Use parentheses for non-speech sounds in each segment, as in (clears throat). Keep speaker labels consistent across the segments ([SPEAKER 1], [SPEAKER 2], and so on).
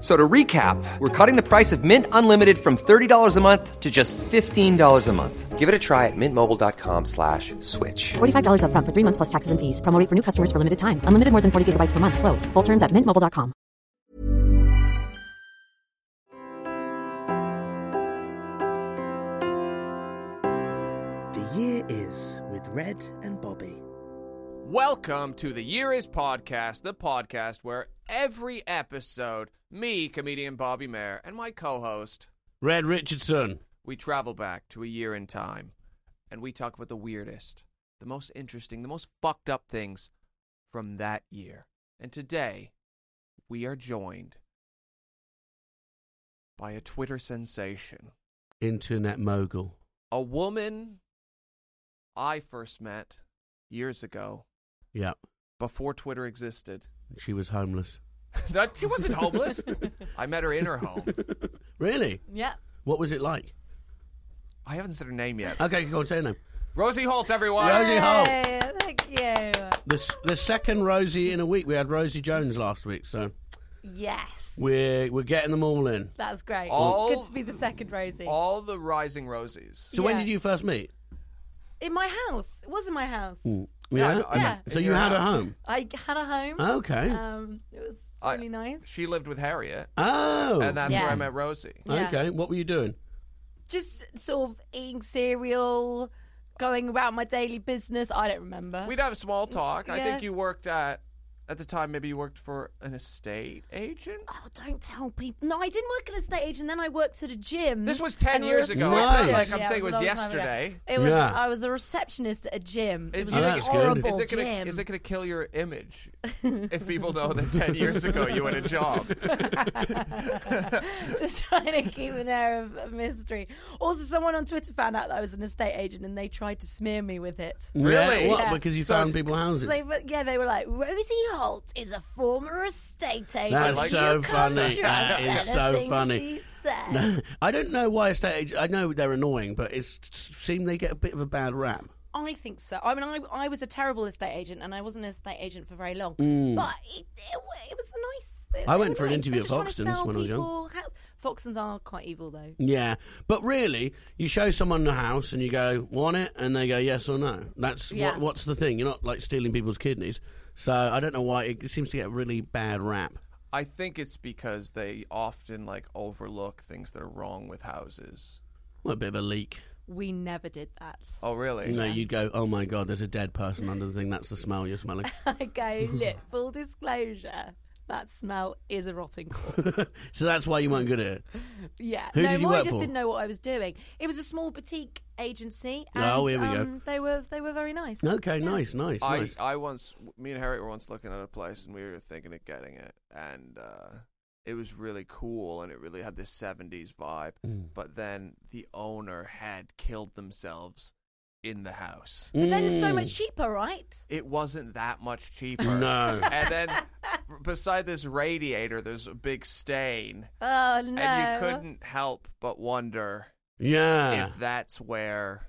[SPEAKER 1] So to recap, we're cutting the price of Mint Unlimited from $30 a month to just $15 a month. Give it a try at mintmobile.com slash switch.
[SPEAKER 2] $45 upfront for three months plus taxes and fees. Promo rate for new customers for limited time. Unlimited more than 40 gigabytes per month. Slows. Full terms at mintmobile.com.
[SPEAKER 3] The year is with Red and Bobby.
[SPEAKER 4] Welcome to the Year Is Podcast, the podcast where every episode, me, comedian Bobby Mayer, and my co host,
[SPEAKER 5] Red Richardson.
[SPEAKER 4] we travel back to a year in time and we talk about the weirdest, the most interesting, the most fucked up things from that year. And today, we are joined by a Twitter sensation,
[SPEAKER 5] Internet mogul.
[SPEAKER 4] a woman I first met years ago
[SPEAKER 5] Yeah.
[SPEAKER 4] before Twitter existed.
[SPEAKER 5] She was homeless.
[SPEAKER 4] That, she wasn't homeless. (laughs) I met her in her home.
[SPEAKER 5] Really?
[SPEAKER 6] Yeah.
[SPEAKER 5] What was it like?
[SPEAKER 4] I haven't said her name yet.
[SPEAKER 5] Okay, go on, say her name.
[SPEAKER 4] Rosie Holt, everyone.
[SPEAKER 5] Rosie- Rosie Hull.
[SPEAKER 6] Yay, Thank you.
[SPEAKER 5] The, s- the second Rosie in a week. We had Rosie Jones last week, so
[SPEAKER 6] Yes.
[SPEAKER 5] we're, we're getting them all in.
[SPEAKER 6] That's great.
[SPEAKER 4] All-
[SPEAKER 6] Good to be the second Rosie.
[SPEAKER 4] All the rising Rosies.
[SPEAKER 5] So when
[SPEAKER 6] Yeah.
[SPEAKER 5] did you first meet?
[SPEAKER 6] in my house. It was in my house.
[SPEAKER 4] Yeah, I- I-
[SPEAKER 6] Yeah.
[SPEAKER 5] So
[SPEAKER 4] in
[SPEAKER 5] you
[SPEAKER 4] your
[SPEAKER 5] had a
[SPEAKER 4] house.
[SPEAKER 5] home?
[SPEAKER 6] I had a home.
[SPEAKER 5] Okay.
[SPEAKER 6] Um, it was
[SPEAKER 4] I-
[SPEAKER 6] really nice.
[SPEAKER 4] She lived with Harriet,
[SPEAKER 5] oh.
[SPEAKER 4] and that's where I
[SPEAKER 6] Yeah.
[SPEAKER 4] met Rosie.
[SPEAKER 6] Yeah.
[SPEAKER 5] Okay, what were you doing?
[SPEAKER 6] Just sort of eating cereal, going about my daily business. I don't remember.
[SPEAKER 4] We'd have small talk. I think
[SPEAKER 6] Yeah.
[SPEAKER 4] you worked at, at the time, maybe you worked for an estate agent?
[SPEAKER 6] Oh, don't tell people. No, I didn't work at a state agent. Then I worked at a gym.
[SPEAKER 4] This was 10
[SPEAKER 6] and a
[SPEAKER 4] years ago.
[SPEAKER 5] It's not
[SPEAKER 6] receptionist.
[SPEAKER 5] like
[SPEAKER 4] I'm
[SPEAKER 6] Yeah,
[SPEAKER 4] saying
[SPEAKER 6] was
[SPEAKER 4] it
[SPEAKER 6] a
[SPEAKER 4] was
[SPEAKER 6] long time
[SPEAKER 4] yesterday.
[SPEAKER 6] ago. It was.
[SPEAKER 5] Yeah.
[SPEAKER 6] I was a receptionist at a gym. It was
[SPEAKER 5] Oh,
[SPEAKER 6] a
[SPEAKER 5] that's good.
[SPEAKER 6] horrible
[SPEAKER 4] Is it gonna
[SPEAKER 6] gym.
[SPEAKER 4] is it gonna kill your
[SPEAKER 6] (laughs)
[SPEAKER 4] image if people know that ten years ago you had a job?
[SPEAKER 6] (laughs) just trying to keep an air of of mystery. Also, someone on Twitter found out that I was an estate agent, and they tried to smear me with it.
[SPEAKER 5] Mm.
[SPEAKER 4] Really?
[SPEAKER 5] Yeah, what?
[SPEAKER 6] Yeah.
[SPEAKER 5] Because you
[SPEAKER 4] So
[SPEAKER 5] found
[SPEAKER 4] it's-
[SPEAKER 5] people houses.
[SPEAKER 6] They, were- yeah, they were like, Rosie Holt is a former estate agent.
[SPEAKER 5] That's
[SPEAKER 4] like
[SPEAKER 5] so
[SPEAKER 6] You can't
[SPEAKER 5] funny.
[SPEAKER 6] trust
[SPEAKER 5] That is so
[SPEAKER 6] anything
[SPEAKER 5] funny.
[SPEAKER 6] she said.
[SPEAKER 5] No, (laughs) I don't know why estate agents. I know they're annoying, but it's seem they get a bit of a bad rap.
[SPEAKER 6] I think so. I mean, I, I was a terrible estate agent, and I wasn't an estate agent for very long. But it, it, wa- it was a nice.
[SPEAKER 5] Mm. I
[SPEAKER 6] they
[SPEAKER 5] went
[SPEAKER 6] were
[SPEAKER 5] for an
[SPEAKER 6] nice.
[SPEAKER 5] interview
[SPEAKER 6] They were
[SPEAKER 5] at
[SPEAKER 6] just trying to
[SPEAKER 5] Foxtons
[SPEAKER 6] sell
[SPEAKER 5] when I was young.
[SPEAKER 6] people house- Foxtons are quite evil, though.
[SPEAKER 5] Yeah, but really, you show someone the house and you go, "Want it?" and they go, "Yes or no." That's
[SPEAKER 6] Yeah.
[SPEAKER 5] what, what's the thing. You're not like stealing people's kidneys. So I don't know why it seems to get a really bad rap.
[SPEAKER 4] I think it's because they often like overlook things that are wrong with houses.
[SPEAKER 5] What a bit of a leak.
[SPEAKER 6] We never did that.
[SPEAKER 4] Oh really?
[SPEAKER 5] You know, you'd go, "Oh my god, there's a dead person under the thing." That's the smell you're smelling. (laughs)
[SPEAKER 6] (laughs) I go, look, full disclosure, that smell is a rotting corpse.
[SPEAKER 5] so that's why you weren't good at it.
[SPEAKER 6] Yeah.
[SPEAKER 5] Who
[SPEAKER 6] no,
[SPEAKER 5] did you
[SPEAKER 6] more I
[SPEAKER 5] work
[SPEAKER 6] just
[SPEAKER 5] for?
[SPEAKER 6] didn't know what I was doing. It was a small boutique agency. And,
[SPEAKER 5] Oh, here we go.
[SPEAKER 6] um, They were they were very nice.
[SPEAKER 5] Okay, nice, nice,
[SPEAKER 4] I,
[SPEAKER 5] nice.
[SPEAKER 4] I once, me and Harriet were once looking at a place and we were thinking of getting it. And uh, it was really cool and it really had this 70s vibe.
[SPEAKER 5] Hmm.
[SPEAKER 4] But then the owner had killed themselves in the house.
[SPEAKER 6] But then it's so
[SPEAKER 5] Mm.
[SPEAKER 6] much cheaper, right?
[SPEAKER 4] It wasn't that much cheaper.
[SPEAKER 5] No.
[SPEAKER 4] And then (laughs) beside this radiator, there's a big stain.
[SPEAKER 6] Oh no.
[SPEAKER 4] And you couldn't help but wonder
[SPEAKER 6] (laughs)
[SPEAKER 5] Yeah.
[SPEAKER 4] if that's where.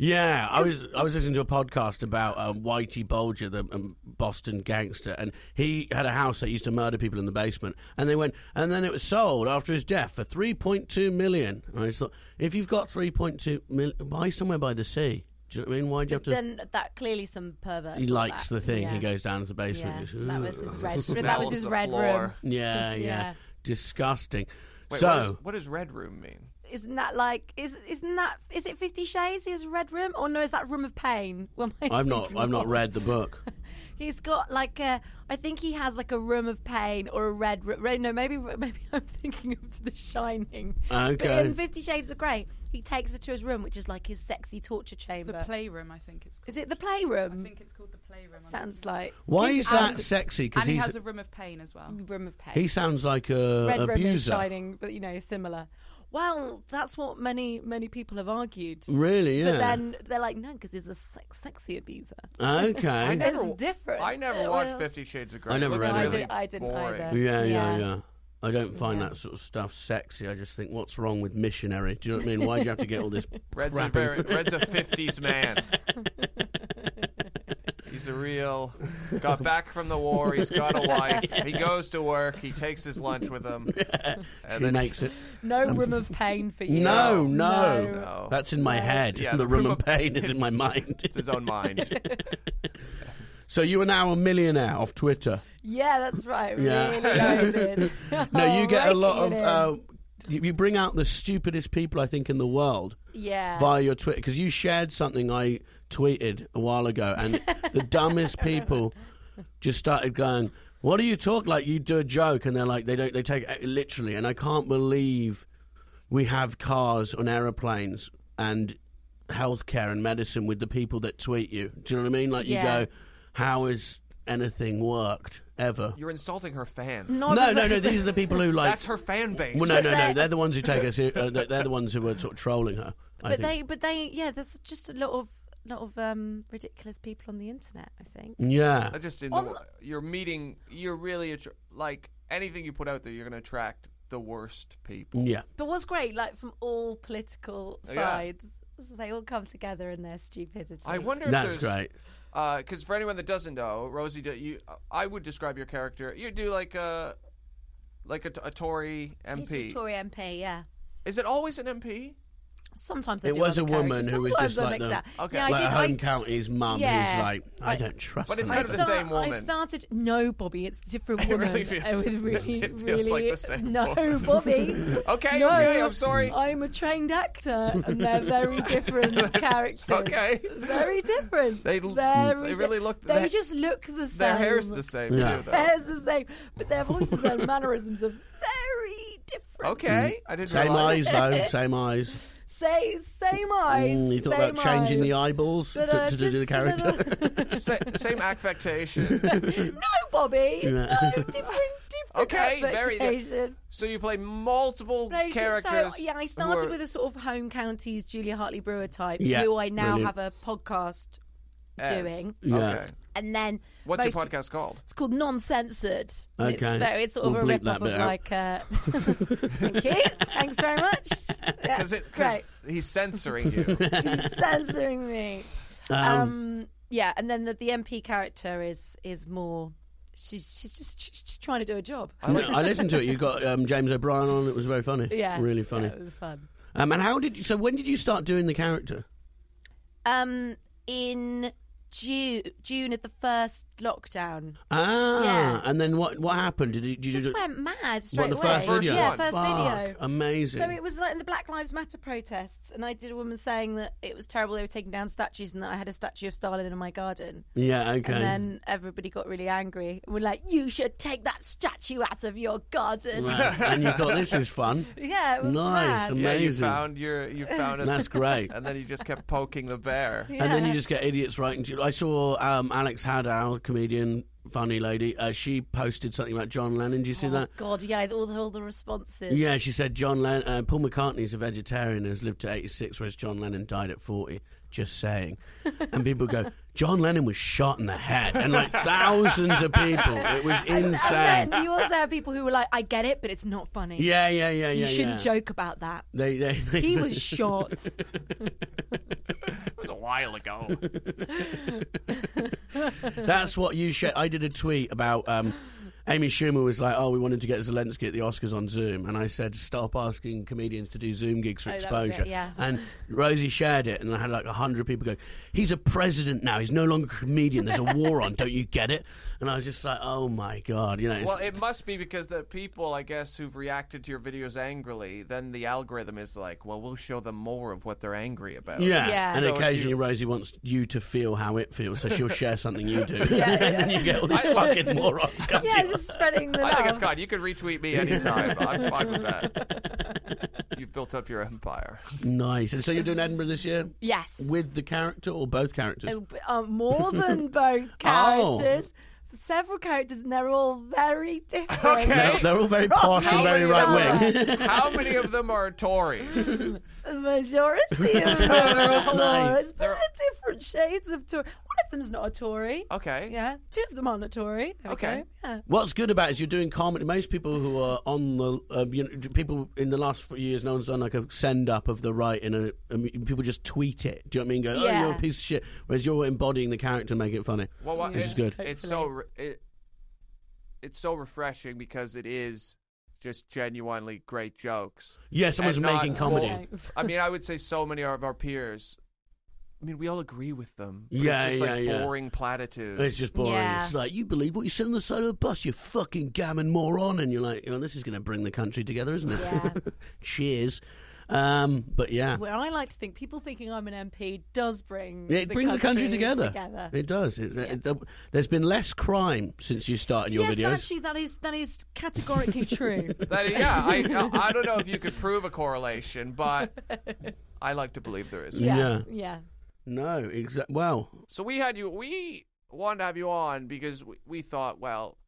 [SPEAKER 5] Yeah, I was I was listening to a podcast about um, Whitey Bulger, the um, Boston gangster, and he had a house that used to murder people in the basement. And they went, and then it was sold after his death for three point two million. And I just thought, if you've got three point two million, buy somewhere by the sea. Do you know what I mean? Why do you have to?
[SPEAKER 6] But then that clearly some pervert.
[SPEAKER 5] he
[SPEAKER 6] thought
[SPEAKER 5] likes
[SPEAKER 6] that.
[SPEAKER 5] the thing. He
[SPEAKER 6] Yeah.
[SPEAKER 5] goes down to the basement.
[SPEAKER 6] Yeah.
[SPEAKER 5] and goes,
[SPEAKER 6] That was
[SPEAKER 5] (laughs)
[SPEAKER 6] his
[SPEAKER 5] "Ugh."
[SPEAKER 6] red.
[SPEAKER 4] Smells
[SPEAKER 6] that was his
[SPEAKER 4] the
[SPEAKER 6] red
[SPEAKER 4] floor.
[SPEAKER 6] room. (laughs)
[SPEAKER 5] Yeah, yeah,
[SPEAKER 6] Yeah.
[SPEAKER 5] disgusting.
[SPEAKER 4] Wait, what,
[SPEAKER 5] so
[SPEAKER 4] is, what does red room mean?
[SPEAKER 6] Isn't that like? Is isn't that? Is it Fifty Shades? His red room, or no? Is that Room of Pain? What am I
[SPEAKER 5] I've not
[SPEAKER 6] thinking
[SPEAKER 5] I've not
[SPEAKER 4] (laughs)
[SPEAKER 6] of?
[SPEAKER 5] read the book.
[SPEAKER 6] He's got like a. I think he has like a room of pain or a red room. No, maybe (laughs) maybe I'm thinking of The Shining. But
[SPEAKER 5] Okay.
[SPEAKER 6] in Fifty Shades of Grey, he takes her to his room, which is like his sexy torture chamber.
[SPEAKER 7] The playroom, I think it's called.
[SPEAKER 6] is it the playroom?
[SPEAKER 7] I think it's called the playroom. I'm
[SPEAKER 6] Sounds
[SPEAKER 7] thinking.
[SPEAKER 6] like
[SPEAKER 5] Why
[SPEAKER 6] Think
[SPEAKER 5] is
[SPEAKER 6] about
[SPEAKER 5] that
[SPEAKER 6] it.
[SPEAKER 5] sexy? Because
[SPEAKER 7] And he
[SPEAKER 5] he's
[SPEAKER 7] has a room of pain as well.
[SPEAKER 6] room of pain?
[SPEAKER 5] he sounds like a
[SPEAKER 6] Red Room is
[SPEAKER 5] abuser.
[SPEAKER 6] shining, but you know, similar. Well, that's what many many people have argued.
[SPEAKER 5] Really? Yeah.
[SPEAKER 6] But then they're like, no, because he's a sex- sexy abuser.
[SPEAKER 4] (laughs) I
[SPEAKER 5] okay.
[SPEAKER 4] never,
[SPEAKER 6] It's different.
[SPEAKER 4] I never watched
[SPEAKER 6] Well-
[SPEAKER 4] Fifty Shades of Grey.
[SPEAKER 5] I never
[SPEAKER 4] It looked
[SPEAKER 5] read it. I
[SPEAKER 4] really
[SPEAKER 5] did-
[SPEAKER 6] I didn't
[SPEAKER 4] boring.
[SPEAKER 6] either.
[SPEAKER 5] Yeah, yeah,
[SPEAKER 6] Yeah.
[SPEAKER 5] yeah. I don't find that sort of stuff sexy. I just think, what's wrong with missionary? Do you know what I mean? Why do you have to get
[SPEAKER 4] (laughs)
[SPEAKER 5] all this?
[SPEAKER 4] Red's a
[SPEAKER 5] crap
[SPEAKER 4] very,
[SPEAKER 5] in-
[SPEAKER 4] Red's
[SPEAKER 5] (laughs)
[SPEAKER 4] a fifties man. He's a real. Got back from the war. He's got a wife. He goes to work. He takes his lunch with him. And
[SPEAKER 5] she
[SPEAKER 4] then
[SPEAKER 5] makes
[SPEAKER 4] (laughs)
[SPEAKER 5] it.
[SPEAKER 6] No
[SPEAKER 5] (laughs)
[SPEAKER 6] room of pain for you.
[SPEAKER 5] No, no,
[SPEAKER 4] No.
[SPEAKER 5] That's in my head.
[SPEAKER 4] Oh. Yeah,
[SPEAKER 5] (laughs) the
[SPEAKER 4] the
[SPEAKER 5] room
[SPEAKER 4] room
[SPEAKER 5] of
[SPEAKER 4] of-
[SPEAKER 5] pain
[SPEAKER 4] (laughs)
[SPEAKER 5] is in my
[SPEAKER 4] It's
[SPEAKER 5] mind.
[SPEAKER 4] his own
[SPEAKER 6] (laughs)
[SPEAKER 4] mind.
[SPEAKER 5] so you are now a millionaire
[SPEAKER 4] (laughs)
[SPEAKER 5] off Twitter.
[SPEAKER 6] Yeah, that's right.
[SPEAKER 5] Yeah. (laughs)
[SPEAKER 6] Really, I did.
[SPEAKER 5] No, you get a lot of.
[SPEAKER 6] Raking it in.
[SPEAKER 5] Uh, you you bring out the stupidest people I think in the world
[SPEAKER 6] yeah.
[SPEAKER 5] via your Twitter because you shared something I tweeted a while ago, and
[SPEAKER 6] (laughs)
[SPEAKER 5] the dumbest people just started going, "What do you talk like? You do a joke," and they're like, "They don't. They take it literally." And I can't believe we have cars on aeroplanes and healthcare and medicine with the people that tweet you. Do you know what I mean? Like
[SPEAKER 6] Yeah.
[SPEAKER 5] you go, "How has anything worked ever?"
[SPEAKER 4] You're insulting her fans.
[SPEAKER 6] Not
[SPEAKER 5] no,
[SPEAKER 6] as
[SPEAKER 5] no,
[SPEAKER 6] a-
[SPEAKER 5] no. These are the people
[SPEAKER 6] (laughs)
[SPEAKER 5] who like.
[SPEAKER 4] That's her fan base.
[SPEAKER 5] Well, no, no, no. They're the ones who take us. Uh, they're they're the ones who were sort of trolling her. I
[SPEAKER 6] But
[SPEAKER 5] think.
[SPEAKER 6] they, but they, yeah. There's just a lot of lot of um, ridiculous people on the internet. I
[SPEAKER 5] Mm.
[SPEAKER 6] think.
[SPEAKER 5] Yeah.
[SPEAKER 4] I just in
[SPEAKER 6] On
[SPEAKER 4] the,
[SPEAKER 6] the-
[SPEAKER 4] you're meeting. You're really attr- like anything you put out there. You're going to attract the worst people.
[SPEAKER 5] Yeah.
[SPEAKER 6] But what's great, like from all political
[SPEAKER 4] Oh, Yeah.
[SPEAKER 6] sides, so they all come together in their stupidity.
[SPEAKER 4] I wonder. if
[SPEAKER 5] That's
[SPEAKER 4] there's-
[SPEAKER 5] great.
[SPEAKER 4] Because for anyone that doesn't know, Rosie, do you, I would describe your character. You do like a like a, a Tory
[SPEAKER 6] It's a
[SPEAKER 4] MP.
[SPEAKER 6] Tory MP, yeah.
[SPEAKER 4] Is it always an MP?
[SPEAKER 6] Sometimes I
[SPEAKER 5] It
[SPEAKER 6] do
[SPEAKER 5] was a
[SPEAKER 6] other
[SPEAKER 5] woman
[SPEAKER 6] characters.
[SPEAKER 5] who was
[SPEAKER 6] Sometimes
[SPEAKER 5] just
[SPEAKER 6] I
[SPEAKER 5] like
[SPEAKER 6] mix
[SPEAKER 5] the-
[SPEAKER 6] up.
[SPEAKER 4] Okay.
[SPEAKER 6] Yeah, I
[SPEAKER 5] like
[SPEAKER 6] did.
[SPEAKER 5] home
[SPEAKER 6] I,
[SPEAKER 5] county's mum who's
[SPEAKER 6] Yeah.
[SPEAKER 5] like, I, don't trust
[SPEAKER 4] But it's
[SPEAKER 5] them.
[SPEAKER 4] kind of the
[SPEAKER 6] start-
[SPEAKER 4] same
[SPEAKER 6] I
[SPEAKER 4] woman.
[SPEAKER 6] started. No, Bobby, it's a
[SPEAKER 4] (laughs)
[SPEAKER 6] different
[SPEAKER 4] It
[SPEAKER 6] woman.
[SPEAKER 4] really feels-
[SPEAKER 6] I was
[SPEAKER 4] (laughs)
[SPEAKER 6] really,
[SPEAKER 4] it
[SPEAKER 6] (laughs)
[SPEAKER 4] feels like
[SPEAKER 6] really-
[SPEAKER 4] the same
[SPEAKER 6] No,
[SPEAKER 4] woman.
[SPEAKER 6] Bobby. (laughs)
[SPEAKER 4] Okay,
[SPEAKER 6] no,
[SPEAKER 4] okay, I'm
[SPEAKER 6] (laughs)
[SPEAKER 4] sorry.
[SPEAKER 6] I'm a trained actor, and
[SPEAKER 4] (laughs)
[SPEAKER 6] they're very different characters.
[SPEAKER 4] Okay.
[SPEAKER 6] very different.
[SPEAKER 4] They l-
[SPEAKER 6] very
[SPEAKER 4] they really
[SPEAKER 6] di-
[SPEAKER 4] look-
[SPEAKER 6] They
[SPEAKER 4] their-
[SPEAKER 6] just look the same.
[SPEAKER 4] Their hair's
[SPEAKER 6] (laughs)
[SPEAKER 4] the same
[SPEAKER 5] Yeah.
[SPEAKER 4] too, though.
[SPEAKER 6] Hair's the same, but their voices and mannerisms are very different.
[SPEAKER 4] Okay, I didn't
[SPEAKER 5] Same
[SPEAKER 4] realize.
[SPEAKER 5] eyes
[SPEAKER 4] (laughs)
[SPEAKER 5] though, same eyes.
[SPEAKER 6] Say, same eyes.
[SPEAKER 5] Mm, you thought
[SPEAKER 6] same
[SPEAKER 5] about changing
[SPEAKER 6] eyes.
[SPEAKER 5] the eyeballs
[SPEAKER 6] But,
[SPEAKER 5] to,
[SPEAKER 6] uh,
[SPEAKER 5] to do the
[SPEAKER 6] just a
[SPEAKER 5] character. (laughs)
[SPEAKER 6] (laughs)
[SPEAKER 4] (laughs)
[SPEAKER 6] little-
[SPEAKER 4] Sa- same affectation.
[SPEAKER 6] no, Bobby.
[SPEAKER 5] Yeah.
[SPEAKER 6] No, different, different.
[SPEAKER 4] Okay, very di-
[SPEAKER 6] affectation.
[SPEAKER 4] so you play multiple
[SPEAKER 6] No, so-
[SPEAKER 4] characters.
[SPEAKER 6] So, yeah, I
[SPEAKER 4] who
[SPEAKER 6] started
[SPEAKER 4] are-
[SPEAKER 6] with a sort of home counties Julia Hartley Brewer type,
[SPEAKER 5] Yeah,
[SPEAKER 6] who I now
[SPEAKER 5] brilliant.
[SPEAKER 6] have a podcast
[SPEAKER 4] S.
[SPEAKER 6] doing.
[SPEAKER 5] Yeah.
[SPEAKER 4] Okay.
[SPEAKER 6] And then
[SPEAKER 4] What's your
[SPEAKER 6] most-
[SPEAKER 4] podcast called?
[SPEAKER 6] It's called non-censored. And It's,
[SPEAKER 5] Okay.
[SPEAKER 6] very, it's sort
[SPEAKER 5] We'll
[SPEAKER 6] of a
[SPEAKER 5] bleep
[SPEAKER 6] rip
[SPEAKER 5] that
[SPEAKER 6] off
[SPEAKER 5] bit
[SPEAKER 6] of
[SPEAKER 5] out.
[SPEAKER 6] like. Uh,
[SPEAKER 5] (laughs)
[SPEAKER 6] thank you. Thanks very much. Yeah,
[SPEAKER 4] Because
[SPEAKER 6] great.
[SPEAKER 4] he's censoring you.
[SPEAKER 5] (laughs)
[SPEAKER 6] He's censoring me. Um, yeah, and then the, the MP character is is more. She's she's just she's just trying to do a job.
[SPEAKER 5] No, I listened to it. You got um, James O'Brien on. It was very funny.
[SPEAKER 6] Yeah,
[SPEAKER 5] really funny.
[SPEAKER 6] Yeah, it was fun.
[SPEAKER 5] Um, and how did you? So when did you start doing the character?
[SPEAKER 6] Um, in June June of the first lockdown,
[SPEAKER 5] Ah,
[SPEAKER 6] Yeah.
[SPEAKER 5] and then what? What happened? Did you? Did you
[SPEAKER 6] just
[SPEAKER 5] do-
[SPEAKER 6] went mad straight
[SPEAKER 5] what, the
[SPEAKER 6] away.
[SPEAKER 5] first video?
[SPEAKER 6] Yeah,
[SPEAKER 4] one?
[SPEAKER 6] first
[SPEAKER 5] Fuck,
[SPEAKER 6] video.
[SPEAKER 5] Amazing.
[SPEAKER 6] So it was like in the Black Lives Matter protests, and I did a woman saying that it was terrible they were taking down statues, and that I had a statue of Stalin in my garden.
[SPEAKER 5] yeah. Okay.
[SPEAKER 6] And then everybody got really angry. We're like, "You should take that statue out of your garden."
[SPEAKER 5] Wow. and you thought this was (laughs) fun.
[SPEAKER 6] (laughs) Yeah, it was
[SPEAKER 4] Yeah,
[SPEAKER 5] Nice.
[SPEAKER 6] mad.
[SPEAKER 4] you
[SPEAKER 5] Amazing.
[SPEAKER 4] found your you found it.
[SPEAKER 5] That's great.
[SPEAKER 4] And then you just kept poking the (laughs) bear.
[SPEAKER 6] (laughs)
[SPEAKER 5] And then you just get idiots writing to you. I saw um, Alex Hadow, comedian, funny lady. Uh, she posted something about John Lennon. Do you see
[SPEAKER 6] Oh,
[SPEAKER 5] that?
[SPEAKER 6] God, yeah, all the, all the responses.
[SPEAKER 5] Yeah, she said John Lennon. Uh, Paul McCartney's a vegetarian has lived to 86, whereas John Lennon died at 40. Just
[SPEAKER 6] (laughs)
[SPEAKER 5] saying. And people go, John Lennon was shot in the head. And like thousands of people. It was
[SPEAKER 6] (laughs) (laughs) And
[SPEAKER 5] insane.
[SPEAKER 6] then you also have people who were like, I get it, but it's not funny.
[SPEAKER 5] Yeah, yeah, yeah, yeah.
[SPEAKER 6] you shouldn't
[SPEAKER 5] yeah.
[SPEAKER 6] joke about that.
[SPEAKER 5] They, they, (laughs) they-
[SPEAKER 6] He was shot.
[SPEAKER 4] It was a while ago.
[SPEAKER 5] That's what you shared. I did a tweet about um, Amy Schumer was like, "Oh, we wanted to get Zelensky at the Oscars on Zoom," and I said, "Stop asking comedians to do Zoom gigs for
[SPEAKER 6] Oh, that was
[SPEAKER 5] exposure."
[SPEAKER 6] it, yeah.
[SPEAKER 5] And Rosie shared it, and I had like hundred people go, "He's a president now. He's no longer a comedian. There's a war on. Don't you get it?" And I was just like, "Oh my god!" You know, it's,
[SPEAKER 4] Well, it must be because the people, I guess, who've reacted to your videos angrily, then the algorithm is like, well, we'll show them more of what they're angry about.
[SPEAKER 5] yeah.
[SPEAKER 6] Yeah.
[SPEAKER 5] And
[SPEAKER 4] So if
[SPEAKER 5] occasionally,
[SPEAKER 4] you-
[SPEAKER 5] Rosie wants you to feel how it feels, so she'll share something you do,
[SPEAKER 6] (laughs) Yeah,
[SPEAKER 5] and then you get all these fucking morons. can't
[SPEAKER 6] (laughs) Yeah,
[SPEAKER 5] you?
[SPEAKER 6] just spreading the love.
[SPEAKER 4] I think it's fine. You can retweet me anytime.
[SPEAKER 5] (laughs)
[SPEAKER 4] I'm fine with that. You've built up your empire.
[SPEAKER 5] Nice. And so you're doing Edinburgh this year
[SPEAKER 6] Yes.
[SPEAKER 5] with the character or both characters?
[SPEAKER 6] Uh, b- uh, more than both
[SPEAKER 5] Oh.
[SPEAKER 6] characters. Several characters, and they're all very different.
[SPEAKER 4] Okay.
[SPEAKER 5] They're, they're all very posh and
[SPEAKER 4] How
[SPEAKER 5] very
[SPEAKER 4] many
[SPEAKER 5] right
[SPEAKER 4] of
[SPEAKER 5] wing.
[SPEAKER 4] them-
[SPEAKER 5] (laughs)
[SPEAKER 4] How many of them are Tories?
[SPEAKER 6] The majority of them
[SPEAKER 5] they're
[SPEAKER 6] are
[SPEAKER 5] all-
[SPEAKER 6] Tories, but
[SPEAKER 4] They're-
[SPEAKER 6] they're different shades of Tory. One of them's not a Tory.
[SPEAKER 4] Okay.
[SPEAKER 6] Yeah, two of them aren't a Tory. There we
[SPEAKER 4] Okay.
[SPEAKER 6] go. Yeah.
[SPEAKER 5] What's good about it is you're doing comedy. Most people who are on the uh, you know, people in the last few years, no one's done like a send up of the right, and a, I mean, people just tweet it. Do you know what I mean? Go, oh, you're a
[SPEAKER 6] Yeah.
[SPEAKER 5] piece of shit. Whereas you're embodying the character, and making it funny.
[SPEAKER 4] Well, what,
[SPEAKER 5] Which
[SPEAKER 4] it's,
[SPEAKER 5] is good.
[SPEAKER 4] It's so re- it, it's so refreshing because it is just genuinely great jokes.
[SPEAKER 5] Yeah, someone's
[SPEAKER 4] and not
[SPEAKER 5] making comedy.
[SPEAKER 4] woke. I mean, I would say so many of our peers. I mean, we all agree with them. but
[SPEAKER 5] Yeah,
[SPEAKER 4] it's just like
[SPEAKER 5] yeah, yeah.
[SPEAKER 4] boring platitudes.
[SPEAKER 5] It's just boring.
[SPEAKER 6] Yeah.
[SPEAKER 5] It's like you believe what you said on the side of a bus, you fucking gammon moron, and you're like, you know, this is going to bring the country together, isn't it?
[SPEAKER 6] Yeah.
[SPEAKER 5] (laughs) Cheers. Um, but yeah,
[SPEAKER 6] Where I like to think people thinking I'm an MP does bring
[SPEAKER 5] Yeah, it brings the country together.
[SPEAKER 6] together.
[SPEAKER 5] It does. It, it- it- there's been less crime since you started your
[SPEAKER 6] yes,
[SPEAKER 5] videos.
[SPEAKER 6] actually, that is that is categorically true.
[SPEAKER 4] (laughs) That- yeah, I, I don't know if you could prove a correlation, but I like to believe there
[SPEAKER 5] (laughs)
[SPEAKER 4] is.
[SPEAKER 6] Yeah,
[SPEAKER 5] Yeah.
[SPEAKER 6] yeah.
[SPEAKER 5] No, exactly. Well,
[SPEAKER 4] So we had you. We wanted to have you on because we, we thought, well,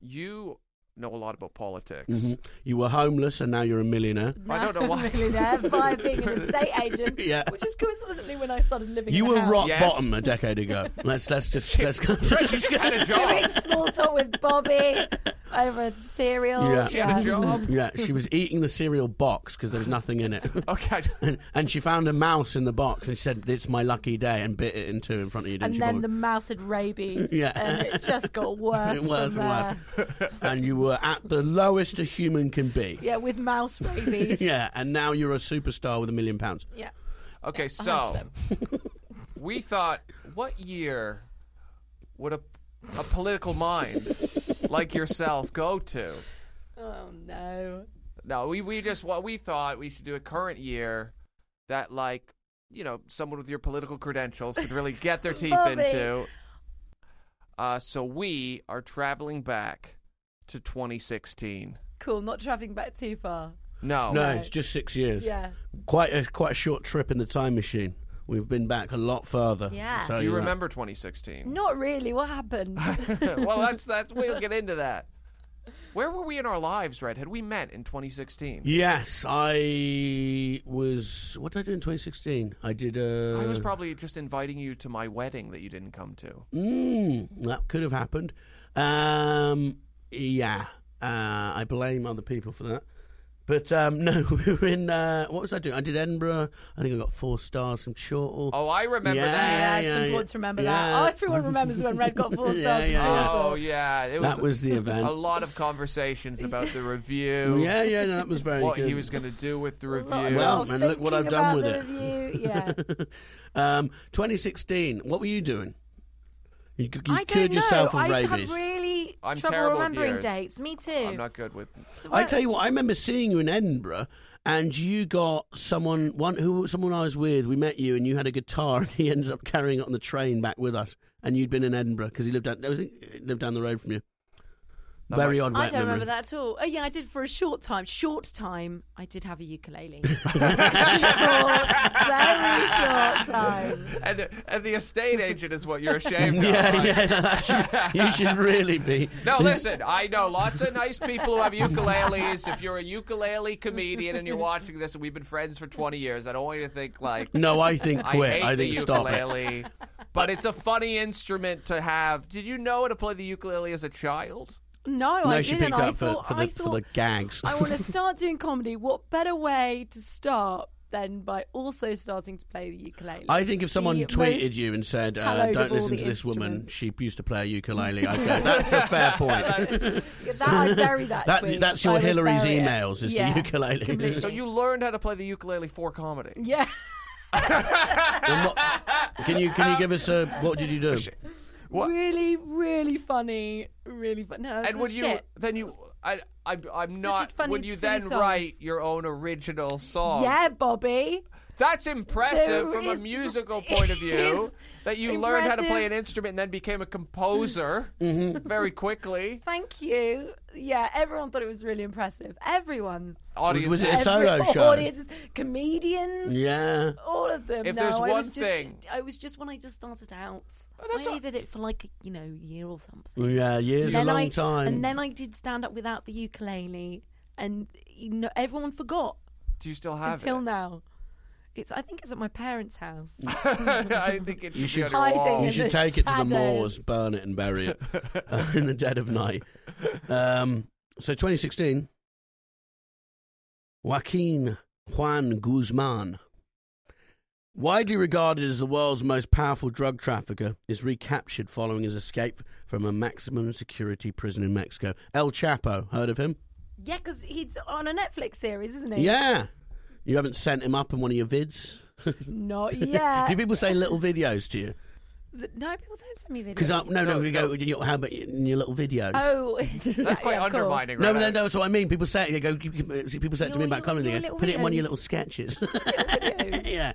[SPEAKER 4] you know a lot about politics.
[SPEAKER 5] you were homeless and now you're a millionaire.
[SPEAKER 4] I don't know
[SPEAKER 6] Now
[SPEAKER 4] why.
[SPEAKER 6] I'm really there by being an estate
[SPEAKER 5] (laughs)
[SPEAKER 6] agent,
[SPEAKER 5] Yeah.
[SPEAKER 6] which is coincidentally when I started living.
[SPEAKER 5] You
[SPEAKER 6] in a
[SPEAKER 5] were
[SPEAKER 6] house.
[SPEAKER 5] rock
[SPEAKER 4] Yes.
[SPEAKER 5] bottom a decade ago. Let's let's just let's go.
[SPEAKER 4] She just had
[SPEAKER 5] (laughs)
[SPEAKER 4] a job.
[SPEAKER 6] (laughs) doing small talk with Bobby over cereal. um,
[SPEAKER 5] Yeah.
[SPEAKER 4] She had a
[SPEAKER 5] (laughs)
[SPEAKER 4] job.
[SPEAKER 5] yeah, she was eating the cereal box because there was nothing in
[SPEAKER 6] (laughs)
[SPEAKER 5] it.
[SPEAKER 4] Okay.
[SPEAKER 5] And, and she found a mouse in the box and she said, "It's my lucky day," and bit it in two in front of you. Didn't
[SPEAKER 6] And
[SPEAKER 5] she,
[SPEAKER 6] then
[SPEAKER 5] Bobby?
[SPEAKER 6] the mouse had rabies.
[SPEAKER 5] Yeah.
[SPEAKER 6] And it just
[SPEAKER 5] (laughs)
[SPEAKER 6] got worse.
[SPEAKER 5] worse
[SPEAKER 6] from
[SPEAKER 5] and
[SPEAKER 6] there.
[SPEAKER 5] worse. and you were at the lowest a human can
[SPEAKER 6] (laughs)
[SPEAKER 5] be.
[SPEAKER 6] Yeah, with mouse
[SPEAKER 5] (laughs)
[SPEAKER 6] rabies.
[SPEAKER 5] Yeah, and now you're a superstar with a million pounds.
[SPEAKER 6] Yeah.
[SPEAKER 4] Okay. So we thought, what year would a a political mind like yourself go to?
[SPEAKER 6] Oh no.
[SPEAKER 4] No, we, we just what we thought we should do a current year that like you know someone with your political credentials could really get their teeth
[SPEAKER 6] Love it.
[SPEAKER 4] into. Uh, so we are traveling back to 2016.
[SPEAKER 6] Cool, not travelling back too far.
[SPEAKER 4] No,
[SPEAKER 5] no, it's just six years.
[SPEAKER 6] Yeah.
[SPEAKER 5] quite a quite a short trip in the time machine. We've been back a lot further.
[SPEAKER 6] Yeah.
[SPEAKER 5] I'll tell
[SPEAKER 4] do you
[SPEAKER 5] that.
[SPEAKER 4] remember 2016?
[SPEAKER 6] Not really.
[SPEAKER 5] (laughs)
[SPEAKER 6] What happened? (laughs)
[SPEAKER 4] (laughs) well, that's that's we'll get into that. Where were we in our lives, Red? Had we met in 2016?
[SPEAKER 5] Yes, I was. What did I do in 2016? I did uh, a.
[SPEAKER 4] I was probably just inviting you to my wedding that you didn't come to.
[SPEAKER 5] Mm, that could have happened. Um, yeah, uh, I blame other people for that. But um, (laughs) no, we were in. Uh, what was I doing? I did Edinburgh. I think I got four stars from Chortle.
[SPEAKER 4] Oh, I remember
[SPEAKER 5] Yeah.
[SPEAKER 4] that.
[SPEAKER 6] yeah, it's important to remember that.
[SPEAKER 5] yeah.
[SPEAKER 6] Oh, everyone remembers when
[SPEAKER 5] (laughs)
[SPEAKER 6] Red got four stars.
[SPEAKER 5] Yeah,
[SPEAKER 6] from
[SPEAKER 5] yeah, yeah.
[SPEAKER 6] Twitter.
[SPEAKER 4] Oh yeah, it was,
[SPEAKER 5] that was the
[SPEAKER 4] a
[SPEAKER 5] event.
[SPEAKER 4] lot of conversations about the review.
[SPEAKER 5] (laughs) Yeah, yeah, no, that was very
[SPEAKER 4] What
[SPEAKER 5] good.
[SPEAKER 4] he was going to do with the review.
[SPEAKER 6] Lot-
[SPEAKER 5] Well,
[SPEAKER 6] lot of
[SPEAKER 5] man, look what
[SPEAKER 6] thinking
[SPEAKER 5] I've done
[SPEAKER 6] about
[SPEAKER 5] with
[SPEAKER 6] the
[SPEAKER 5] it. (laughs)
[SPEAKER 6] review. Yeah.
[SPEAKER 5] um, 2016. What were you doing? You, you
[SPEAKER 6] I don't
[SPEAKER 5] cured
[SPEAKER 6] know.
[SPEAKER 5] yourself of
[SPEAKER 6] I
[SPEAKER 5] rabies.
[SPEAKER 6] have really
[SPEAKER 4] I'm
[SPEAKER 6] trouble
[SPEAKER 4] terrible with
[SPEAKER 6] remembering
[SPEAKER 4] years.
[SPEAKER 6] dates. Me too.
[SPEAKER 4] I'm not good with.
[SPEAKER 6] So
[SPEAKER 5] I
[SPEAKER 6] what-
[SPEAKER 5] tell you what, I remember seeing you in Edinburgh, and you got someone one who someone I was with. We met you, and you had a guitar, (laughs) and he ended up carrying it on the train back with us. And you'd been in Edinburgh because he lived down, I think he lived down the road from you. Very odd.
[SPEAKER 6] I
[SPEAKER 5] wet
[SPEAKER 6] don't
[SPEAKER 5] memory.
[SPEAKER 6] remember that at all. Oh yeah, I did for a short time. Short time, I did have
[SPEAKER 5] (laughs)
[SPEAKER 6] a ukulele. short, very
[SPEAKER 4] (laughs)
[SPEAKER 6] short time.
[SPEAKER 4] And the, and the estate agent is what you're ashamed of.
[SPEAKER 5] (laughs) Yeah,
[SPEAKER 4] Like,
[SPEAKER 5] yeah. no, that
[SPEAKER 4] (laughs)
[SPEAKER 5] should- you should really be.
[SPEAKER 4] No, listen. I know lots of nice people who have ukuleles. If you're a ukulele comedian and you're watching this, and we've been friends for 20 years, I don't want you to think like
[SPEAKER 5] No, I think
[SPEAKER 4] I
[SPEAKER 5] quit.
[SPEAKER 4] hate
[SPEAKER 5] I,
[SPEAKER 4] the
[SPEAKER 5] think stop it.
[SPEAKER 4] ukulele. But it's a funny instrument to have. Did you know how to play the ukulele as a child?
[SPEAKER 6] No,
[SPEAKER 5] No,
[SPEAKER 6] I
[SPEAKER 5] she
[SPEAKER 6] didn't.
[SPEAKER 5] picked
[SPEAKER 6] I
[SPEAKER 5] up for,
[SPEAKER 6] thought,
[SPEAKER 5] for the (laughs)
[SPEAKER 6] I
[SPEAKER 5] for the
[SPEAKER 6] thought,
[SPEAKER 5] gags.
[SPEAKER 6] I want to start doing comedy. What better way to start then by also starting to play the ukulele.
[SPEAKER 5] I think if someone
[SPEAKER 6] The
[SPEAKER 5] tweeted
[SPEAKER 6] most-
[SPEAKER 5] you and said, uh,
[SPEAKER 6] hallowed
[SPEAKER 5] "Don't
[SPEAKER 6] of all
[SPEAKER 5] listen
[SPEAKER 6] the
[SPEAKER 5] to this woman;
[SPEAKER 6] instruments.
[SPEAKER 5] she used to play a ukulele," I'd go, "That's a
[SPEAKER 6] (laughs)
[SPEAKER 5] fair point."
[SPEAKER 6] Yeah, (laughs) that, I bury
[SPEAKER 5] (laughs)
[SPEAKER 6] that.
[SPEAKER 5] That-
[SPEAKER 6] tweet.
[SPEAKER 5] that's your
[SPEAKER 6] I would
[SPEAKER 5] Hillary's
[SPEAKER 6] bury it.
[SPEAKER 5] emails, is the
[SPEAKER 6] Yeah,
[SPEAKER 5] ukulele. (laughs)
[SPEAKER 6] completely.
[SPEAKER 4] So you learned how to play the ukulele for comedy.
[SPEAKER 6] yeah.
[SPEAKER 5] And what- can you
[SPEAKER 6] Um,
[SPEAKER 5] can you give us a what did you
[SPEAKER 6] (laughs)
[SPEAKER 5] do?
[SPEAKER 4] What-
[SPEAKER 6] Really, really funny. Really fun. No, it's
[SPEAKER 4] And would
[SPEAKER 6] a
[SPEAKER 4] you
[SPEAKER 6] shit.
[SPEAKER 4] then you I I I'm
[SPEAKER 6] Such
[SPEAKER 4] not
[SPEAKER 6] a funny
[SPEAKER 4] would you
[SPEAKER 6] silly
[SPEAKER 4] then
[SPEAKER 6] songs.
[SPEAKER 4] write your own original song?
[SPEAKER 6] Yeah, Bobby.
[SPEAKER 4] That's impressive
[SPEAKER 6] There
[SPEAKER 4] from a
[SPEAKER 6] is-
[SPEAKER 4] musical point
[SPEAKER 6] (laughs)
[SPEAKER 4] of view
[SPEAKER 6] is
[SPEAKER 4] that you learned how to play
[SPEAKER 6] impressive. Mm-hmm.
[SPEAKER 4] an instrument and then became a composer very quickly.
[SPEAKER 6] Thank you. Yeah, everyone thought it was really impressive. Everyone.
[SPEAKER 4] Audience
[SPEAKER 5] Was it a
[SPEAKER 6] Every-
[SPEAKER 5] solo show?
[SPEAKER 6] Audiences, comedians.
[SPEAKER 5] Yeah.
[SPEAKER 6] All of them.
[SPEAKER 4] If
[SPEAKER 6] no,
[SPEAKER 4] there's
[SPEAKER 6] I
[SPEAKER 4] one
[SPEAKER 6] was just,
[SPEAKER 4] thing- Oh,
[SPEAKER 6] I was just when I just started out.
[SPEAKER 4] that's
[SPEAKER 6] so I
[SPEAKER 4] all-
[SPEAKER 6] did it for like you know a year or something.
[SPEAKER 5] Yeah, years a
[SPEAKER 6] Then
[SPEAKER 5] long
[SPEAKER 6] I,
[SPEAKER 5] time.
[SPEAKER 6] And then I did stand up without the ukulele, and you know, everyone forgot
[SPEAKER 4] do you still have
[SPEAKER 6] until
[SPEAKER 4] it?
[SPEAKER 6] now. It's I think it's at my parents' house.
[SPEAKER 4] (laughs)
[SPEAKER 5] (laughs)
[SPEAKER 4] I think it should,
[SPEAKER 5] should
[SPEAKER 4] be on your
[SPEAKER 6] hiding
[SPEAKER 4] wall.
[SPEAKER 5] you
[SPEAKER 6] in
[SPEAKER 5] should
[SPEAKER 6] the
[SPEAKER 5] take it to the
[SPEAKER 6] shadows.
[SPEAKER 5] moors, burn it, and bury it uh, (laughs) in the dead of night. Um, so 2016, Joaquin Juan Guzman, widely regarded as the world's most powerful drug trafficker, is recaptured following his escape from a maximum security prison in Mexico. El Chapo, heard of him?
[SPEAKER 6] yeah, because he's on a Netflix series, isn't he?
[SPEAKER 5] Yeah. You haven't sent him up in one of your vids? (laughs)
[SPEAKER 6] Not yet.
[SPEAKER 5] Do people say little videos to you?
[SPEAKER 6] Th- no, people don't send me videos.
[SPEAKER 5] Because no, no,
[SPEAKER 4] No,
[SPEAKER 5] we go. "You- How about in your little videos?
[SPEAKER 6] (laughs)
[SPEAKER 5] (laughs)
[SPEAKER 6] oh,
[SPEAKER 4] (laughs) That's quite
[SPEAKER 6] (laughs)
[SPEAKER 4] undermining,
[SPEAKER 5] No,
[SPEAKER 4] right?
[SPEAKER 5] but then that's what I mean. People say it, they go. you can- see, People say it to me
[SPEAKER 6] Your-
[SPEAKER 5] about
[SPEAKER 6] your-
[SPEAKER 5] comedy. They
[SPEAKER 6] your
[SPEAKER 5] go,
[SPEAKER 6] little
[SPEAKER 5] put it in one of your
[SPEAKER 6] videos."
[SPEAKER 5] little
[SPEAKER 6] (laughs)
[SPEAKER 5] sketches. (laughs) yeah.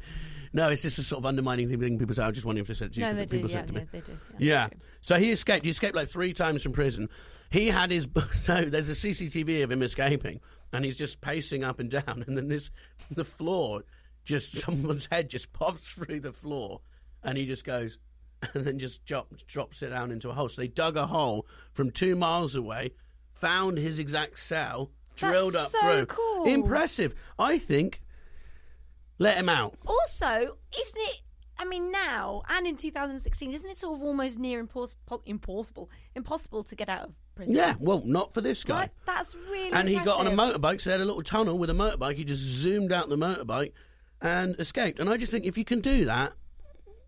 [SPEAKER 5] No, it's just a sort of undermining thing. People say, "I just wonder if they said it to you."
[SPEAKER 6] No,
[SPEAKER 5] 'cause
[SPEAKER 6] they do.
[SPEAKER 5] people say
[SPEAKER 6] Yeah,
[SPEAKER 5] it to
[SPEAKER 6] yeah,
[SPEAKER 5] me.
[SPEAKER 6] they do.
[SPEAKER 5] Yeah. So he escaped. He escaped like three times from prison. He had his. (laughs) So there's a CCTV of him escaping, and he's just pacing up and down, (laughs) and then this, the floor, just (laughs) someone's head just pops through the floor, and he just goes, (laughs) and then just drops drops it down into a hole. So they dug a hole from two miles away, found his exact cell, drilled
[SPEAKER 6] That's
[SPEAKER 5] up
[SPEAKER 6] so
[SPEAKER 5] through.
[SPEAKER 6] cool.
[SPEAKER 5] Impressive. I think. Let him out.
[SPEAKER 6] Also, isn't it? I mean, now and in 2016, isn't it sort of almost near impossible, impossible, impossible to get out of prison?
[SPEAKER 5] Yeah. Well, not for this guy.
[SPEAKER 6] Right? That's really.
[SPEAKER 5] and he got on a
[SPEAKER 6] impressive.
[SPEAKER 5] motorbike. So they had a little tunnel with a motorbike. He just zoomed out the motorbike and escaped. And I just think if you can do that,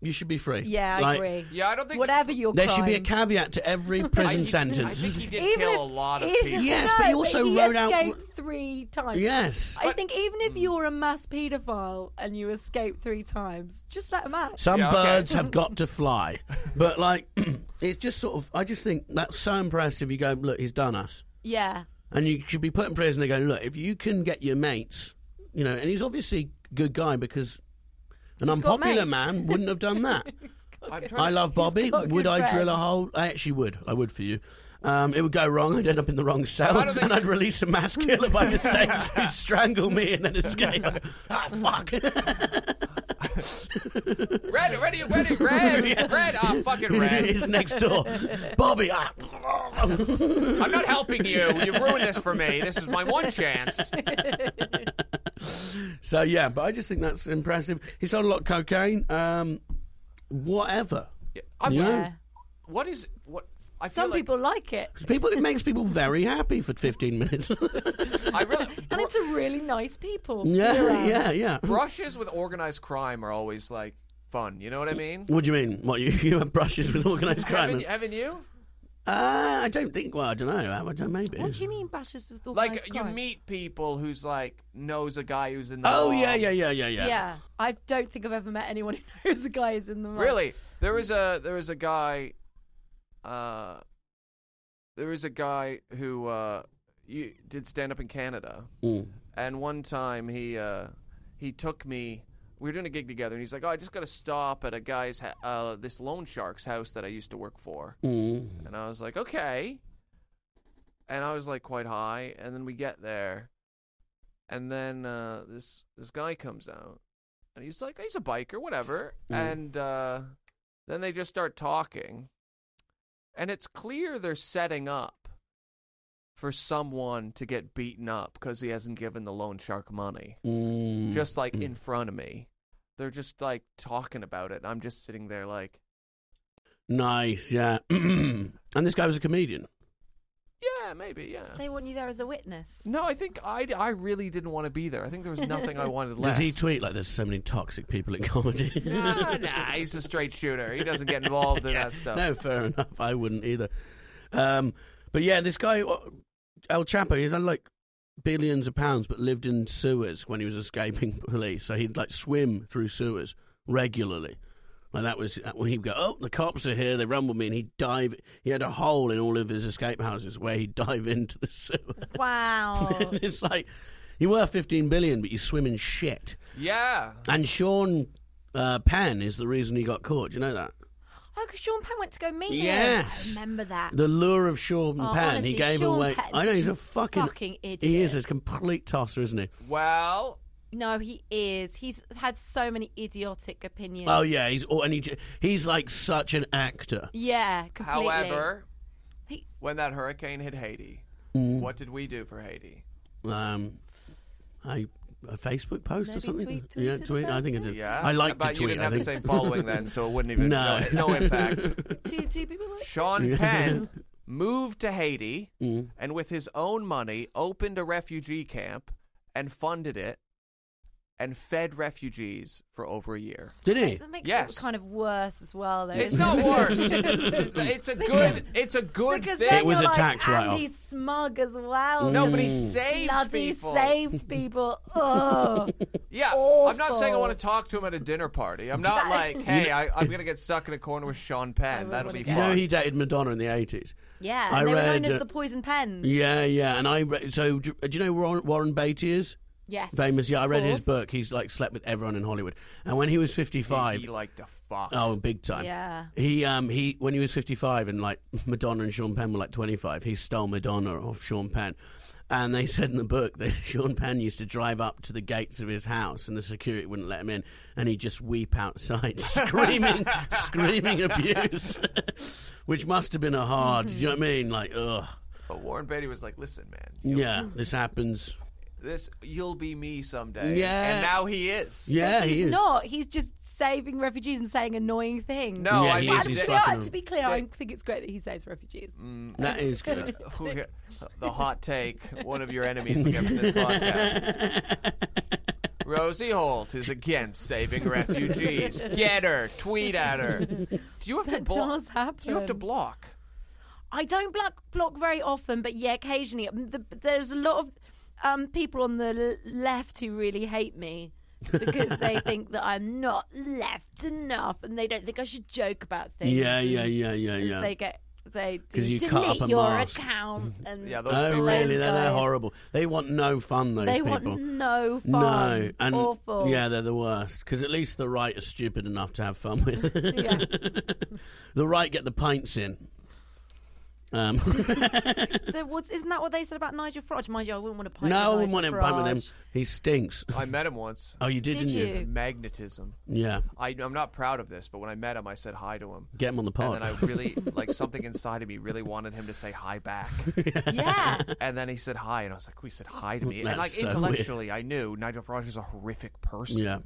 [SPEAKER 5] you should be free.
[SPEAKER 6] Yeah, I
[SPEAKER 5] Like,
[SPEAKER 6] agree.
[SPEAKER 4] Yeah, I don't think
[SPEAKER 6] Whatever your
[SPEAKER 5] There should be a
[SPEAKER 6] crimes.
[SPEAKER 5] caveat to every
[SPEAKER 6] (laughs)
[SPEAKER 4] I,
[SPEAKER 5] prison
[SPEAKER 4] think- I
[SPEAKER 5] sentence.
[SPEAKER 4] think he did
[SPEAKER 6] Even
[SPEAKER 4] kill
[SPEAKER 6] if-
[SPEAKER 4] a lot of
[SPEAKER 6] even-
[SPEAKER 4] people.
[SPEAKER 6] (laughs)
[SPEAKER 5] Yes, but he also wrote out-
[SPEAKER 6] escaped three times.
[SPEAKER 5] Yes.
[SPEAKER 6] I think even
[SPEAKER 4] Hmm.
[SPEAKER 6] if you're a mass paedophile and you escape three times, just let them out.
[SPEAKER 5] Some
[SPEAKER 4] Yeah, okay.
[SPEAKER 5] birds have got
[SPEAKER 6] (laughs)
[SPEAKER 5] to fly, but like (clears throat) it's just sort of. I just think that's so impressive. You go look, he's done us,
[SPEAKER 6] Yeah.
[SPEAKER 4] (laughs)
[SPEAKER 5] and you should be put in prison. They go look if you can get your mates, you know, and he's obviously a good guy because an
[SPEAKER 6] got
[SPEAKER 5] unpopular
[SPEAKER 6] mates.
[SPEAKER 5] man wouldn't have done
[SPEAKER 6] (laughs)
[SPEAKER 5] that.
[SPEAKER 4] I'm trying
[SPEAKER 5] I
[SPEAKER 4] to-
[SPEAKER 5] love Bobby.
[SPEAKER 6] got
[SPEAKER 5] Would
[SPEAKER 6] good
[SPEAKER 5] I drill a
[SPEAKER 6] friends.
[SPEAKER 5] hole? I actually would. I would for you. Um, it would go wrong. I'd end up in the wrong cell,
[SPEAKER 4] I don't think
[SPEAKER 5] and I'd
[SPEAKER 4] you-
[SPEAKER 5] release
[SPEAKER 4] (laughs)
[SPEAKER 5] a mass killer by mistake who'd strangle me and then escape. I'd go, ah, fuck.
[SPEAKER 4] Red, ready,
[SPEAKER 5] (laughs)
[SPEAKER 4] ready, red, red. Ah, fucking red.
[SPEAKER 5] He's next door.
[SPEAKER 4] (laughs)
[SPEAKER 5] Bobby. Ah. (laughs)
[SPEAKER 4] I'm not helping you. You ruined this for me. This is my one chance.
[SPEAKER 5] so yeah, but I just think that's impressive. He sold a lot of cocaine. Um, whatever.
[SPEAKER 4] I'm,
[SPEAKER 5] Yeah.
[SPEAKER 6] Yeah.
[SPEAKER 4] What is what? I feel
[SPEAKER 6] Some
[SPEAKER 4] like
[SPEAKER 6] people like it.
[SPEAKER 5] People, it makes people very happy for
[SPEAKER 4] (laughs)
[SPEAKER 5] 15 minutes.
[SPEAKER 4] I really
[SPEAKER 6] (laughs) And it's a really nice people. to
[SPEAKER 5] (laughs)
[SPEAKER 6] be
[SPEAKER 5] yeah,
[SPEAKER 6] around.
[SPEAKER 5] yeah, yeah.
[SPEAKER 4] brushes with organized crime are always like fun. You know what I mean?
[SPEAKER 5] What do you mean? What you, (laughs) you have brushes with organised crime?
[SPEAKER 4] Haven't,
[SPEAKER 5] and-
[SPEAKER 4] haven't you?
[SPEAKER 5] Uh, I don't think. Well, I don't know. I don't know maybe.
[SPEAKER 6] What do you mean, brushes with
[SPEAKER 4] Like
[SPEAKER 6] organised
[SPEAKER 4] you
[SPEAKER 6] crime?
[SPEAKER 4] meet people who's like knows a guy who's in the.
[SPEAKER 5] Oh yeah,
[SPEAKER 4] mob.
[SPEAKER 5] yeah, yeah, yeah, yeah.
[SPEAKER 6] Yeah. I don't think I've ever met anyone (laughs) who knows the guy is in the mob.
[SPEAKER 4] Really, there was a there was a guy, uh, there was a guy who uh, you did stand up in Canada,
[SPEAKER 5] Mm,
[SPEAKER 4] and one time he uh, he took me. We were doing a gig together, and he's like, "Oh, I just got to stop at a guy's ha- uh, this loan shark's house that I used to work for,"
[SPEAKER 5] Mm.
[SPEAKER 4] and I was like, "Okay," and I was like quite high, and then we get there, and then uh, this this guy comes out, and he's like, he's a biker, whatever. And uh, then they just start talking, and it's clear they're setting up for someone to get beaten up because he hasn't given the loan shark money.
[SPEAKER 5] Mm.
[SPEAKER 4] Just like in front of me, they're just like talking about it. And I'm just sitting there like,
[SPEAKER 5] (clears throat) nice, yeah. and this guy was a comedian.
[SPEAKER 4] yeah, Yeah, maybe. Yeah.
[SPEAKER 6] They want you there as a witness.
[SPEAKER 4] No, I think I, I really didn't want to be there. I think there was nothing
[SPEAKER 5] (laughs)
[SPEAKER 4] I wanted less.
[SPEAKER 5] Does he tweet like there's so many toxic people in comedy?
[SPEAKER 4] Nah,
[SPEAKER 5] (laughs)
[SPEAKER 4] nah, he's a straight shooter. He doesn't get involved in that stuff.
[SPEAKER 5] No, fair enough. I wouldn't either. Um, but yeah, this guy uh, El Chapo, he's had like billions of pounds, but lived in sewers when he was escaping (laughs) police. So he'd like swim through sewers regularly. Like that was uh, when he'd go, oh, the cops are here. They rumbled me, and he'd dive. He had a hole in all of his escape houses where he'd (laughs) dive into the sewer.
[SPEAKER 6] Wow.
[SPEAKER 5] (laughs) And it's like you were 15 billion, but you swim in shit.
[SPEAKER 4] Yeah.
[SPEAKER 5] And Sean uh, Penn is the reason he got caught. Do you know that?
[SPEAKER 6] Oh, because Sean Penn went to go meet
[SPEAKER 5] Yes.
[SPEAKER 6] him. I remember that.
[SPEAKER 5] The lure of Sean
[SPEAKER 6] Oh,
[SPEAKER 5] Penn.
[SPEAKER 6] honestly,
[SPEAKER 5] he gave
[SPEAKER 6] Sean
[SPEAKER 5] away.
[SPEAKER 6] Penn's
[SPEAKER 5] I know he's
[SPEAKER 6] such
[SPEAKER 5] a
[SPEAKER 6] a
[SPEAKER 5] fucking,
[SPEAKER 6] fucking
[SPEAKER 5] He is a
[SPEAKER 6] idiot.
[SPEAKER 5] complete tosser, isn't he?
[SPEAKER 4] Well,
[SPEAKER 6] no, he is. He's had so many idiotic opinions.
[SPEAKER 5] Oh yeah, he's all, and he, j- he's like such an actor.
[SPEAKER 6] Yeah, completely.
[SPEAKER 4] however,
[SPEAKER 6] He-
[SPEAKER 4] when that hurricane hit Haiti,
[SPEAKER 5] Mm.
[SPEAKER 4] what did we do for Haiti?
[SPEAKER 5] Um, I a Facebook post or
[SPEAKER 6] Maybe
[SPEAKER 5] something.
[SPEAKER 6] tweet-
[SPEAKER 5] yeah,
[SPEAKER 6] tweet it
[SPEAKER 5] tweet. I
[SPEAKER 6] about
[SPEAKER 5] think I
[SPEAKER 6] it.
[SPEAKER 5] did.
[SPEAKER 4] Yeah.
[SPEAKER 5] I like
[SPEAKER 4] but
[SPEAKER 5] to tweet.
[SPEAKER 4] you didn't
[SPEAKER 5] I
[SPEAKER 4] have the same
[SPEAKER 5] think.
[SPEAKER 4] following then, so it wouldn't
[SPEAKER 5] (laughs)
[SPEAKER 4] even
[SPEAKER 5] No.
[SPEAKER 4] no, no impact.
[SPEAKER 6] two two people.
[SPEAKER 4] (laughs)
[SPEAKER 6] Like
[SPEAKER 4] Sean Penn moved to Haiti
[SPEAKER 5] Mm.
[SPEAKER 4] and with his own money opened a refugee camp and funded it and fed refugees for over a year.
[SPEAKER 5] (laughs) Did he?
[SPEAKER 6] that makes
[SPEAKER 4] Yes.
[SPEAKER 6] it kind of worse as well, though.
[SPEAKER 4] It's
[SPEAKER 6] isn't (laughs)
[SPEAKER 4] not
[SPEAKER 5] (laughs)
[SPEAKER 6] it?
[SPEAKER 4] worse. it's a good it's a good
[SPEAKER 6] because
[SPEAKER 4] thing.
[SPEAKER 6] then
[SPEAKER 5] It was
[SPEAKER 6] you're
[SPEAKER 5] a
[SPEAKER 6] like,
[SPEAKER 5] tax write-off.
[SPEAKER 6] And he's smug as well.
[SPEAKER 4] No, but he
[SPEAKER 6] Mm.
[SPEAKER 4] saved
[SPEAKER 6] Bloody
[SPEAKER 4] people.
[SPEAKER 5] (laughs)
[SPEAKER 6] saved people. Ugh.
[SPEAKER 4] Yeah, I'm not saying I
[SPEAKER 6] Awful.
[SPEAKER 4] want to talk to him at a dinner party. I'm
[SPEAKER 6] (laughs)
[SPEAKER 4] not like, hey, I, I'm gonna get stuck in a corner with Sean Penn. That'll be
[SPEAKER 5] You
[SPEAKER 4] fun.
[SPEAKER 5] know he dated Madonna in the eighties.
[SPEAKER 6] yeah,
[SPEAKER 5] I
[SPEAKER 6] and they were known
[SPEAKER 5] read, uh,
[SPEAKER 6] as the poison pens.
[SPEAKER 5] Yeah, yeah. And I re- so do, do you know Warren, Warren Beatty is
[SPEAKER 6] Yes.
[SPEAKER 5] famous? Yeah, I
[SPEAKER 6] of
[SPEAKER 5] read his
[SPEAKER 6] course.
[SPEAKER 5] book. He's like slept with everyone in Hollywood. And when he was fifty five,
[SPEAKER 4] He liked to fuck.
[SPEAKER 5] Oh, big time.
[SPEAKER 6] Yeah.
[SPEAKER 5] He um he when he was fifty five and like Madonna and Sean Penn were like twenty five, he stole Madonna off Sean Penn. And they said in the book that (laughs) Sean Penn used to drive up to the gates of his house and the security wouldn't let him in and he'd just weep outside (laughs)
[SPEAKER 6] (laughs)
[SPEAKER 5] screaming screaming abuse. (laughs) Which must have been a hard do you know what I mean? Like, ugh.
[SPEAKER 4] But Warren Beatty was like, listen, man,
[SPEAKER 6] Mm-hmm.
[SPEAKER 5] Yeah, this happens.
[SPEAKER 4] this you'll be me someday.
[SPEAKER 5] Yeah.
[SPEAKER 4] And now he is.
[SPEAKER 5] Yeah,
[SPEAKER 6] he's
[SPEAKER 5] he is.
[SPEAKER 6] not. He's just saving refugees and saying annoying things.
[SPEAKER 4] No,
[SPEAKER 5] Yeah,
[SPEAKER 4] I
[SPEAKER 5] he
[SPEAKER 4] mean,
[SPEAKER 5] is.
[SPEAKER 6] And
[SPEAKER 5] He's
[SPEAKER 6] to, be,
[SPEAKER 5] fucking-
[SPEAKER 6] honest- to be clear, I think it's great that he saves refugees.
[SPEAKER 4] Mm.
[SPEAKER 6] (laughs)
[SPEAKER 5] That is good.
[SPEAKER 4] who- the hot take. One of your
[SPEAKER 5] (laughs)
[SPEAKER 4] enemies will get from this podcast. Rosie Holt is against saving
[SPEAKER 6] (laughs)
[SPEAKER 4] refugees. Get her. Tweet at her. Do you have to
[SPEAKER 6] That
[SPEAKER 4] block?
[SPEAKER 6] does happen.
[SPEAKER 4] Do you have to block?
[SPEAKER 6] I don't block block very often, but yeah, occasionally. Um, The, there's a lot of um, people on the l- left who really hate me because
[SPEAKER 5] (laughs)
[SPEAKER 6] they think that I'm not left enough, and they don't think I should joke about things.
[SPEAKER 5] yeah,
[SPEAKER 6] and
[SPEAKER 5] yeah, yeah, yeah,
[SPEAKER 6] as
[SPEAKER 5] yeah.
[SPEAKER 6] They get they
[SPEAKER 5] 'Cause
[SPEAKER 6] do
[SPEAKER 5] you cut
[SPEAKER 6] delete
[SPEAKER 5] up a
[SPEAKER 6] your
[SPEAKER 5] mask." (laughs)
[SPEAKER 6] account, and
[SPEAKER 4] Yeah, those
[SPEAKER 5] Oh,
[SPEAKER 4] people-
[SPEAKER 5] really? They're, they're
[SPEAKER 6] guys.
[SPEAKER 5] horrible. They want no fun, those
[SPEAKER 6] they
[SPEAKER 5] people.
[SPEAKER 6] want no fun.
[SPEAKER 5] No, and
[SPEAKER 6] awful.
[SPEAKER 5] yeah, they're the worst because at least the right are stupid enough to have fun with. (laughs)
[SPEAKER 6] Yeah.
[SPEAKER 5] the right get the pints in.
[SPEAKER 6] (laughs)
[SPEAKER 5] Um,
[SPEAKER 6] There was, isn't that what they said about Nigel Farage? Mind you, I wouldn't want to pint
[SPEAKER 5] no, I
[SPEAKER 6] with
[SPEAKER 5] wouldn't want
[SPEAKER 6] Nigel
[SPEAKER 5] to pint with him.
[SPEAKER 6] Farage.
[SPEAKER 5] He stinks.
[SPEAKER 4] I met him once.
[SPEAKER 5] Oh, you did,
[SPEAKER 6] Did
[SPEAKER 5] not you?
[SPEAKER 6] you?
[SPEAKER 4] Magnetism.
[SPEAKER 5] Yeah,
[SPEAKER 4] I, I'm not proud of this, but when I met him, I said hi to him.
[SPEAKER 5] get him on the
[SPEAKER 4] and
[SPEAKER 5] pod.
[SPEAKER 4] then I really, like, something inside of me really wanted him to say hi
[SPEAKER 5] (laughs)
[SPEAKER 4] back.
[SPEAKER 6] Yeah.
[SPEAKER 4] And then he said hi, and I was like, "We said hi to me."
[SPEAKER 5] That's
[SPEAKER 4] and like
[SPEAKER 5] so
[SPEAKER 4] intellectually, I knew Nigel Farage is a horrific person.
[SPEAKER 5] (laughs) yeah,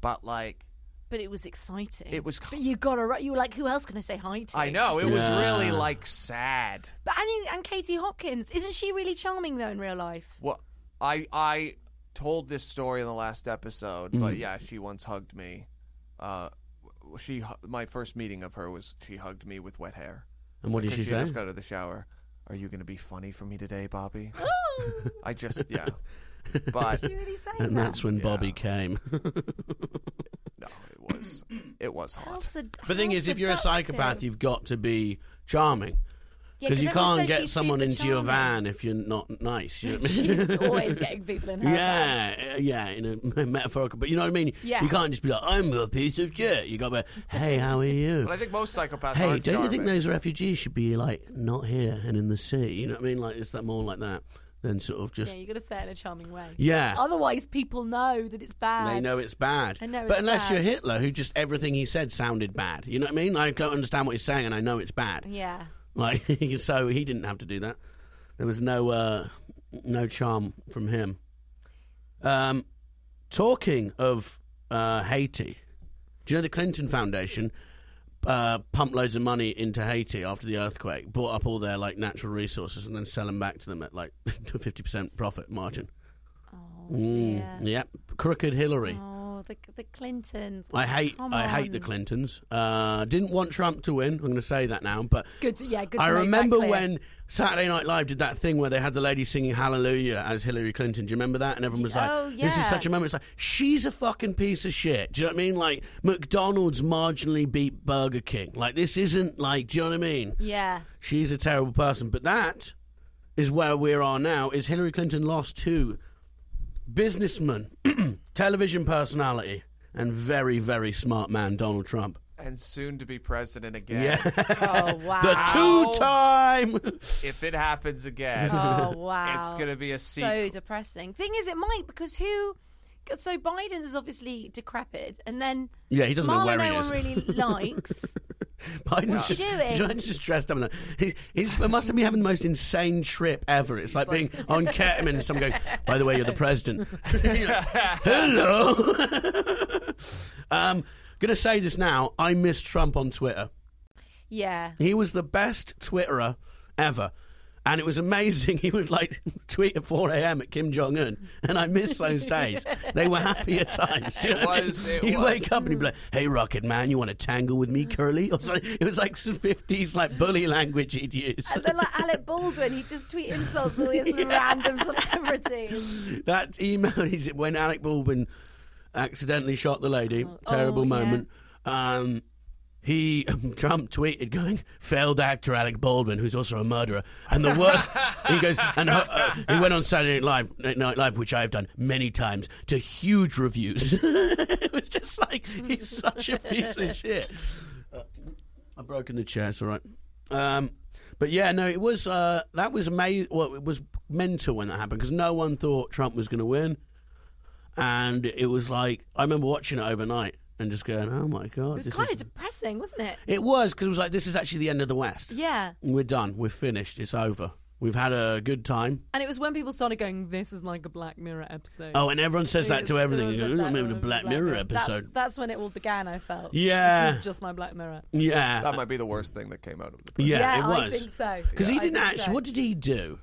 [SPEAKER 4] But like,
[SPEAKER 6] But it was exciting.
[SPEAKER 4] It was-
[SPEAKER 6] But you got to. You were like, who else can I say hi to?
[SPEAKER 4] I know it was really
[SPEAKER 5] Yeah.
[SPEAKER 4] like sad.
[SPEAKER 6] But and, you- and Katie Hopkins isn't she really charming though in real (laughs) life?
[SPEAKER 4] Well, I I told this story in the last episode, but
[SPEAKER 5] Mm-hmm.
[SPEAKER 4] yeah, she once hugged me. Uh, w- she hu- my first meeting of her was she hugged me with wet hair.
[SPEAKER 5] and what did
[SPEAKER 4] 'Cause
[SPEAKER 5] she say?
[SPEAKER 4] just got out of the shower. Are you going to be funny for me today, (laughs) Bobby? I just
[SPEAKER 5] (laughs)
[SPEAKER 4] yeah. But
[SPEAKER 6] Did you Oh, really say (laughs)
[SPEAKER 5] And
[SPEAKER 6] that?
[SPEAKER 5] that's when Bobby came. (laughs)
[SPEAKER 4] no, it was it was
[SPEAKER 6] How
[SPEAKER 4] hot.
[SPEAKER 6] sed-
[SPEAKER 5] the thing
[SPEAKER 6] how
[SPEAKER 5] is, if you're a
[SPEAKER 6] seductive.
[SPEAKER 5] psychopath, you've got to be charming
[SPEAKER 6] Yeah,
[SPEAKER 5] because you
[SPEAKER 6] everyone
[SPEAKER 5] can't
[SPEAKER 6] says
[SPEAKER 5] get
[SPEAKER 6] she's
[SPEAKER 5] someone
[SPEAKER 6] super
[SPEAKER 5] into your
[SPEAKER 6] charming.
[SPEAKER 5] van if you're not nice. You know what I mean?
[SPEAKER 6] (laughs) She's always
[SPEAKER 5] (laughs)
[SPEAKER 6] getting people in her van.
[SPEAKER 5] Yeah, uh, yeah, in a (laughs) metaphorical, but you know what I mean.
[SPEAKER 6] Yeah.
[SPEAKER 5] you can't just be like, "I'm a piece of shit." You got to be, "Hey, how are you?"
[SPEAKER 4] But I think most psychopaths.
[SPEAKER 5] hey,
[SPEAKER 4] are
[SPEAKER 5] don't you think those refugees should be like not here and in the sea? You know what I mean? Like, it's that more like that than sort of
[SPEAKER 6] Yeah,
[SPEAKER 5] just
[SPEAKER 6] you got to say it in a charming way.
[SPEAKER 5] Yeah.
[SPEAKER 6] Otherwise, people know that it's bad.
[SPEAKER 5] they know it's bad.
[SPEAKER 6] I know
[SPEAKER 5] but
[SPEAKER 6] it's
[SPEAKER 5] unless
[SPEAKER 6] bad.
[SPEAKER 5] you're Hitler, who just everything he said sounded bad. You know what I mean? I don't understand what he's saying, and I know it's bad.
[SPEAKER 6] Yeah.
[SPEAKER 5] Like, (laughs) so he didn't have to do that. There was no uh, no charm from him. Um, talking of uh, Haiti, do you know the Clinton Foundation uh, pump loads of money into Haiti after the earthquake, bought up all their like natural resources, and then sell them back to them at like (laughs) fifty percent profit margin.
[SPEAKER 6] Oh,
[SPEAKER 5] Mm,
[SPEAKER 6] dear.
[SPEAKER 5] Yep, crooked Hillary.
[SPEAKER 6] Oh, the, the Clintons.
[SPEAKER 5] I hate
[SPEAKER 6] Come
[SPEAKER 5] I hate the
[SPEAKER 6] on.
[SPEAKER 5] Clintons. Uh, didn't want Trump to win. I'm going to say that now, but
[SPEAKER 6] Good to- yeah, good
[SPEAKER 5] I
[SPEAKER 6] to make that
[SPEAKER 5] remember
[SPEAKER 6] clear.
[SPEAKER 5] when Saturday Night Live did that thing where they had the lady singing Hallelujah as Hillary Clinton. Do you remember that? And everyone was like,
[SPEAKER 6] Oh,
[SPEAKER 5] "This is
[SPEAKER 6] yeah.
[SPEAKER 5] such a moment." It's like she's a fucking piece of shit. Do you know what I mean? Like McDonald's marginally beat Burger King. Like this isn't like. Do you know what I mean? (laughs)
[SPEAKER 6] Yeah.
[SPEAKER 5] She's a terrible person. But that is where we are now. Is Hillary Clinton lost to businessman, (clears throat) television personality, and very very smart man Donald Trump.
[SPEAKER 4] and soon to be president again.
[SPEAKER 6] Oh, wow.
[SPEAKER 5] The two time.
[SPEAKER 4] If it happens
[SPEAKER 5] (laughs)
[SPEAKER 4] again,
[SPEAKER 6] Oh,
[SPEAKER 4] (laughs)
[SPEAKER 6] wow.
[SPEAKER 4] it's going to be a
[SPEAKER 6] So
[SPEAKER 4] sequel.
[SPEAKER 6] depressing. Thing is, it might, because who. So Biden is obviously decrepit, and then
[SPEAKER 5] Yeah, he doesn't know
[SPEAKER 6] Marla
[SPEAKER 5] where
[SPEAKER 6] no
[SPEAKER 5] he is.
[SPEAKER 6] one
[SPEAKER 5] (laughs)
[SPEAKER 6] really likes.
[SPEAKER 5] Biden's
[SPEAKER 6] you
[SPEAKER 5] just,
[SPEAKER 6] doing?
[SPEAKER 5] Biden's just dressed up. in that. He, he's, it must have been having the most insane trip ever. It's like, being
[SPEAKER 6] (laughs)
[SPEAKER 5] on ketamine and someone going, by the way, you're the president. (laughs) You're like, Hello. (laughs) um, going to say this now. I miss Trump on Twitter.
[SPEAKER 6] yeah,
[SPEAKER 5] He was the best Twitterer ever. And it was amazing. (laughs) He would like tweet at 4 a.m. at Kim Jong Un, and I miss those days. They were happier times. Do you know what I
[SPEAKER 4] was-
[SPEAKER 5] mean?
[SPEAKER 4] it
[SPEAKER 5] He'd
[SPEAKER 4] was.
[SPEAKER 5] wake up and he'd be like, "Hey, Rocket Man, you want to tangle with me, Curly?" Or something. It was like (laughs) 50s like bully language he'd use.
[SPEAKER 6] and then like Alec Baldwin, he just tweet
[SPEAKER 5] (laughs)
[SPEAKER 6] insults all these random celebrities.
[SPEAKER 5] that email is when Alec Baldwin accidentally shot the lady. terrible
[SPEAKER 6] oh, yeah.
[SPEAKER 5] moment. Um, he um, (laughs) Trump tweeted going failed actor Alec Baldwin, who's also a murderer, and the worst. he goes and uh, uh, he went on Saturday Night Live, Night Live, which I have done many times, to huge reviews. (laughs) it was just like he's such a piece of
[SPEAKER 6] (laughs)
[SPEAKER 5] shit. Uh, I've broken the chair. It's all right. Um, but yeah, no, it was uh, that was amazing. Well, it was mental when that happened because no one thought Trump was going to win, and it was like I remember watching it overnight and just going, "Oh my god!"
[SPEAKER 6] It was
[SPEAKER 5] this
[SPEAKER 6] kind
[SPEAKER 5] is-
[SPEAKER 6] of depressing, wasn't it?
[SPEAKER 5] it was because it was like this is actually the end of the West.
[SPEAKER 6] Yeah,
[SPEAKER 5] We're done. We're finished. It's over. We've had a good time.
[SPEAKER 6] and it was when people started going, "This is like a Black Mirror episode."
[SPEAKER 5] Oh, and everyone says that to everything. You go, "Ooh, I'm having a Black Mirror
[SPEAKER 6] That's-
[SPEAKER 5] episode.
[SPEAKER 6] That's, when it all began. I felt.
[SPEAKER 5] Yeah.
[SPEAKER 6] this is just my Black Mirror.
[SPEAKER 5] Yeah,
[SPEAKER 4] That might be the worst thing that came out of the
[SPEAKER 5] yeah, it
[SPEAKER 6] I
[SPEAKER 5] was.
[SPEAKER 6] think so.
[SPEAKER 5] Because
[SPEAKER 6] I
[SPEAKER 5] he didn't
[SPEAKER 6] think
[SPEAKER 5] actually.
[SPEAKER 6] so.
[SPEAKER 5] What did he do?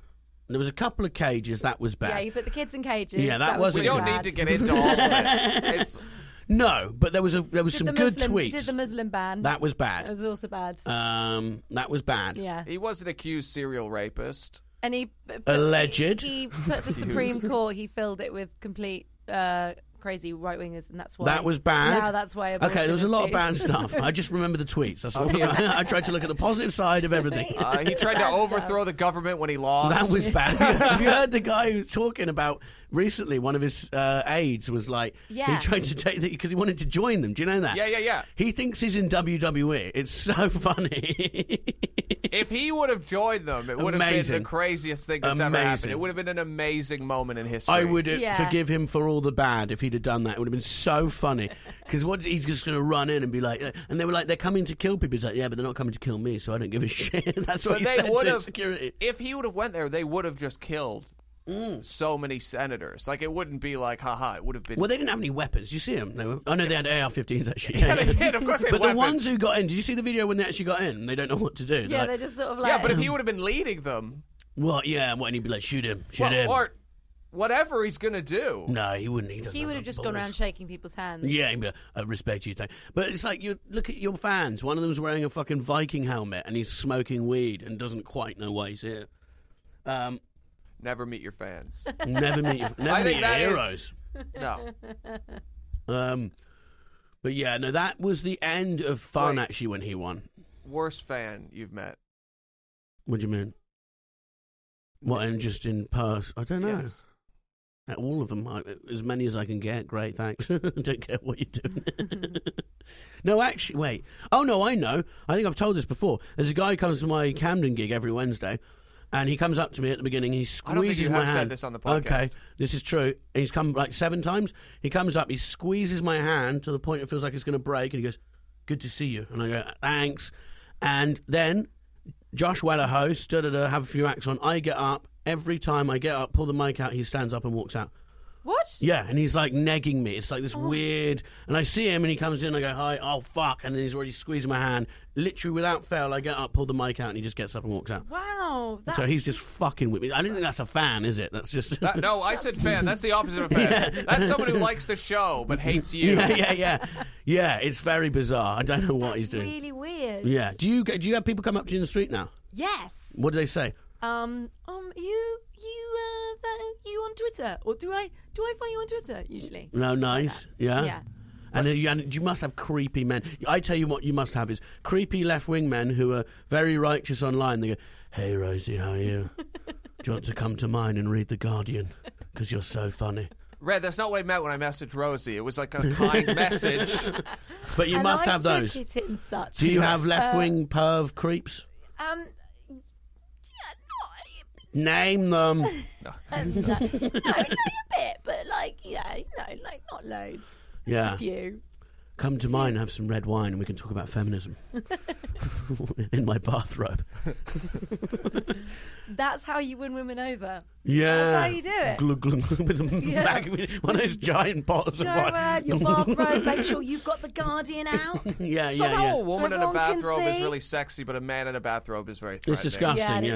[SPEAKER 5] There was a couple of cages. That was bad.
[SPEAKER 6] Yeah, you put the kids in cages.
[SPEAKER 5] Yeah, that
[SPEAKER 6] was
[SPEAKER 5] wasn't
[SPEAKER 4] We don't
[SPEAKER 5] good.
[SPEAKER 6] bad.
[SPEAKER 4] need to get into all of (laughs)
[SPEAKER 5] (laughs)
[SPEAKER 4] it. It's,
[SPEAKER 5] no, but there was a there was
[SPEAKER 6] Did
[SPEAKER 5] some
[SPEAKER 6] the
[SPEAKER 5] good
[SPEAKER 6] Muslim,
[SPEAKER 5] tweets.
[SPEAKER 6] Did the Muslim ban?
[SPEAKER 5] that was
[SPEAKER 6] That
[SPEAKER 5] bad.
[SPEAKER 6] was also bad.
[SPEAKER 5] Um, that was bad.
[SPEAKER 6] yeah,
[SPEAKER 4] he was an accused serial rapist.
[SPEAKER 6] and he put-
[SPEAKER 5] Alleged.
[SPEAKER 6] He, he
[SPEAKER 5] (laughs)
[SPEAKER 6] put the Supreme Court. He filled it with complete uh, crazy right wingers, and that's why
[SPEAKER 5] That was bad.
[SPEAKER 6] Now that's why.
[SPEAKER 5] Okay, there was a
[SPEAKER 6] abortion
[SPEAKER 5] lot
[SPEAKER 6] is
[SPEAKER 5] of bad stuff. I
[SPEAKER 6] (laughs)
[SPEAKER 5] just remember the tweets. That's all. (laughs) I tried to look at the positive side
[SPEAKER 4] (laughs)
[SPEAKER 5] of everything.
[SPEAKER 4] Uh, he tried to overthrow the government when he lost.
[SPEAKER 5] (laughs) That was bad. Have you
[SPEAKER 6] (laughs)
[SPEAKER 5] heard the guy who was talking about recently? One of his uh, aides was like,
[SPEAKER 6] Yeah.
[SPEAKER 5] he tried to take the because he wanted to join them. Do you know that?
[SPEAKER 4] Yeah, yeah, yeah.
[SPEAKER 5] He thinks he's in WWE. It's so (laughs) funny.
[SPEAKER 4] If he would have joined them, it would have been the
[SPEAKER 5] Amazing.
[SPEAKER 4] craziest thing that's ever
[SPEAKER 5] Amazing.
[SPEAKER 4] happened. It would have been an amazing moment in history.
[SPEAKER 5] I would have
[SPEAKER 6] Yeah.
[SPEAKER 5] forgive him for all the bad if he'd have done that. It would have been so funny because what he's just going to run in and be like, uh, and they were like, they're coming to kill people. He's like, yeah, but they're not coming to kill me, so I don't give a (laughs) shit. That's what
[SPEAKER 4] But
[SPEAKER 5] he
[SPEAKER 4] they
[SPEAKER 5] said
[SPEAKER 4] would
[SPEAKER 5] to
[SPEAKER 4] have.
[SPEAKER 5] security. Mm.
[SPEAKER 4] If he would have went there, they would have just killed so many senators. Like it wouldn't be like, haha. It would have been. (laughs)
[SPEAKER 5] Well, they didn't have any weapons. You see them? They were, oh no, they had AR-15s actually.
[SPEAKER 4] Yeah, they did. Of course they had
[SPEAKER 5] (laughs) But the
[SPEAKER 4] weapons.
[SPEAKER 5] ones who got in, did you see the video when they actually got in? They don't know what to do. They're
[SPEAKER 6] Yeah,
[SPEAKER 5] like,
[SPEAKER 6] they're just sort of like.
[SPEAKER 4] yeah, but if he would have been leading them,
[SPEAKER 5] Well, yeah, what? And he'd be like, shoot him, shoot
[SPEAKER 4] well,
[SPEAKER 5] him.
[SPEAKER 4] or whatever he's gonna do.
[SPEAKER 5] no, he wouldn't. He doesn't.
[SPEAKER 6] he would
[SPEAKER 5] the
[SPEAKER 6] have just gone
[SPEAKER 5] balls.
[SPEAKER 6] around shaking people's hands.
[SPEAKER 4] Mm.
[SPEAKER 5] Yeah, he'd be like, I respect you, thank. But it's like you look at your fans. One of them's wearing a fucking Viking helmet and he's smoking weed and doesn't quite know why he's here. Um,
[SPEAKER 4] Never meet your fans.
[SPEAKER 5] never
[SPEAKER 4] (laughs)
[SPEAKER 5] meet your, never
[SPEAKER 4] I
[SPEAKER 5] meet
[SPEAKER 4] think
[SPEAKER 5] your
[SPEAKER 4] that is-
[SPEAKER 5] heroes.
[SPEAKER 4] No.
[SPEAKER 5] Um, but yeah, no, that was the end of fun.
[SPEAKER 4] Wait.
[SPEAKER 5] Actually, when he won,
[SPEAKER 4] Worst fan you've met.
[SPEAKER 5] what do you mean? What and just in person? I don't know.
[SPEAKER 4] Yes.
[SPEAKER 5] Uh, All of them, I, as many as I can get. Great, thanks. (laughs) Don't care what you're
[SPEAKER 4] (laughs)
[SPEAKER 5] doing. no, actually, wait. Oh no, I know. I think I've told this before. There's a guy who comes to my Camden gig every Wednesday, and he comes up to me at the beginning. He squeezes
[SPEAKER 4] I don't think you
[SPEAKER 5] my
[SPEAKER 4] have said
[SPEAKER 5] hand.
[SPEAKER 4] this on the
[SPEAKER 5] Okay,
[SPEAKER 4] podcast.
[SPEAKER 5] this is true. He's come like seven times. He comes up, he squeezes my hand to the point it feels like it's going to break, and he goes, "Good to see you." And I go, "Thanks." And then Josh Weller host, da da da, have a few acts on. I get up every time I get up, pull the mic out. He stands up and walks out.
[SPEAKER 6] What?
[SPEAKER 5] Yeah, and he's like negging me. It's like this weird. And I see him, and he comes in. I go, "Hi, oh fuck!" And then he's already squeezing my hand. Literally without fail, I get up, pull the mic out, and he just gets up and walks out.
[SPEAKER 6] Wow. That's,
[SPEAKER 5] So he's just fucking with me. I didn't think that's a fan, is it? That's just
[SPEAKER 4] That- no, I said fan. That's the opposite
[SPEAKER 5] (laughs)
[SPEAKER 4] of fan. That's someone who likes the show but hates you.
[SPEAKER 5] yeah, yeah, yeah, yeah. It's very bizarre. I don't know what he's doing.
[SPEAKER 6] really weird.
[SPEAKER 5] Yeah. Do you get- do you have people come up to you in the street now?
[SPEAKER 6] Yes.
[SPEAKER 5] What do they say?
[SPEAKER 6] Um, um, you, you, uh, that, you on Twitter, or do I, do I find you on Twitter usually?
[SPEAKER 5] No, nice. Yeah.
[SPEAKER 6] Yeah.
[SPEAKER 5] And you, and you must have creepy men. I tell you what, you must have is creepy left wing men who are very righteous online. They go, "Hey Rosie, how are
[SPEAKER 6] (laughs)
[SPEAKER 5] you? Do you want to come to mine and read the Guardian? Because you're so funny."
[SPEAKER 4] Red, that's not what I meant when I messaged Rosie. It was like a
[SPEAKER 5] (laughs)
[SPEAKER 4] kind message.
[SPEAKER 5] But you
[SPEAKER 6] And
[SPEAKER 5] must
[SPEAKER 6] I
[SPEAKER 5] have
[SPEAKER 6] took
[SPEAKER 5] those.
[SPEAKER 6] it in such.
[SPEAKER 5] Do you have
[SPEAKER 6] Uh,
[SPEAKER 5] left wing perv creeps?
[SPEAKER 6] Um,
[SPEAKER 5] Name
[SPEAKER 6] (laughs)
[SPEAKER 5] them.
[SPEAKER 6] no, no, like a bit, but like, yeah, no, like not loads.
[SPEAKER 5] Yeah.
[SPEAKER 6] A few.
[SPEAKER 5] Come to mine and have some red wine, and we can talk about feminism
[SPEAKER 6] (laughs)
[SPEAKER 5] (laughs) in my bathrobe.
[SPEAKER 6] That's how you win women over.
[SPEAKER 5] Yeah.
[SPEAKER 6] That's how you do it.
[SPEAKER 5] Glug, glug, glug, (laughs) with a
[SPEAKER 6] (laughs) Yeah.
[SPEAKER 5] bag, with one of those giant bottles of wine.
[SPEAKER 6] Joe, uh, your bathrobe, make sure you've got the Guardian out.
[SPEAKER 5] yeah, yeah,
[SPEAKER 4] Somehow
[SPEAKER 5] yeah.
[SPEAKER 4] a woman in a
[SPEAKER 6] everyone can
[SPEAKER 4] bathrobe is
[SPEAKER 6] see.
[SPEAKER 4] really sexy, but a man in a bathrobe is very
[SPEAKER 5] It's
[SPEAKER 4] threatening.
[SPEAKER 5] disgusting, yeah.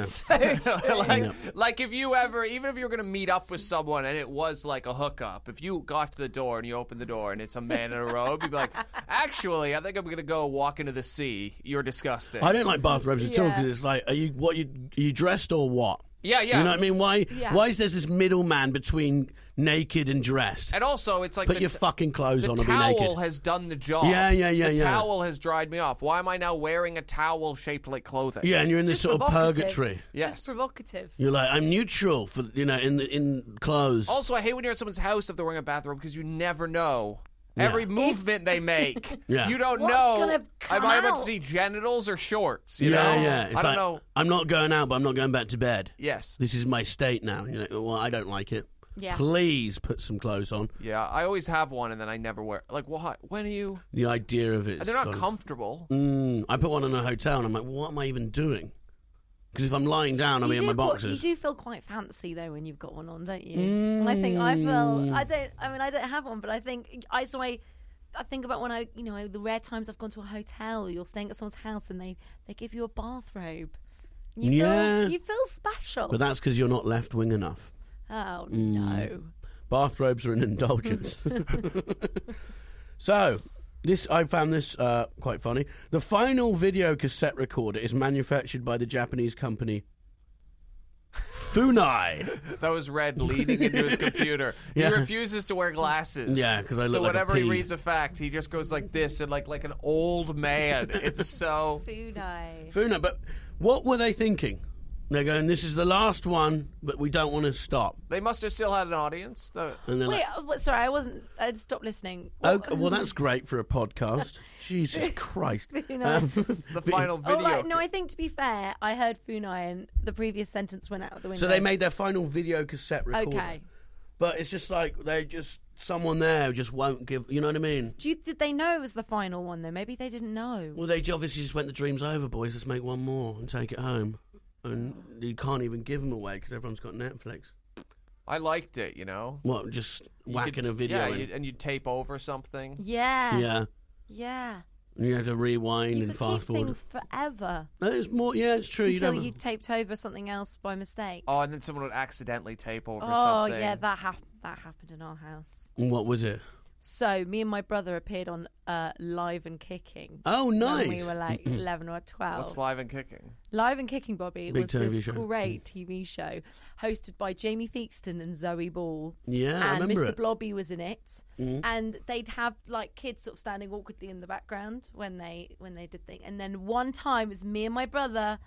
[SPEAKER 6] it's so
[SPEAKER 4] (laughs)
[SPEAKER 6] true.
[SPEAKER 4] like, like if you ever, even if you were going to meet up with someone and it was like a hookup, if you got to the door and you opened the door and it's a man in a robe, you'd be like, actually, I think I'm going to go walk into the sea. You're disgusting.
[SPEAKER 5] I don't like bathrobes at all
[SPEAKER 6] Yeah.
[SPEAKER 5] because it's like, are you what you are you dressed or what?
[SPEAKER 4] Yeah, yeah.
[SPEAKER 5] You know what I mean? Why?
[SPEAKER 6] Yeah.
[SPEAKER 5] Why is there this middleman between naked and dressed?
[SPEAKER 4] and also, it's like
[SPEAKER 5] Put
[SPEAKER 4] the
[SPEAKER 5] your
[SPEAKER 4] t-
[SPEAKER 5] fucking clothes
[SPEAKER 4] the
[SPEAKER 5] on and be
[SPEAKER 4] towel
[SPEAKER 5] naked.
[SPEAKER 4] has done the job.
[SPEAKER 5] Yeah, yeah, yeah,
[SPEAKER 4] The
[SPEAKER 5] yeah.
[SPEAKER 4] towel has dried me off. Why am I now wearing a towel shaped like clothing?
[SPEAKER 5] yeah, and you're in
[SPEAKER 6] It's
[SPEAKER 5] this
[SPEAKER 6] just
[SPEAKER 5] sort of
[SPEAKER 6] provocative.
[SPEAKER 5] purgatory.
[SPEAKER 4] Yes.
[SPEAKER 6] Just provocative.
[SPEAKER 5] You're like, I'm neutral for you know in the, in clothes.
[SPEAKER 4] Also, I hate when you're at someone's house if they're wearing a bathrobe because you never know. Every
[SPEAKER 5] If-
[SPEAKER 4] movement
[SPEAKER 5] (laughs)
[SPEAKER 4] they make,
[SPEAKER 5] Yeah.
[SPEAKER 4] you don't
[SPEAKER 6] What's
[SPEAKER 4] know.
[SPEAKER 6] gonna
[SPEAKER 4] am
[SPEAKER 6] come
[SPEAKER 4] I about to
[SPEAKER 6] out?
[SPEAKER 4] see genitals or shorts? You
[SPEAKER 5] yeah,
[SPEAKER 4] know?
[SPEAKER 5] yeah. It's
[SPEAKER 4] I don't
[SPEAKER 5] like,
[SPEAKER 4] know.
[SPEAKER 5] I'm not going out, but I'm not going back to bed.
[SPEAKER 4] Yes.
[SPEAKER 5] This is my state now. You're like, well, I don't like it.
[SPEAKER 6] Yeah.
[SPEAKER 5] Please put some clothes on.
[SPEAKER 4] Yeah, I always have one and then I never wear. Like, why? When are you?
[SPEAKER 5] The idea of it.
[SPEAKER 4] They're not
[SPEAKER 5] comfortable.
[SPEAKER 4] comfortable.
[SPEAKER 5] Mm, I put one in a hotel, and I'm like, what am I even doing? Because if I'm lying down, I'm
[SPEAKER 6] you
[SPEAKER 5] in
[SPEAKER 6] do
[SPEAKER 5] my
[SPEAKER 6] quite-
[SPEAKER 5] boxes.
[SPEAKER 6] you do feel quite fancy though when you've got one on, don't you? I think I
[SPEAKER 5] Mm.
[SPEAKER 6] feel. I don't. I mean, I don't have one, but I think I. So I. I think about when I, you know, the rare times I've gone to a hotel, you're staying at someone's house, and they they give you a bathrobe. You
[SPEAKER 5] Yeah.
[SPEAKER 6] feel you feel special.
[SPEAKER 5] But Mm. that's because you're not left wing enough.
[SPEAKER 6] oh no!
[SPEAKER 5] Bathrobes are an
[SPEAKER 6] (laughs)
[SPEAKER 5] indulgence. (laughs) so, this I found this uh, quite funny. The final video cassette recorder is manufactured by the Japanese company Funai.
[SPEAKER 4] That was
[SPEAKER 5] (laughs)
[SPEAKER 4] Red leaning into his computer.
[SPEAKER 5] Yeah.
[SPEAKER 4] He refuses to wear glasses.
[SPEAKER 5] Yeah, 'cause I
[SPEAKER 4] so
[SPEAKER 5] look like a
[SPEAKER 4] whenever he
[SPEAKER 5] pea.
[SPEAKER 4] reads a fact, he just goes like this and like like an old man.
[SPEAKER 5] (laughs)
[SPEAKER 4] It's so.
[SPEAKER 6] Food eye.
[SPEAKER 5] Funai, but what were they thinking? They're going, this is the last one, but we don't want to stop.
[SPEAKER 4] They must have still had an audience. though.
[SPEAKER 5] And they're
[SPEAKER 6] Wait,
[SPEAKER 5] like,
[SPEAKER 6] uh, what- sorry, I wasn't. I'd stopped listening.
[SPEAKER 5] okay, Oh, well, that's great for a podcast.
[SPEAKER 6] (laughs)
[SPEAKER 5] Jesus Christ. (laughs) Um,
[SPEAKER 4] the final
[SPEAKER 6] Oh,
[SPEAKER 4] video.
[SPEAKER 6] right. No, I think to be fair, I heard Funai and the previous sentence went out the window.
[SPEAKER 5] so they made their final video cassette recorder.
[SPEAKER 6] Okay.
[SPEAKER 5] But it's just like they just someone there who just won't give. You know what I mean?
[SPEAKER 6] Do you, did they know it was the final one though? Maybe they didn't know.
[SPEAKER 5] Well, they j- obviously just went the dreams over, boys. Let's make one more and take it home. And you can't even give them away because everyone's got Netflix.
[SPEAKER 4] I liked it. You know,
[SPEAKER 5] What? Just
[SPEAKER 4] You
[SPEAKER 5] whacking
[SPEAKER 4] could-
[SPEAKER 5] a video.
[SPEAKER 4] Yeah,
[SPEAKER 5] in.
[SPEAKER 4] you, and you tape over something.
[SPEAKER 6] Yeah.
[SPEAKER 5] yeah.
[SPEAKER 6] Yeah.
[SPEAKER 5] You have to rewind
[SPEAKER 6] You
[SPEAKER 5] and
[SPEAKER 6] could
[SPEAKER 5] fast
[SPEAKER 6] keep
[SPEAKER 5] forward.
[SPEAKER 6] things forever
[SPEAKER 5] No, it's more. Yeah, it's true.
[SPEAKER 6] until
[SPEAKER 5] you,
[SPEAKER 6] you
[SPEAKER 5] don't,
[SPEAKER 6] taped over something else by mistake.
[SPEAKER 4] Oh, and then someone would accidentally tape over
[SPEAKER 6] oh
[SPEAKER 4] something.
[SPEAKER 6] yeah, that hap- that happened in our house.
[SPEAKER 5] And What was it?
[SPEAKER 6] So me and my brother appeared on uh, Live and Kicking.
[SPEAKER 5] Oh, nice.
[SPEAKER 6] When we were like eleven or twelve.
[SPEAKER 4] What's live and kicking?
[SPEAKER 6] Live and Kicking Bobby
[SPEAKER 5] Big
[SPEAKER 6] was this
[SPEAKER 5] TV show.
[SPEAKER 6] great TV show hosted by Jamie Theakston and Zoe Ball.
[SPEAKER 5] Yeah, I
[SPEAKER 6] and
[SPEAKER 5] remember
[SPEAKER 6] Mr.
[SPEAKER 5] it. Mm.
[SPEAKER 6] Blobby was in it, and they'd have like kids sort of standing awkwardly in the background when they when they did things. And then one time it was me and my brother,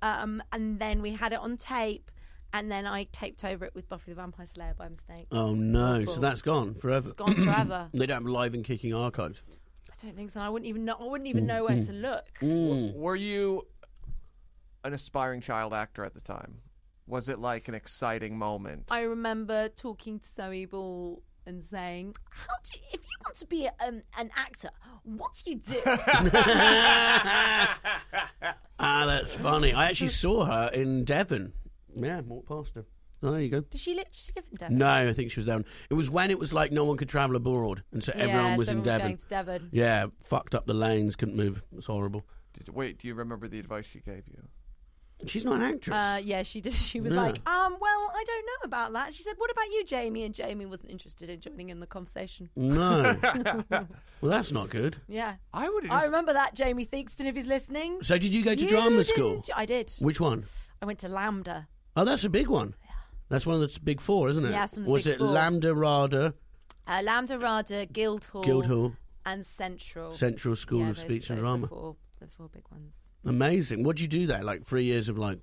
[SPEAKER 6] um, and then we had it on tape, and then I taped over it with Buffy the Vampire Slayer by mistake.
[SPEAKER 5] Oh no! So
[SPEAKER 6] Awful.
[SPEAKER 5] that's gone forever.
[SPEAKER 6] It's gone forever.
[SPEAKER 5] (clears throat)
[SPEAKER 6] (clears throat)
[SPEAKER 5] They don't have live and kicking
[SPEAKER 6] (laughs)
[SPEAKER 5] archives. (laughs)
[SPEAKER 6] I don't think so. I wouldn't even know. I wouldn't
[SPEAKER 5] Mm,
[SPEAKER 6] even know where to look.
[SPEAKER 5] Hmm.
[SPEAKER 4] Were you an aspiring child actor at the time? Was it like an exciting moment?
[SPEAKER 6] I remember talking to Zoe Ball and saying, "How do if you want to be a, um, an actor, what do you do?"
[SPEAKER 5] Ah, that's funny. I actually saw her in Devon. Yeah, walked past her. Oh, there you go.
[SPEAKER 6] Does she live? Does she live in Devon?
[SPEAKER 5] No, I think she was down. It was when it was like no one could travel abroad, and so everyone
[SPEAKER 6] Yeah,
[SPEAKER 5] was
[SPEAKER 6] so
[SPEAKER 5] in
[SPEAKER 6] everyone
[SPEAKER 5] Devon.
[SPEAKER 6] Going to Devon.
[SPEAKER 5] Yeah, fucked up the lanes, couldn't move. It was horrible.
[SPEAKER 4] Did, wait, do you remember the advice she gave you?
[SPEAKER 5] She's not an actress.
[SPEAKER 6] Uh, yeah, she did. (laughs) She was
[SPEAKER 5] Yeah.
[SPEAKER 6] like, um, well, I don't know about that. She said, what about you, Jamie? And Jamie wasn't interested in joining in the conversation. (laughs)
[SPEAKER 5] no. well, that's not good.
[SPEAKER 6] Yeah.
[SPEAKER 4] I would
[SPEAKER 6] I
[SPEAKER 4] have just.
[SPEAKER 6] remember that, Jamie Theakston, if he's listening.
[SPEAKER 5] So, did you go to
[SPEAKER 6] You
[SPEAKER 5] drama
[SPEAKER 6] didn't-
[SPEAKER 5] school?
[SPEAKER 6] I did.
[SPEAKER 5] Which one?
[SPEAKER 6] I went to Lambda.
[SPEAKER 5] Oh, that's a big one. That's one of the big four, isn't it?
[SPEAKER 6] Yeah, it's from the
[SPEAKER 5] Was
[SPEAKER 6] big
[SPEAKER 5] it
[SPEAKER 6] four.
[SPEAKER 5] Lambda, Rada,
[SPEAKER 6] Uh, Lambda, Rada, Guildhall,
[SPEAKER 5] Guildhall,
[SPEAKER 6] and Central.
[SPEAKER 5] Central School
[SPEAKER 6] Yeah,
[SPEAKER 5] of
[SPEAKER 6] those-
[SPEAKER 5] Speech and
[SPEAKER 6] those are
[SPEAKER 5] Drama?
[SPEAKER 6] The four, the four big ones.
[SPEAKER 5] Amazing. What would you do there? Like three years of like,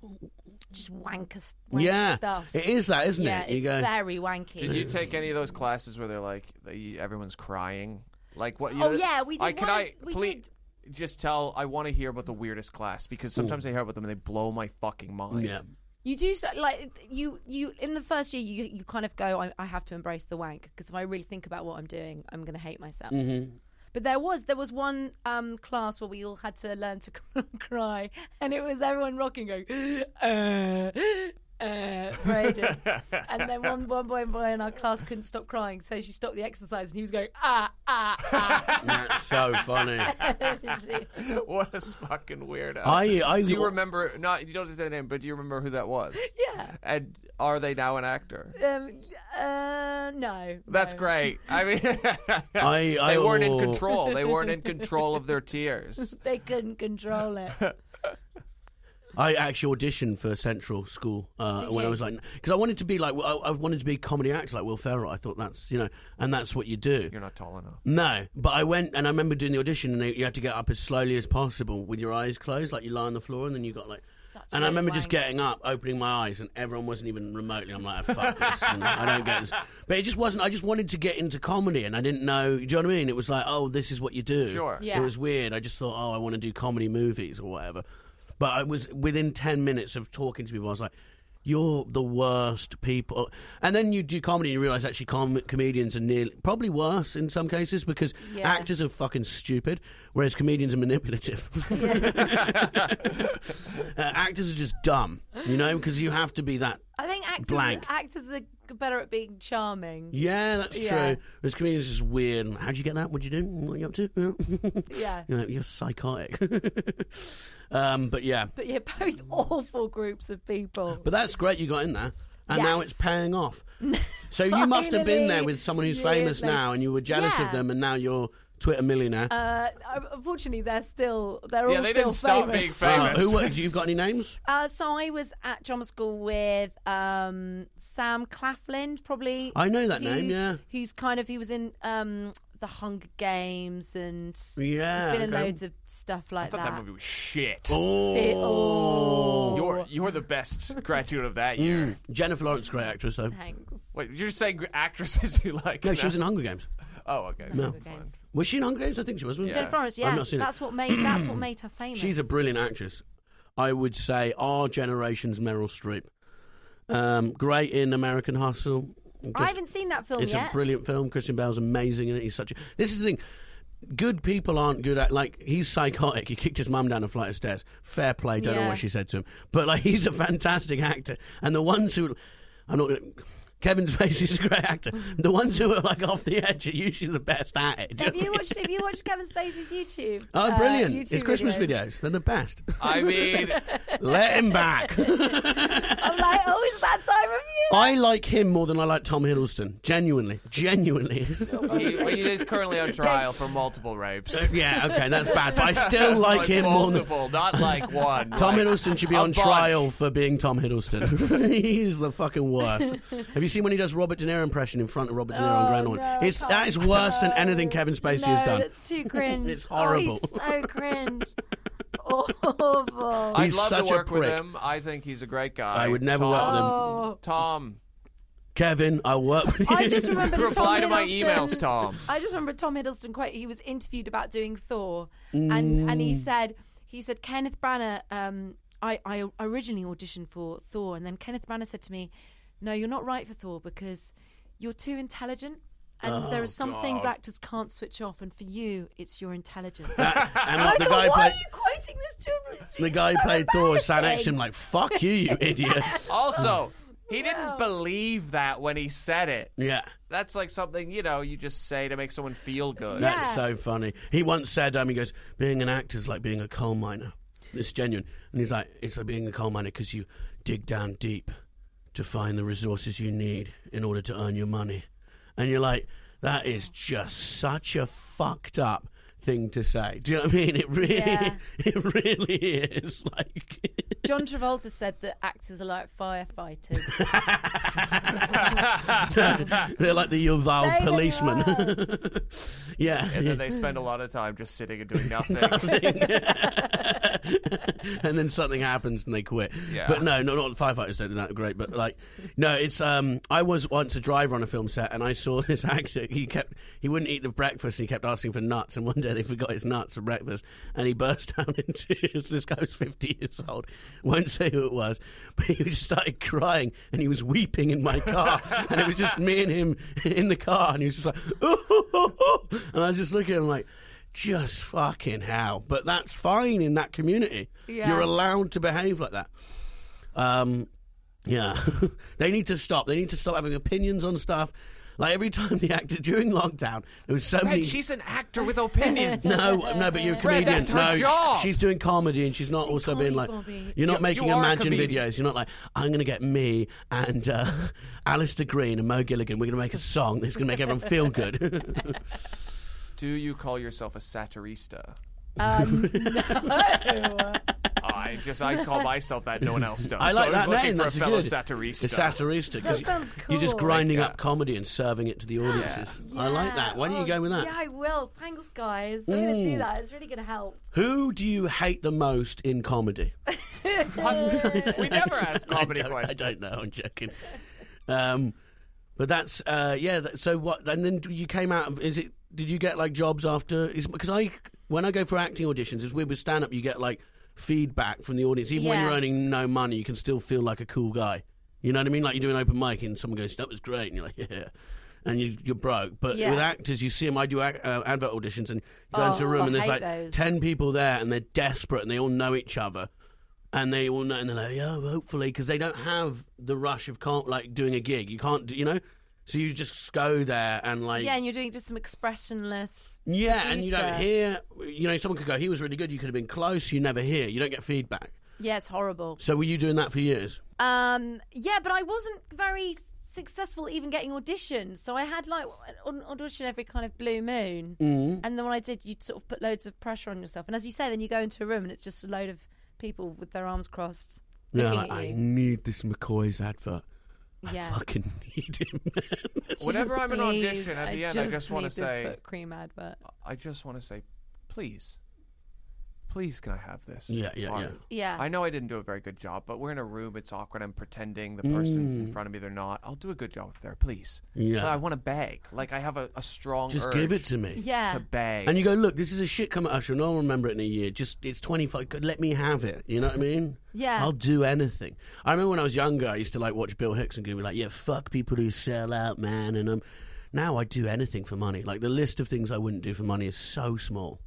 [SPEAKER 6] Just wanker, wanker
[SPEAKER 5] yeah,
[SPEAKER 6] stuff.
[SPEAKER 5] it is that, isn't
[SPEAKER 6] yeah,
[SPEAKER 5] it? You
[SPEAKER 6] it's
[SPEAKER 5] go.
[SPEAKER 6] very wanky.
[SPEAKER 4] Did you take any of those classes where they're like they, everyone's crying? Like what? You
[SPEAKER 6] Oh, yeah, we did
[SPEAKER 4] I, can
[SPEAKER 6] one of-
[SPEAKER 4] I
[SPEAKER 6] we
[SPEAKER 4] please just tell? I want to hear about the weirdest class because sometimes I hear about them and they blow my fucking mind.
[SPEAKER 5] yeah.
[SPEAKER 6] You do so, like you you in the first year you you kind of go I, I have to embrace the wank because if I really think about what I'm doing I'm going to hate myself.
[SPEAKER 5] Mm-hmm.
[SPEAKER 6] But there was there was one um, class where we all had to learn to (laughs) cry and it was everyone rocking going uh, uh,
[SPEAKER 5] (laughs)
[SPEAKER 6] for ages. and then one one boy, boy in our class couldn't stop crying so she stopped the exercise and he was going ah ah ah.
[SPEAKER 5] (laughs) That's so
[SPEAKER 6] (laughs)
[SPEAKER 5] funny.
[SPEAKER 4] (laughs) what a fucking weirdo.
[SPEAKER 5] I- I-
[SPEAKER 4] do you remember? Not you don't have to say the name, but do you remember who that was?
[SPEAKER 6] (laughs) yeah.
[SPEAKER 4] And are they now an actor?
[SPEAKER 6] Um, uh, no.
[SPEAKER 4] That's
[SPEAKER 6] no.
[SPEAKER 4] great. I mean,
[SPEAKER 5] (laughs)
[SPEAKER 4] (laughs)
[SPEAKER 5] I, I
[SPEAKER 4] they weren't in
[SPEAKER 5] will-
[SPEAKER 4] control. They
[SPEAKER 6] (laughs)
[SPEAKER 4] weren't in control of their tears.
[SPEAKER 6] They couldn't control it.
[SPEAKER 5] I actually auditioned for Central School uh,
[SPEAKER 6] Did
[SPEAKER 5] when I
[SPEAKER 6] you?
[SPEAKER 5] was like, because I wanted to be like, I, I wanted to be a comedy actor like Will Ferrell. I thought that's you know, and that's what you do.
[SPEAKER 4] You're not tall enough.
[SPEAKER 5] No, but I went and I remember doing the audition, and they, you had to get up as slowly as possible with your eyes closed, like you lie on the floor, and then you got like. and I
[SPEAKER 6] a
[SPEAKER 5] remember just
[SPEAKER 6] wank.
[SPEAKER 5] getting up, opening my eyes, and everyone wasn't even remotely. I'm like, "Ah, fuck this, you know, I don't get this. But it just wasn't. I just wanted to get into comedy, and I didn't know. Do you know what I mean? It was like, oh, this is what you do.
[SPEAKER 4] Sure.
[SPEAKER 6] Yeah.
[SPEAKER 5] It was weird. I just thought, oh, I want to do comedy movies or whatever. But I was within ten minutes of talking to people. I was like. You're the worst people, and then you do comedy and you realize actually com- comedians are nearly probably worse in some cases because
[SPEAKER 6] Yeah.
[SPEAKER 5] actors are fucking stupid, whereas comedians are manipulative. (laughs) Uh, actors are just dumb, you know, because you have to be that.
[SPEAKER 6] I think actors
[SPEAKER 5] Blank.
[SPEAKER 6] actors are g- better at being charming.
[SPEAKER 5] Yeah, that's
[SPEAKER 6] Yeah.
[SPEAKER 5] true. Whereas comedians are just weird. and, How'd you get that? What'd you do? What you up to? (laughs)
[SPEAKER 6] Yeah.
[SPEAKER 5] you know, you're psychotic. (laughs) um, but yeah,
[SPEAKER 6] But you're both (laughs) awful groups of people.
[SPEAKER 5] but that's great you got in there, and now
[SPEAKER 6] Yes.
[SPEAKER 5] it's paying
[SPEAKER 6] (laughs)
[SPEAKER 5] off. So you must have been there
[SPEAKER 6] Finally,
[SPEAKER 5] with someone who's
[SPEAKER 6] years
[SPEAKER 5] famous
[SPEAKER 6] later.
[SPEAKER 5] now, and you were jealous of
[SPEAKER 6] Yeah.
[SPEAKER 5] them, and now you're Twitter millionaire.
[SPEAKER 6] uh, unfortunately, they're still they're
[SPEAKER 4] Yeah,
[SPEAKER 6] all
[SPEAKER 4] they
[SPEAKER 6] still
[SPEAKER 4] didn't stop
[SPEAKER 6] famous.
[SPEAKER 4] being
[SPEAKER 5] Uh,
[SPEAKER 4] famous.
[SPEAKER 5] who were, do you got any names?
[SPEAKER 6] (laughs) Uh, so I was at drama school with um, Sam Claflin, probably.
[SPEAKER 5] I know that name, yeah.
[SPEAKER 6] Who's kind of he was in um, the Hunger Games and
[SPEAKER 5] Yeah,
[SPEAKER 6] he's been
[SPEAKER 5] okay.
[SPEAKER 6] in loads of stuff
[SPEAKER 4] I
[SPEAKER 6] like
[SPEAKER 4] thought that movie was shit.
[SPEAKER 5] Oh,
[SPEAKER 6] It- oh.
[SPEAKER 4] You're you're the
[SPEAKER 5] (laughs)
[SPEAKER 4] best graduate of that year.
[SPEAKER 5] Mm. Jennifer Lawrence, great actress though.
[SPEAKER 6] Thanks.
[SPEAKER 4] Wait, you're saying gr- actresses (laughs) you like?
[SPEAKER 5] No, she was in Hunger Games.
[SPEAKER 4] Oh, okay.
[SPEAKER 6] Hunger Games.
[SPEAKER 5] Was she in Hunger Games? I think she was. Wasn't she?
[SPEAKER 6] Jennifer Lawrence, yeah,
[SPEAKER 5] I've not seen it.
[SPEAKER 6] that's what made that's what made her famous.
[SPEAKER 5] (clears throat) She's a brilliant actress. I would say our generation's Meryl Streep. Um, great in American Hustle.
[SPEAKER 6] I haven't seen that film
[SPEAKER 5] it's
[SPEAKER 6] yet.
[SPEAKER 5] a brilliant film. Christian Bale's amazing in it. He's such a. This is the thing. Good people aren't good at like he's psychotic. He kicked his mum down a flight of stairs. Fair play. Don't know
[SPEAKER 6] Yeah.
[SPEAKER 5] what she said to him, but like (laughs) he's a fantastic actor. And the ones who, I'm not. Gonna, Kevin Spacey's a great actor. The ones who are like off the edge are usually the best at it. Do
[SPEAKER 6] Have
[SPEAKER 5] know
[SPEAKER 6] you
[SPEAKER 5] what I
[SPEAKER 6] watched? Have you
[SPEAKER 5] (laughs)
[SPEAKER 6] watched Kevin Spacey's YouTube?
[SPEAKER 5] mean? Oh,
[SPEAKER 6] uh,
[SPEAKER 5] brilliant!
[SPEAKER 6] YouTube
[SPEAKER 5] His Christmas
[SPEAKER 6] video?
[SPEAKER 5] videos. They're the best. (laughs)
[SPEAKER 4] I mean,
[SPEAKER 5] Let him back.
[SPEAKER 6] I'm like, oh, it's that time of year.
[SPEAKER 5] I like him more than I like Tom Hiddleston. Genuinely. Genuinely.
[SPEAKER 4] he, he is currently on trial for multiple rapes.
[SPEAKER 5] yeah, okay, that's bad. But I still like, him more
[SPEAKER 4] multiple, not
[SPEAKER 5] (laughs)
[SPEAKER 4] like one.
[SPEAKER 5] than. Tom
[SPEAKER 4] like
[SPEAKER 5] Hiddleston should be
[SPEAKER 4] a
[SPEAKER 5] on
[SPEAKER 4] bunch.
[SPEAKER 5] trial for being Tom Hiddleston. (laughs) He's the fucking worst. Have you seen when he does Robert De Niro impression in front of Robert De Niro on Grand Orient?
[SPEAKER 6] Oh, no,
[SPEAKER 5] it's, that is worse than anything Kevin Spacey
[SPEAKER 6] no,
[SPEAKER 5] has done.
[SPEAKER 6] It's too cringe.
[SPEAKER 5] (laughs) It's horrible.
[SPEAKER 6] Oh,
[SPEAKER 5] (laughs)
[SPEAKER 6] he's so cringe. Awful.
[SPEAKER 4] I'd
[SPEAKER 5] He's
[SPEAKER 4] love to
[SPEAKER 5] such a
[SPEAKER 4] work with
[SPEAKER 5] prick.
[SPEAKER 4] him. I think he's a great guy.
[SPEAKER 5] I would never
[SPEAKER 4] Tom,
[SPEAKER 5] work with him.
[SPEAKER 4] Tom,
[SPEAKER 5] Kevin, I'll work with you.
[SPEAKER 4] (laughs)
[SPEAKER 6] I just remember that
[SPEAKER 4] Reply
[SPEAKER 6] Tom
[SPEAKER 4] to my
[SPEAKER 6] Hiddleston-
[SPEAKER 4] emails, Tom.
[SPEAKER 6] I just remember Tom Hiddleston quite. He was interviewed about doing Thor, and and he said he said Kenneth Branagh. Um, I I originally auditioned for Thor, and then Kenneth Branagh said to me, "No, you're not right for Thor because you're too intelligent." And
[SPEAKER 5] Oh,
[SPEAKER 6] there are some things actors can't switch off, and for you, it's your intelligence. and
[SPEAKER 5] (laughs) (laughs) and
[SPEAKER 6] I
[SPEAKER 5] what the
[SPEAKER 6] thought,
[SPEAKER 5] guy
[SPEAKER 6] why
[SPEAKER 5] played.
[SPEAKER 6] are you quoting this to him? It's
[SPEAKER 5] The
[SPEAKER 6] really
[SPEAKER 5] guy
[SPEAKER 6] so
[SPEAKER 5] played Thor sat next to
[SPEAKER 6] (laughs) embarrassing.
[SPEAKER 5] him like, fuck you, you idiot.
[SPEAKER 4] Also, He didn't believe that when he said it.
[SPEAKER 5] Yeah.
[SPEAKER 4] That's like something, you know, you just say to make someone feel good.
[SPEAKER 5] That's
[SPEAKER 6] Yeah.
[SPEAKER 5] so funny. He once said, um, he goes, being an actor is like being a coal miner. It's genuine. And he's like, it's like being a coal miner because you dig down deep to find the resources you need in order to earn your money. And you're like, that is just such a fucked up thing to say. Do you know what I mean? It really,
[SPEAKER 6] Yeah.
[SPEAKER 5] (laughs) it really is. Like, (laughs)
[SPEAKER 6] John Travolta said that actors are like firefighters.
[SPEAKER 5] they're like the Uval
[SPEAKER 6] They
[SPEAKER 5] policeman.
[SPEAKER 6] are.
[SPEAKER 5] (laughs) yeah.
[SPEAKER 4] (laughs) And then they spend a lot of time just sitting and doing nothing.
[SPEAKER 5] (laughs) and then something happens and they quit.
[SPEAKER 4] Yeah.
[SPEAKER 5] But no, no, not firefighters don't do that great. But like, no, it's um. I was once a driver on a film set, and I saw (laughs) this actor. He kept he wouldn't eat the breakfast. And he kept asking for nuts, and one day they forgot his nuts for breakfast, and he burst (laughs) down in tears. This guy was fifty years old. Won't say who it was, but he just started crying, and he was weeping in my car, and it was just me and him in the car, and he was just like, (laughs) and I was just looking at him like just fucking hell. But that's fine in that community.
[SPEAKER 6] Yeah.
[SPEAKER 5] You're allowed to behave like that. Um, yeah. (laughs) they need to stop. They need to stop having opinions on stuff. Like every time the actor during lockdown, there was so many.
[SPEAKER 4] Red, she's an actor with opinions.
[SPEAKER 5] (laughs) no, no, but you're a
[SPEAKER 4] Brad,
[SPEAKER 5] comedian.
[SPEAKER 4] that's her
[SPEAKER 5] no, sh-
[SPEAKER 4] job.
[SPEAKER 5] she's doing comedy and she's not also being like.
[SPEAKER 6] Bobby.
[SPEAKER 5] You're not
[SPEAKER 4] You-
[SPEAKER 5] making
[SPEAKER 4] you are a
[SPEAKER 5] imagine
[SPEAKER 4] comedian.
[SPEAKER 5] videos. You're not like I'm going to get me and uh, (laughs) Alistair Green and Mo Gilligan. We're going to make a song that's going to make everyone feel good.
[SPEAKER 4] (laughs)
[SPEAKER 5] (laughs)
[SPEAKER 4] Do you call yourself a satirista?
[SPEAKER 6] (laughs) Um,
[SPEAKER 4] I just I call myself that. No one else does.
[SPEAKER 5] I
[SPEAKER 4] So
[SPEAKER 5] like
[SPEAKER 4] was
[SPEAKER 5] that
[SPEAKER 4] looking
[SPEAKER 5] name.
[SPEAKER 4] For
[SPEAKER 5] That's
[SPEAKER 4] a
[SPEAKER 5] a
[SPEAKER 4] fellow
[SPEAKER 5] good.
[SPEAKER 4] satirista. (laughs)
[SPEAKER 5] It's satirista. 'cause
[SPEAKER 6] That
[SPEAKER 5] you-
[SPEAKER 6] sounds
[SPEAKER 5] You're just
[SPEAKER 6] cool.
[SPEAKER 5] grinding
[SPEAKER 4] Yeah.
[SPEAKER 5] up comedy and serving it to the audiences. I like that. Why don't you
[SPEAKER 6] Oh,
[SPEAKER 5] go with that?
[SPEAKER 6] Yeah, I will. Thanks, guys. I'm going to do that. It's really going to help.
[SPEAKER 5] Who do you hate the most in
[SPEAKER 6] (laughs)
[SPEAKER 5] comedy? (laughs)
[SPEAKER 4] we never ask comedy
[SPEAKER 5] I, don't,
[SPEAKER 4] questions.
[SPEAKER 5] I don't know. I'm joking. Um, but that's uh, yeah. That, so what? And then you came out of. Is it? Did you get like jobs after? Is because I when I go for acting auditions, it's weird with stand up. You get like feedback from the audience, even when
[SPEAKER 6] Yeah.
[SPEAKER 5] you're earning no money, you can still feel like a cool guy. You know what I mean? Like you do an open mic and someone goes, "That was great," and you're like, (laughs) "Yeah." And you, you're broke, but
[SPEAKER 6] Yeah.
[SPEAKER 5] with actors, you see them. I do ac- uh, advert auditions, and you go into a
[SPEAKER 6] Oh,
[SPEAKER 5] room,
[SPEAKER 6] I
[SPEAKER 5] and there's
[SPEAKER 6] hate
[SPEAKER 5] like
[SPEAKER 6] those.
[SPEAKER 5] ten people there, and they're desperate, and they all know each other, and they all know, and they're like, yeah, well, hopefully, because they don't have the rush of can't like doing a gig. You can't, do, you know, so you just go there and like,
[SPEAKER 6] Yeah, and you're doing just some expressionless.
[SPEAKER 5] yeah, and you don't
[SPEAKER 6] producer.
[SPEAKER 5] hear, you know, someone could go, he was really good. You could have been close. You never hear. You don't get feedback.
[SPEAKER 6] Yeah, it's horrible.
[SPEAKER 5] So were you doing that for years?
[SPEAKER 6] Um, yeah, but I wasn't very successful at even getting auditions. So I had like an audition every kind of blue moon. Mm. And then when I did, you'd sort of put loads of pressure on yourself. And as you say, then you go into a room and it's just a load of people with their arms crossed.
[SPEAKER 5] Yeah,
[SPEAKER 6] looking
[SPEAKER 5] like,
[SPEAKER 6] at
[SPEAKER 5] I
[SPEAKER 6] you.
[SPEAKER 5] need this McCoy's advert.
[SPEAKER 6] yeah.
[SPEAKER 5] I fucking (laughs) need him.
[SPEAKER 4] Whenever
[SPEAKER 6] Please,
[SPEAKER 4] I'm in an audition, at
[SPEAKER 6] I
[SPEAKER 4] the end, I just want
[SPEAKER 6] need
[SPEAKER 4] to
[SPEAKER 6] this
[SPEAKER 4] say,
[SPEAKER 6] foot cream advert.
[SPEAKER 4] I just want to say, please, please, can I have this?
[SPEAKER 5] Yeah, yeah,
[SPEAKER 4] Or-
[SPEAKER 5] yeah.
[SPEAKER 6] Yeah.
[SPEAKER 4] I know I didn't do a very good job, but we're in a room. It's awkward. I'm pretending the person's in front of me. They're not. I'll do a good job there, please.
[SPEAKER 5] Mm. Yeah.
[SPEAKER 4] But I want to beg. Like I have a, a strong.
[SPEAKER 5] just
[SPEAKER 4] urge
[SPEAKER 5] give it to me.
[SPEAKER 6] Yeah.
[SPEAKER 4] To beg.
[SPEAKER 5] And you go, look, this is a shit commercial. No one will remember it in a year. Just it's twenty five. Let me have it. You know what I mean?
[SPEAKER 6] Yeah.
[SPEAKER 5] I'll do anything. I remember when I was younger, I used to like watch Bill Hicks and go, like, yeah, fuck people who sell out, man. And um, now I do anything for money. Like the list of things I wouldn't do for money is so small,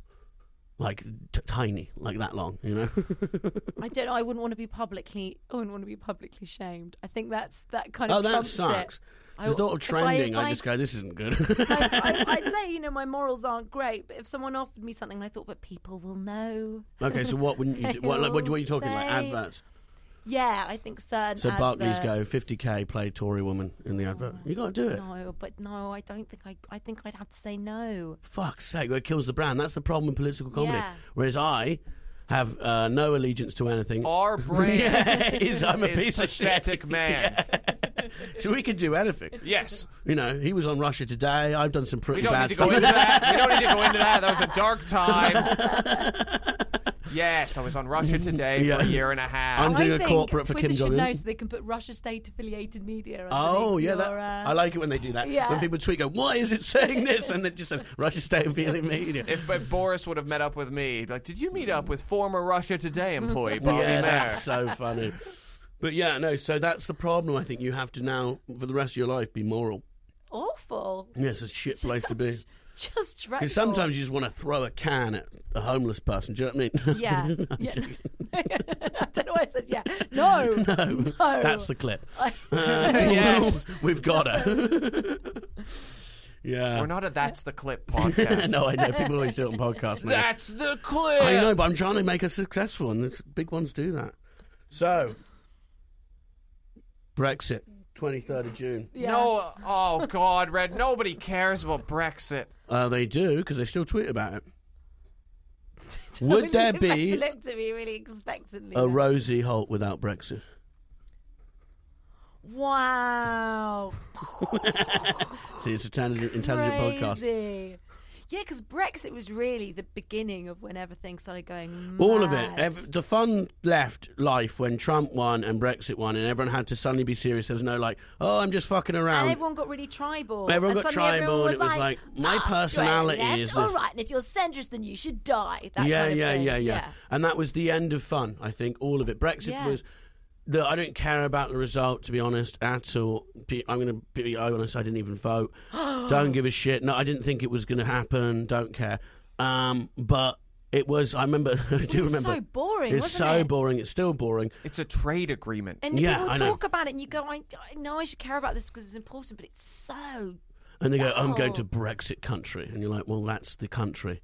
[SPEAKER 5] like t- tiny, like that long. You
[SPEAKER 6] (laughs)
[SPEAKER 5] know?
[SPEAKER 6] I don't know. I wouldn't want to be publicly. I wouldn't want to be publicly shamed. I think that's that kind of.
[SPEAKER 5] oh, that
[SPEAKER 6] trumps it.
[SPEAKER 5] sucks.
[SPEAKER 6] I-
[SPEAKER 5] the thought of
[SPEAKER 6] if I-
[SPEAKER 5] trending,
[SPEAKER 6] if
[SPEAKER 5] I,
[SPEAKER 6] I-
[SPEAKER 5] just go, this isn't good. (laughs)
[SPEAKER 6] I, I, I'd say you know my morals aren't great, but if someone offered me something, and I thought, but people will know.
[SPEAKER 5] okay, so what wouldn't
[SPEAKER 6] (laughs)
[SPEAKER 5] you do? What, like, what, what are you talking like
[SPEAKER 6] They-
[SPEAKER 5] Adverts.
[SPEAKER 6] Yeah, I think certain.
[SPEAKER 5] So Barclays go
[SPEAKER 6] adverts-
[SPEAKER 5] 50k play Tory woman in the advert. You got to do it.
[SPEAKER 6] No, but no, I don't think I. I think I'd have to say no.
[SPEAKER 5] Fuck's sake, well, it kills the brand. That's the problem with political comedy.
[SPEAKER 6] Yeah.
[SPEAKER 5] Whereas I have uh, no allegiance to anything.
[SPEAKER 4] Our brand
[SPEAKER 5] (laughs) yeah, it is, I'm a
[SPEAKER 4] is
[SPEAKER 5] piece of shit. (laughs)
[SPEAKER 4] pathetic man.
[SPEAKER 5] So we could do anything.
[SPEAKER 4] Yes.
[SPEAKER 5] You know, he was on Russia Today. I've done some pretty
[SPEAKER 4] We don't
[SPEAKER 5] bad
[SPEAKER 4] need to
[SPEAKER 5] stuff.
[SPEAKER 4] go into that. We don't need to go into that. That was a
[SPEAKER 5] (laughs)
[SPEAKER 4] dark time. Yes, I was on Russia today
[SPEAKER 5] Yeah.
[SPEAKER 4] for a year and a half.
[SPEAKER 5] I'm doing
[SPEAKER 6] I
[SPEAKER 5] a
[SPEAKER 6] think
[SPEAKER 5] corporate for
[SPEAKER 6] Twitter
[SPEAKER 5] Kim
[SPEAKER 6] should
[SPEAKER 5] Jong-un.
[SPEAKER 6] know so they can put Russia State affiliated media.
[SPEAKER 5] (laughs) Oh yeah, that,
[SPEAKER 6] your, uh,
[SPEAKER 5] I like it when they do that.
[SPEAKER 6] yeah.
[SPEAKER 5] When people tweet, go, "Why is it saying this?" and it just says Russia State and feeling media.
[SPEAKER 4] if, if Boris would have met up with me, he'd be like, "Did you meet up with former Russia Today employee Bobby Mayer?"
[SPEAKER 5] yeah, that's so funny. But yeah, no. So that's the problem. I think you have to now, for the rest of your life, be moral.
[SPEAKER 6] awful.
[SPEAKER 5] Yes, it's a shit (laughs) place to be.
[SPEAKER 6] (laughs) Just dreadful.
[SPEAKER 5] Because sometimes you just want to throw a can at a homeless person. Do you know what I mean?
[SPEAKER 6] Yeah.
[SPEAKER 5] (laughs)
[SPEAKER 6] yeah. I don't know why (laughs) I said yeah. No.
[SPEAKER 5] no,
[SPEAKER 6] No.
[SPEAKER 5] that's
[SPEAKER 6] (laughs)
[SPEAKER 5] the clip. Uh, (laughs)
[SPEAKER 6] I-
[SPEAKER 4] Yes.
[SPEAKER 5] we've got her. yeah, (laughs)
[SPEAKER 4] We're not a That's the Clip podcast.
[SPEAKER 5] uh, no, I know people always do it on podcasts. now.
[SPEAKER 4] That's the Clip.
[SPEAKER 5] I know, but I'm trying to make us successful, and this, big ones do that. So, Brexit, 23rd of June.
[SPEAKER 6] Yeah. (laughs)
[SPEAKER 4] No, oh God, Red. Nobody cares about Brexit.
[SPEAKER 5] Uh, they do because they still tweet about it.
[SPEAKER 6] So
[SPEAKER 5] Would
[SPEAKER 6] you (laughs)
[SPEAKER 5] there be
[SPEAKER 6] looked at me really expectantly?
[SPEAKER 5] a
[SPEAKER 6] there.
[SPEAKER 5] rosy halt without Brexit?
[SPEAKER 6] Wow.
[SPEAKER 5] See, it's an intelligent, intelligent podcast.
[SPEAKER 6] Crazy. Yeah, because Brexit was really the beginning of when everything started going.
[SPEAKER 5] All of it.
[SPEAKER 6] mad.
[SPEAKER 5] Ev- the fun left life when Trump won and Brexit won, and everyone had to suddenly be serious. There was no like, oh, I'm just fucking around.
[SPEAKER 6] and everyone got really tribal.
[SPEAKER 5] Everyone
[SPEAKER 6] and
[SPEAKER 5] got
[SPEAKER 6] suddenly
[SPEAKER 5] tribal,
[SPEAKER 6] Everyone
[SPEAKER 5] and it was like, my personality
[SPEAKER 6] you're
[SPEAKER 5] is
[SPEAKER 6] all
[SPEAKER 5] this-
[SPEAKER 6] right, and if you're centrist, then you should die. That
[SPEAKER 5] yeah,
[SPEAKER 6] kind of
[SPEAKER 5] yeah,
[SPEAKER 6] thing.
[SPEAKER 5] yeah, yeah, And that was the end of fun. I think all of it. Brexit
[SPEAKER 6] Yeah.
[SPEAKER 5] was. The, I don't care about the result, to be honest, at all. Be, I'm going to be honest. I didn't even
[SPEAKER 6] (gasps)
[SPEAKER 5] vote. don't give a shit. No, I didn't think it was going to happen. Don't care. Um, but it was. I remember. (laughs) I do
[SPEAKER 6] was so
[SPEAKER 5] remember.
[SPEAKER 6] boring,
[SPEAKER 5] It's
[SPEAKER 6] wasn't
[SPEAKER 5] so
[SPEAKER 6] it?
[SPEAKER 5] boring. It's still boring.
[SPEAKER 4] It's a trade agreement.
[SPEAKER 6] And
[SPEAKER 5] Yeah,
[SPEAKER 6] people
[SPEAKER 5] I know.
[SPEAKER 6] talk about it, and you go, I, I know I should care about this because it's important, but it's so.
[SPEAKER 5] And they go, I'm going to
[SPEAKER 6] Oh.
[SPEAKER 5] Brexit country. And you're like, well, that's the country.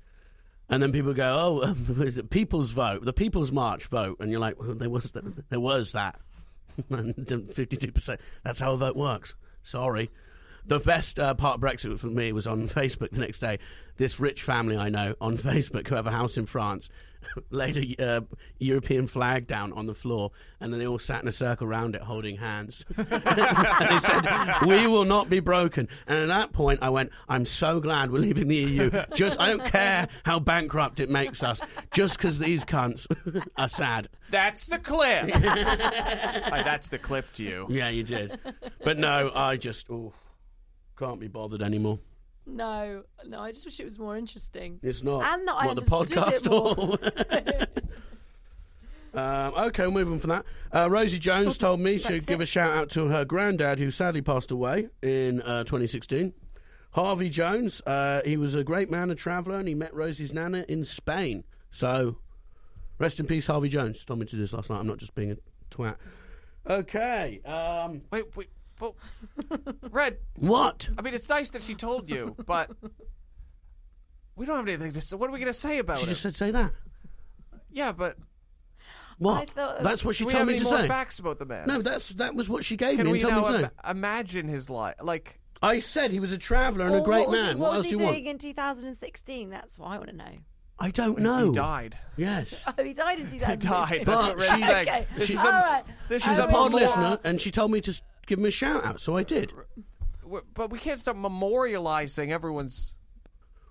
[SPEAKER 5] And then people go, oh, (laughs) is it people's vote, the people's march vote. And you're like, well, there was th- there was that. (laughs) and 52%. That's how a vote works. Sorry. The best uh, part of Brexit for me was on (laughs) Facebook the next day. This rich family I know on (laughs) Facebook who have a house in France (laughs) laid a uh, European flag down on the floor and then they all sat in a circle around it holding hands. (laughs) and they said, We will not be broken. And at that point, I went, I'm so glad we're leaving the EU. Just, I don't care how bankrupt it makes us, just because these cunts are sad.
[SPEAKER 4] That's the
[SPEAKER 5] (laughs)
[SPEAKER 4] clip. Uh, that's the clip to you.
[SPEAKER 5] Yeah, you did. But no, I just ooh, can't be bothered anymore.
[SPEAKER 6] No, no, I just wish it was more interesting.
[SPEAKER 5] It's not.
[SPEAKER 6] And that I
[SPEAKER 5] what, the
[SPEAKER 6] understood
[SPEAKER 5] podcast
[SPEAKER 6] it more.
[SPEAKER 5] (laughs) or- um, okay, moving from that. Uh, Rosie Jones told me to
[SPEAKER 6] Brexit.
[SPEAKER 5] give a shout out to her granddad, who sadly passed away in uh, 2016. Harvey Jones, uh, he was a great man, a traveller, and he met Rosie's nana in Spain. So, rest in peace, Harvey Jones. She told me to do this last night. I'm not just being a twat. Okay. Um,
[SPEAKER 4] Wait, wait, but Red.
[SPEAKER 5] what?
[SPEAKER 4] I mean, it's nice that she told you, but we don't have anything to say. What are we going to say about
[SPEAKER 5] She
[SPEAKER 4] it?
[SPEAKER 5] just said, say that.
[SPEAKER 4] yeah, but
[SPEAKER 5] What?
[SPEAKER 6] thought-
[SPEAKER 5] That's what she
[SPEAKER 4] do we
[SPEAKER 5] told
[SPEAKER 4] have
[SPEAKER 5] me
[SPEAKER 4] any
[SPEAKER 5] to
[SPEAKER 4] more
[SPEAKER 5] say.
[SPEAKER 4] facts about the man?
[SPEAKER 5] No, that's that was what she gave
[SPEAKER 4] Can
[SPEAKER 5] me.
[SPEAKER 4] we
[SPEAKER 5] and told
[SPEAKER 4] now
[SPEAKER 5] me to say.
[SPEAKER 4] im- imagine his life? Like,
[SPEAKER 5] I said he was a traveller and
[SPEAKER 6] Or
[SPEAKER 5] a great
[SPEAKER 6] what was he-
[SPEAKER 5] man.
[SPEAKER 6] what,
[SPEAKER 5] else
[SPEAKER 6] was
[SPEAKER 5] do
[SPEAKER 6] he
[SPEAKER 5] you
[SPEAKER 6] doing
[SPEAKER 5] want?
[SPEAKER 6] in 2016? That's what I want to know. (laughs)
[SPEAKER 5] I don't know.
[SPEAKER 4] he died. (laughs)
[SPEAKER 5] Yes.
[SPEAKER 6] Oh, he died in 2016.
[SPEAKER 4] He died.
[SPEAKER 5] But
[SPEAKER 4] That's what Red's
[SPEAKER 5] she's-
[SPEAKER 4] saying.
[SPEAKER 6] Okay,
[SPEAKER 4] This
[SPEAKER 5] she's-
[SPEAKER 4] is a,
[SPEAKER 6] all right.
[SPEAKER 4] this
[SPEAKER 6] She's
[SPEAKER 4] is
[SPEAKER 5] She's
[SPEAKER 4] a
[SPEAKER 5] a pod
[SPEAKER 4] memorial-
[SPEAKER 5] listener, and she told me to s- give him a shout out, so I did.
[SPEAKER 4] We're- But we can't stop memorializing everyone's.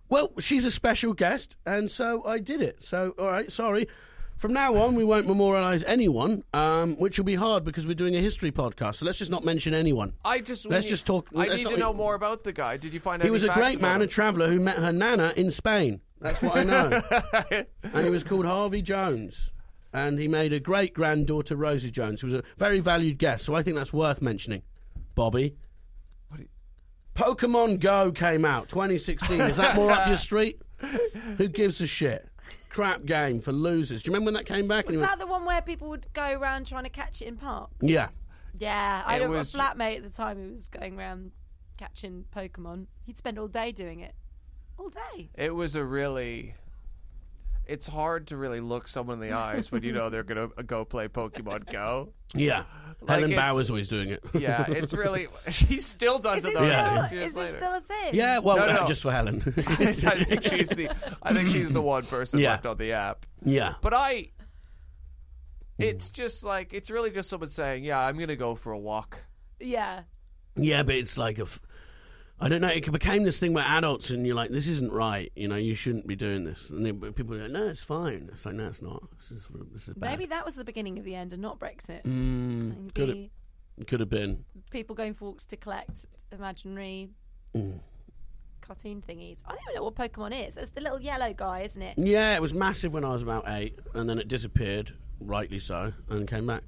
[SPEAKER 5] Well, she's a special guest, and so I did it. So, all right, sorry. From now on, we won't memorialise anyone, um, which will be hard because we're doing a history podcast. So let's just not mention anyone.
[SPEAKER 4] I just we
[SPEAKER 5] let's
[SPEAKER 4] need-
[SPEAKER 5] just talk.
[SPEAKER 4] I
[SPEAKER 5] let's
[SPEAKER 4] need
[SPEAKER 5] not-
[SPEAKER 4] to know more about the guy. Did you find out?
[SPEAKER 5] He was a great man, a
[SPEAKER 4] And
[SPEAKER 5] traveller who met her nana in Spain. That's what
[SPEAKER 4] (laughs)
[SPEAKER 5] I know. and he was called Harvey Jones. And he made a great granddaughter, Rosie Jones, who was a very valued guest. So I think that's worth mentioning. Bobby. Pokemon Go came out 2016. Is that more up your street? Who gives a shit? Crap game for losers. Do you remember when that came back?
[SPEAKER 6] Was
[SPEAKER 5] And you
[SPEAKER 6] that the one where people would go around trying to catch it in parks?
[SPEAKER 5] went- yeah.
[SPEAKER 6] Yeah, I
[SPEAKER 4] It
[SPEAKER 6] had a-
[SPEAKER 4] was-
[SPEAKER 6] a flatmate at the time who was going around catching Pokemon. He'd spend all day doing it. All day.
[SPEAKER 4] it was a really. It's hard to really look someone in the eyes when you know they're gonna go play Pokemon
[SPEAKER 5] (laughs)
[SPEAKER 4] Go.
[SPEAKER 5] Yeah.
[SPEAKER 4] Like
[SPEAKER 5] Helen
[SPEAKER 4] it's-
[SPEAKER 5] Bauer's always doing it.
[SPEAKER 4] Yeah,
[SPEAKER 5] (laughs)
[SPEAKER 4] it's really. She still does
[SPEAKER 6] Is
[SPEAKER 4] it
[SPEAKER 6] it,
[SPEAKER 4] though.
[SPEAKER 5] Yeah.
[SPEAKER 4] Six
[SPEAKER 6] still,
[SPEAKER 4] years
[SPEAKER 6] is it
[SPEAKER 4] later.
[SPEAKER 6] still a thing?
[SPEAKER 5] Yeah, well,
[SPEAKER 4] No, no.
[SPEAKER 5] uh, just for Helen.
[SPEAKER 4] (laughs) I think she's the. I think she's the one person
[SPEAKER 5] Yeah.
[SPEAKER 4] left on the app.
[SPEAKER 5] (laughs) yeah.
[SPEAKER 4] But I. It's just like it's really just someone saying, "Yeah, I'm gonna go for a walk."
[SPEAKER 6] Yeah.
[SPEAKER 5] Yeah, but it's like a. F- I don't know. It became this thing where adults and you're like, this isn't right. You know, you shouldn't be doing this. And then people are like, no, it's fine. It's like, no, it's not. This is this is bad.
[SPEAKER 6] Maybe that was the beginning of the end and not Brexit.
[SPEAKER 5] Mm, could
[SPEAKER 6] Maybe
[SPEAKER 5] have could have been.
[SPEAKER 6] people going for walks to collect imaginary
[SPEAKER 5] Mm.
[SPEAKER 6] cartoon thingies. I don't even know what Pokemon is. It's the little yellow guy, isn't it?
[SPEAKER 5] Yeah, it was massive when I was about eight, and then it disappeared, rightly so, and came back.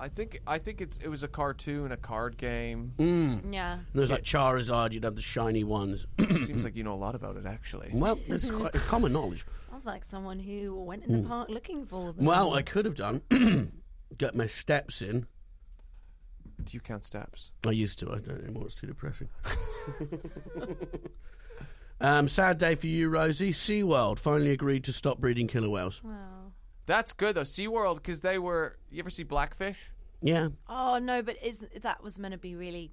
[SPEAKER 4] I think I think it's it was a cartoon, a card game.
[SPEAKER 5] Mm-hmm. Mm.
[SPEAKER 6] Yeah.
[SPEAKER 5] And there's like Charizard, you'd have the shiny ones. (coughs)
[SPEAKER 4] Seems like you know a lot about it, actually.
[SPEAKER 5] well, it's quite common knowledge.
[SPEAKER 6] Sounds like someone who went in the park looking for them.
[SPEAKER 5] Mm. Well, I could have done. (coughs) Get my steps in.
[SPEAKER 4] Do you count steps?
[SPEAKER 5] I used to. I don't anymore. It's too depressing. (laughs) um, sad day for you, Rosie. SeaWorld finally agreed to stop breeding killer whales.
[SPEAKER 4] That's good though. SeaWorld, because they were. You ever see Blackfish?
[SPEAKER 5] Yeah,
[SPEAKER 6] oh no, but isn't that was meant to be really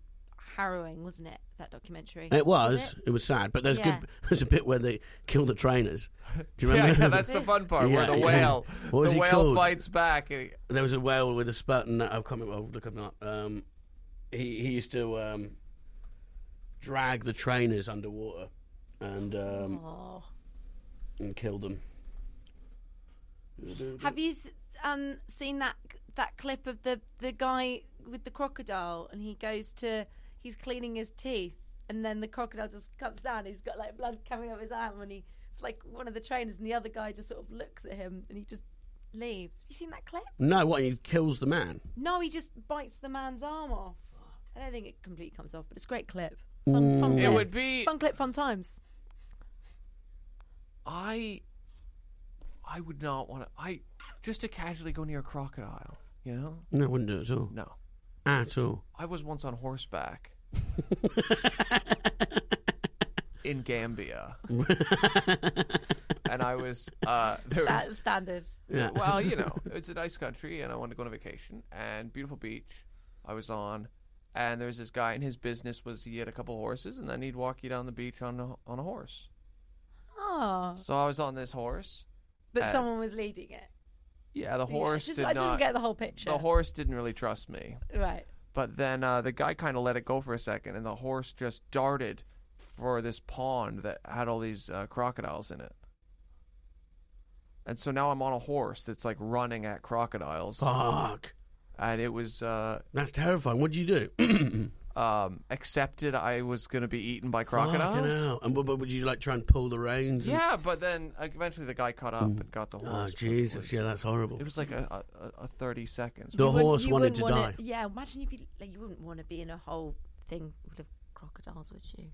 [SPEAKER 6] harrowing, wasn't it? That documentary.
[SPEAKER 5] it was.
[SPEAKER 6] it?
[SPEAKER 5] it? was sad, but there's
[SPEAKER 6] Yeah.
[SPEAKER 5] good. There's a bit where they kill the trainers. Do you (laughs) remember?
[SPEAKER 4] (laughs) Yeah, yeah, that's the fun part where
[SPEAKER 5] Yeah,
[SPEAKER 4] the
[SPEAKER 5] yeah.
[SPEAKER 4] whale,
[SPEAKER 5] What was
[SPEAKER 4] the
[SPEAKER 5] he
[SPEAKER 4] whale
[SPEAKER 5] called?
[SPEAKER 4] fights back. And he,
[SPEAKER 5] (laughs) there was a whale with a spurt and I'll come. I'll look him up. Um, he he used to um, drag the trainers underwater and um,
[SPEAKER 6] Oh.
[SPEAKER 5] and kill them.
[SPEAKER 6] Have you s- um, seen that that clip of the the guy with the crocodile and he goes to he's cleaning his teeth and then the crocodile just comes down. He's got like blood coming out of his arm and he it's like one of the trainers and the other guy just sort of looks at him and he just leaves. Have you seen that clip?
[SPEAKER 5] No, what he kills the man.
[SPEAKER 6] No, he just bites the man's arm off. I don't think it completely comes off, but it's a great clip. Fun, fun clip.
[SPEAKER 4] It would be.
[SPEAKER 6] fun clip, fun times.
[SPEAKER 4] I. I would not want to. I just to casually go near a crocodile. You know?
[SPEAKER 5] No, wouldn't do it at all.
[SPEAKER 4] No.
[SPEAKER 5] At all.
[SPEAKER 4] I was once on horseback
[SPEAKER 5] (laughs)
[SPEAKER 4] in
[SPEAKER 6] (laughs)
[SPEAKER 4] Gambia, and I was uh, there was
[SPEAKER 6] That's standard.
[SPEAKER 5] (laughs) Yeah.
[SPEAKER 4] (laughs) well, you know, it's a nice country, and I wanted to go on a vacation. And beautiful beach, I was on, and there was this guy, and his business was he had a couple horses, and then he'd walk you down the beach on a, on a horse.
[SPEAKER 6] Oh,
[SPEAKER 4] So I was on this horse.
[SPEAKER 6] but
[SPEAKER 4] Uh,
[SPEAKER 6] someone was leading it.
[SPEAKER 4] Yeah, the
[SPEAKER 6] Yeah,
[SPEAKER 4] horse
[SPEAKER 6] just-
[SPEAKER 4] did
[SPEAKER 6] I
[SPEAKER 4] not.
[SPEAKER 6] didn't get the whole picture.
[SPEAKER 4] the horse didn't really trust me,
[SPEAKER 6] Right.
[SPEAKER 4] but then uh, the guy kind of let it go for a second, and the horse just darted for this pond that had all these uh, crocodiles in it. And so now I'm on a horse that's like running at crocodiles,
[SPEAKER 5] Fuck.
[SPEAKER 4] and it was uh,
[SPEAKER 5] That's terrifying. What do you do? (clears throat)
[SPEAKER 4] um, accepted I was going to be eaten by
[SPEAKER 5] Fucking
[SPEAKER 4] crocodiles.
[SPEAKER 5] hell. And what, what would you like try and pull the reins? and-
[SPEAKER 4] Yeah, but then like, eventually the guy caught up and got the horse.
[SPEAKER 5] Oh
[SPEAKER 4] but it
[SPEAKER 5] Jesus!
[SPEAKER 4] was-
[SPEAKER 5] Yeah, that's horrible.
[SPEAKER 4] It was like a, a, a- a thirty seconds.
[SPEAKER 5] The
[SPEAKER 6] You wouldn't-
[SPEAKER 5] horse
[SPEAKER 6] you
[SPEAKER 5] wanted to
[SPEAKER 6] wouldn't
[SPEAKER 5] die.
[SPEAKER 6] wanna- Yeah, imagine if you like, you wouldn't want to be in a whole thing full of crocodiles, would you?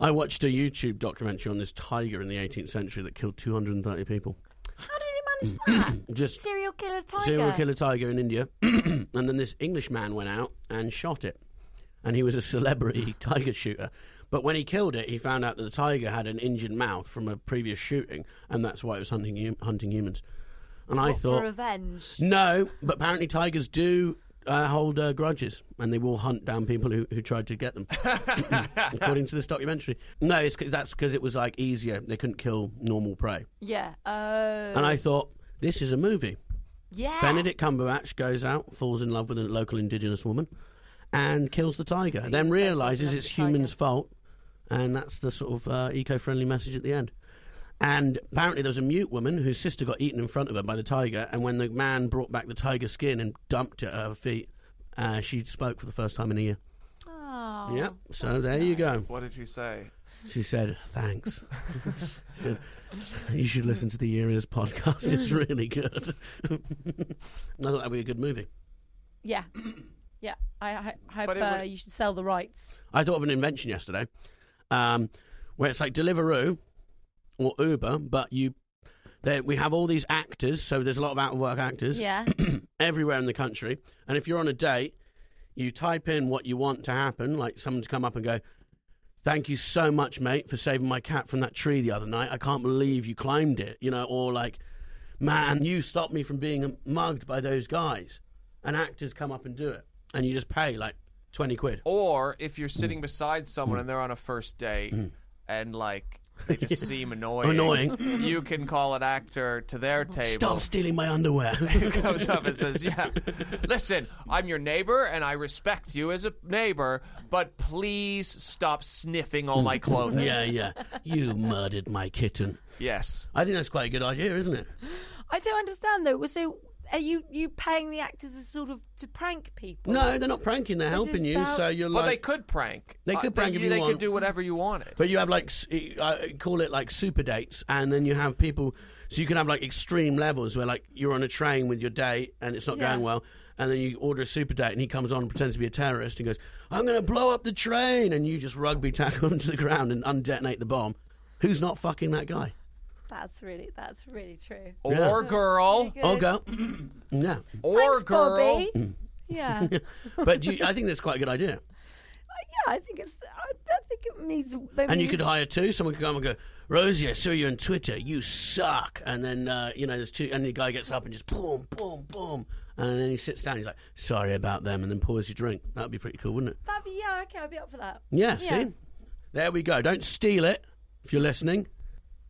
[SPEAKER 5] I watched a YouTube documentary on this tiger in the 18th century that killed 230 people. (clears throat)
[SPEAKER 6] How did he manage that?
[SPEAKER 5] Mm. Just
[SPEAKER 6] Serial killer tiger.
[SPEAKER 5] serial killer tiger in India, (clears throat) and then this Englishman went out and shot it, and he was a celebrity (laughs) tiger shooter. But when he killed it, he found out that the tiger had an injured mouth from a previous shooting, and that's why it was hunting hum- hunting humans. And I
[SPEAKER 6] What,
[SPEAKER 5] thought,
[SPEAKER 6] for revenge.
[SPEAKER 5] no, but apparently tigers do uh, hold uh, grudges, and they will hunt down people who, who tried to get
[SPEAKER 6] (laughs)
[SPEAKER 5] them. (laughs) according to this documentary, no, it's 'cause- that's because it was like easier; they couldn't kill normal prey.
[SPEAKER 6] Yeah. Oh.
[SPEAKER 5] And I thought, this is a movie.
[SPEAKER 6] yeah.
[SPEAKER 5] Benedict Cumberbatch goes out, falls in love with a local indigenous woman, and kills the tiger. Then realizes
[SPEAKER 6] love
[SPEAKER 5] it's
[SPEAKER 6] the tiger.
[SPEAKER 5] humans' fault, and that's the sort of uh, eco-friendly message at the end. And apparently, there was a mute woman whose sister got eaten in front of her by the tiger. And when the man brought back the tiger skin and dumped it at her feet, uh, she spoke for the first time in a year.
[SPEAKER 6] Oh.
[SPEAKER 5] yeah, so there you go.
[SPEAKER 4] What did you say?
[SPEAKER 5] She said, "Thanks." (laughs) She said, "You should listen to the Eras podcast. It's really good." (laughs) and I thought that'd be a good movie.
[SPEAKER 6] Yeah. Yeah. I, I hope
[SPEAKER 4] But it
[SPEAKER 6] uh,
[SPEAKER 4] would-
[SPEAKER 6] you should sell the rights.
[SPEAKER 5] I thought of an invention yesterday, um, where it's like Deliveroo or Uber, but you, there we have all these actors. So there's a lot of out of work actors
[SPEAKER 6] Yeah.
[SPEAKER 5] (clears throat) everywhere in the country, and if you're on a date, you type in what you want to happen, like someone to come up and go. Thank you so much, mate, for saving my cat from that tree the other night. I can't believe you climbed it, you know, or like, man, you stopped me from being mugged by those guys. And actors come up and do it, and you just pay like twenty quid.
[SPEAKER 4] Or if you're sitting beside someone and they're on a first date and like they
[SPEAKER 5] (laughs)
[SPEAKER 4] just seem annoying,
[SPEAKER 5] Annoying.
[SPEAKER 4] you can call an actor to their table.
[SPEAKER 5] Stop stealing my underwear.
[SPEAKER 4] (laughs) comes up and says, "Yeah, listen, I'm your neighbor and I respect you as a neighbor, but please stop sniffing all my
[SPEAKER 5] (laughs)
[SPEAKER 4] clothing."
[SPEAKER 5] yeah, yeah. You murdered my kitten.
[SPEAKER 4] Yes.
[SPEAKER 5] I think that's quite a good idea, isn't it?
[SPEAKER 6] I don't understand though. So are you you paying the actors as sort of to prank people?
[SPEAKER 5] No, they're not pranking. They're helping
[SPEAKER 6] just
[SPEAKER 5] you.
[SPEAKER 6] about-
[SPEAKER 5] So you're
[SPEAKER 4] But they
[SPEAKER 5] like.
[SPEAKER 4] could prank. Uh,
[SPEAKER 5] They could prank
[SPEAKER 4] they,
[SPEAKER 5] if you
[SPEAKER 4] They
[SPEAKER 5] want.
[SPEAKER 4] could do whatever you wanted.
[SPEAKER 5] But you have like s- I call it like super dates, and then you have people. So you can have like extreme levels where like you're on a train with your date and it's not
[SPEAKER 6] Yeah.
[SPEAKER 5] going well, and then you order a super date, and he comes on and pretends to be a terrorist and goes, "I'm going to blow up the train," and you just rugby tackle (laughs) him to the ground and undetonate the bomb. Who's not fucking that guy?
[SPEAKER 6] That's really that's really true.
[SPEAKER 5] Yeah.
[SPEAKER 4] Or girl.
[SPEAKER 5] I'll go. no,
[SPEAKER 4] Or
[SPEAKER 6] Thanks,
[SPEAKER 4] girl.
[SPEAKER 5] Mm.
[SPEAKER 6] Bobby.
[SPEAKER 5] (laughs)
[SPEAKER 6] yeah. yeah,
[SPEAKER 5] but do you, I think that's quite a good idea.
[SPEAKER 6] I think it's. I, I think it needs. Maybe
[SPEAKER 5] And you could hire two. Someone could come and go, Rosie, I saw you on Twitter. You suck. And then, uh, you know, there's two. And the guy gets up and just boom, boom, boom. And then he sits down. He's like, sorry about them. And then pours your drink. That would be pretty cool, wouldn't it?
[SPEAKER 6] That'd be, yeah, okay, I'll be up for that.
[SPEAKER 5] Yeah, see? There we go. Don't steal it if you're listening.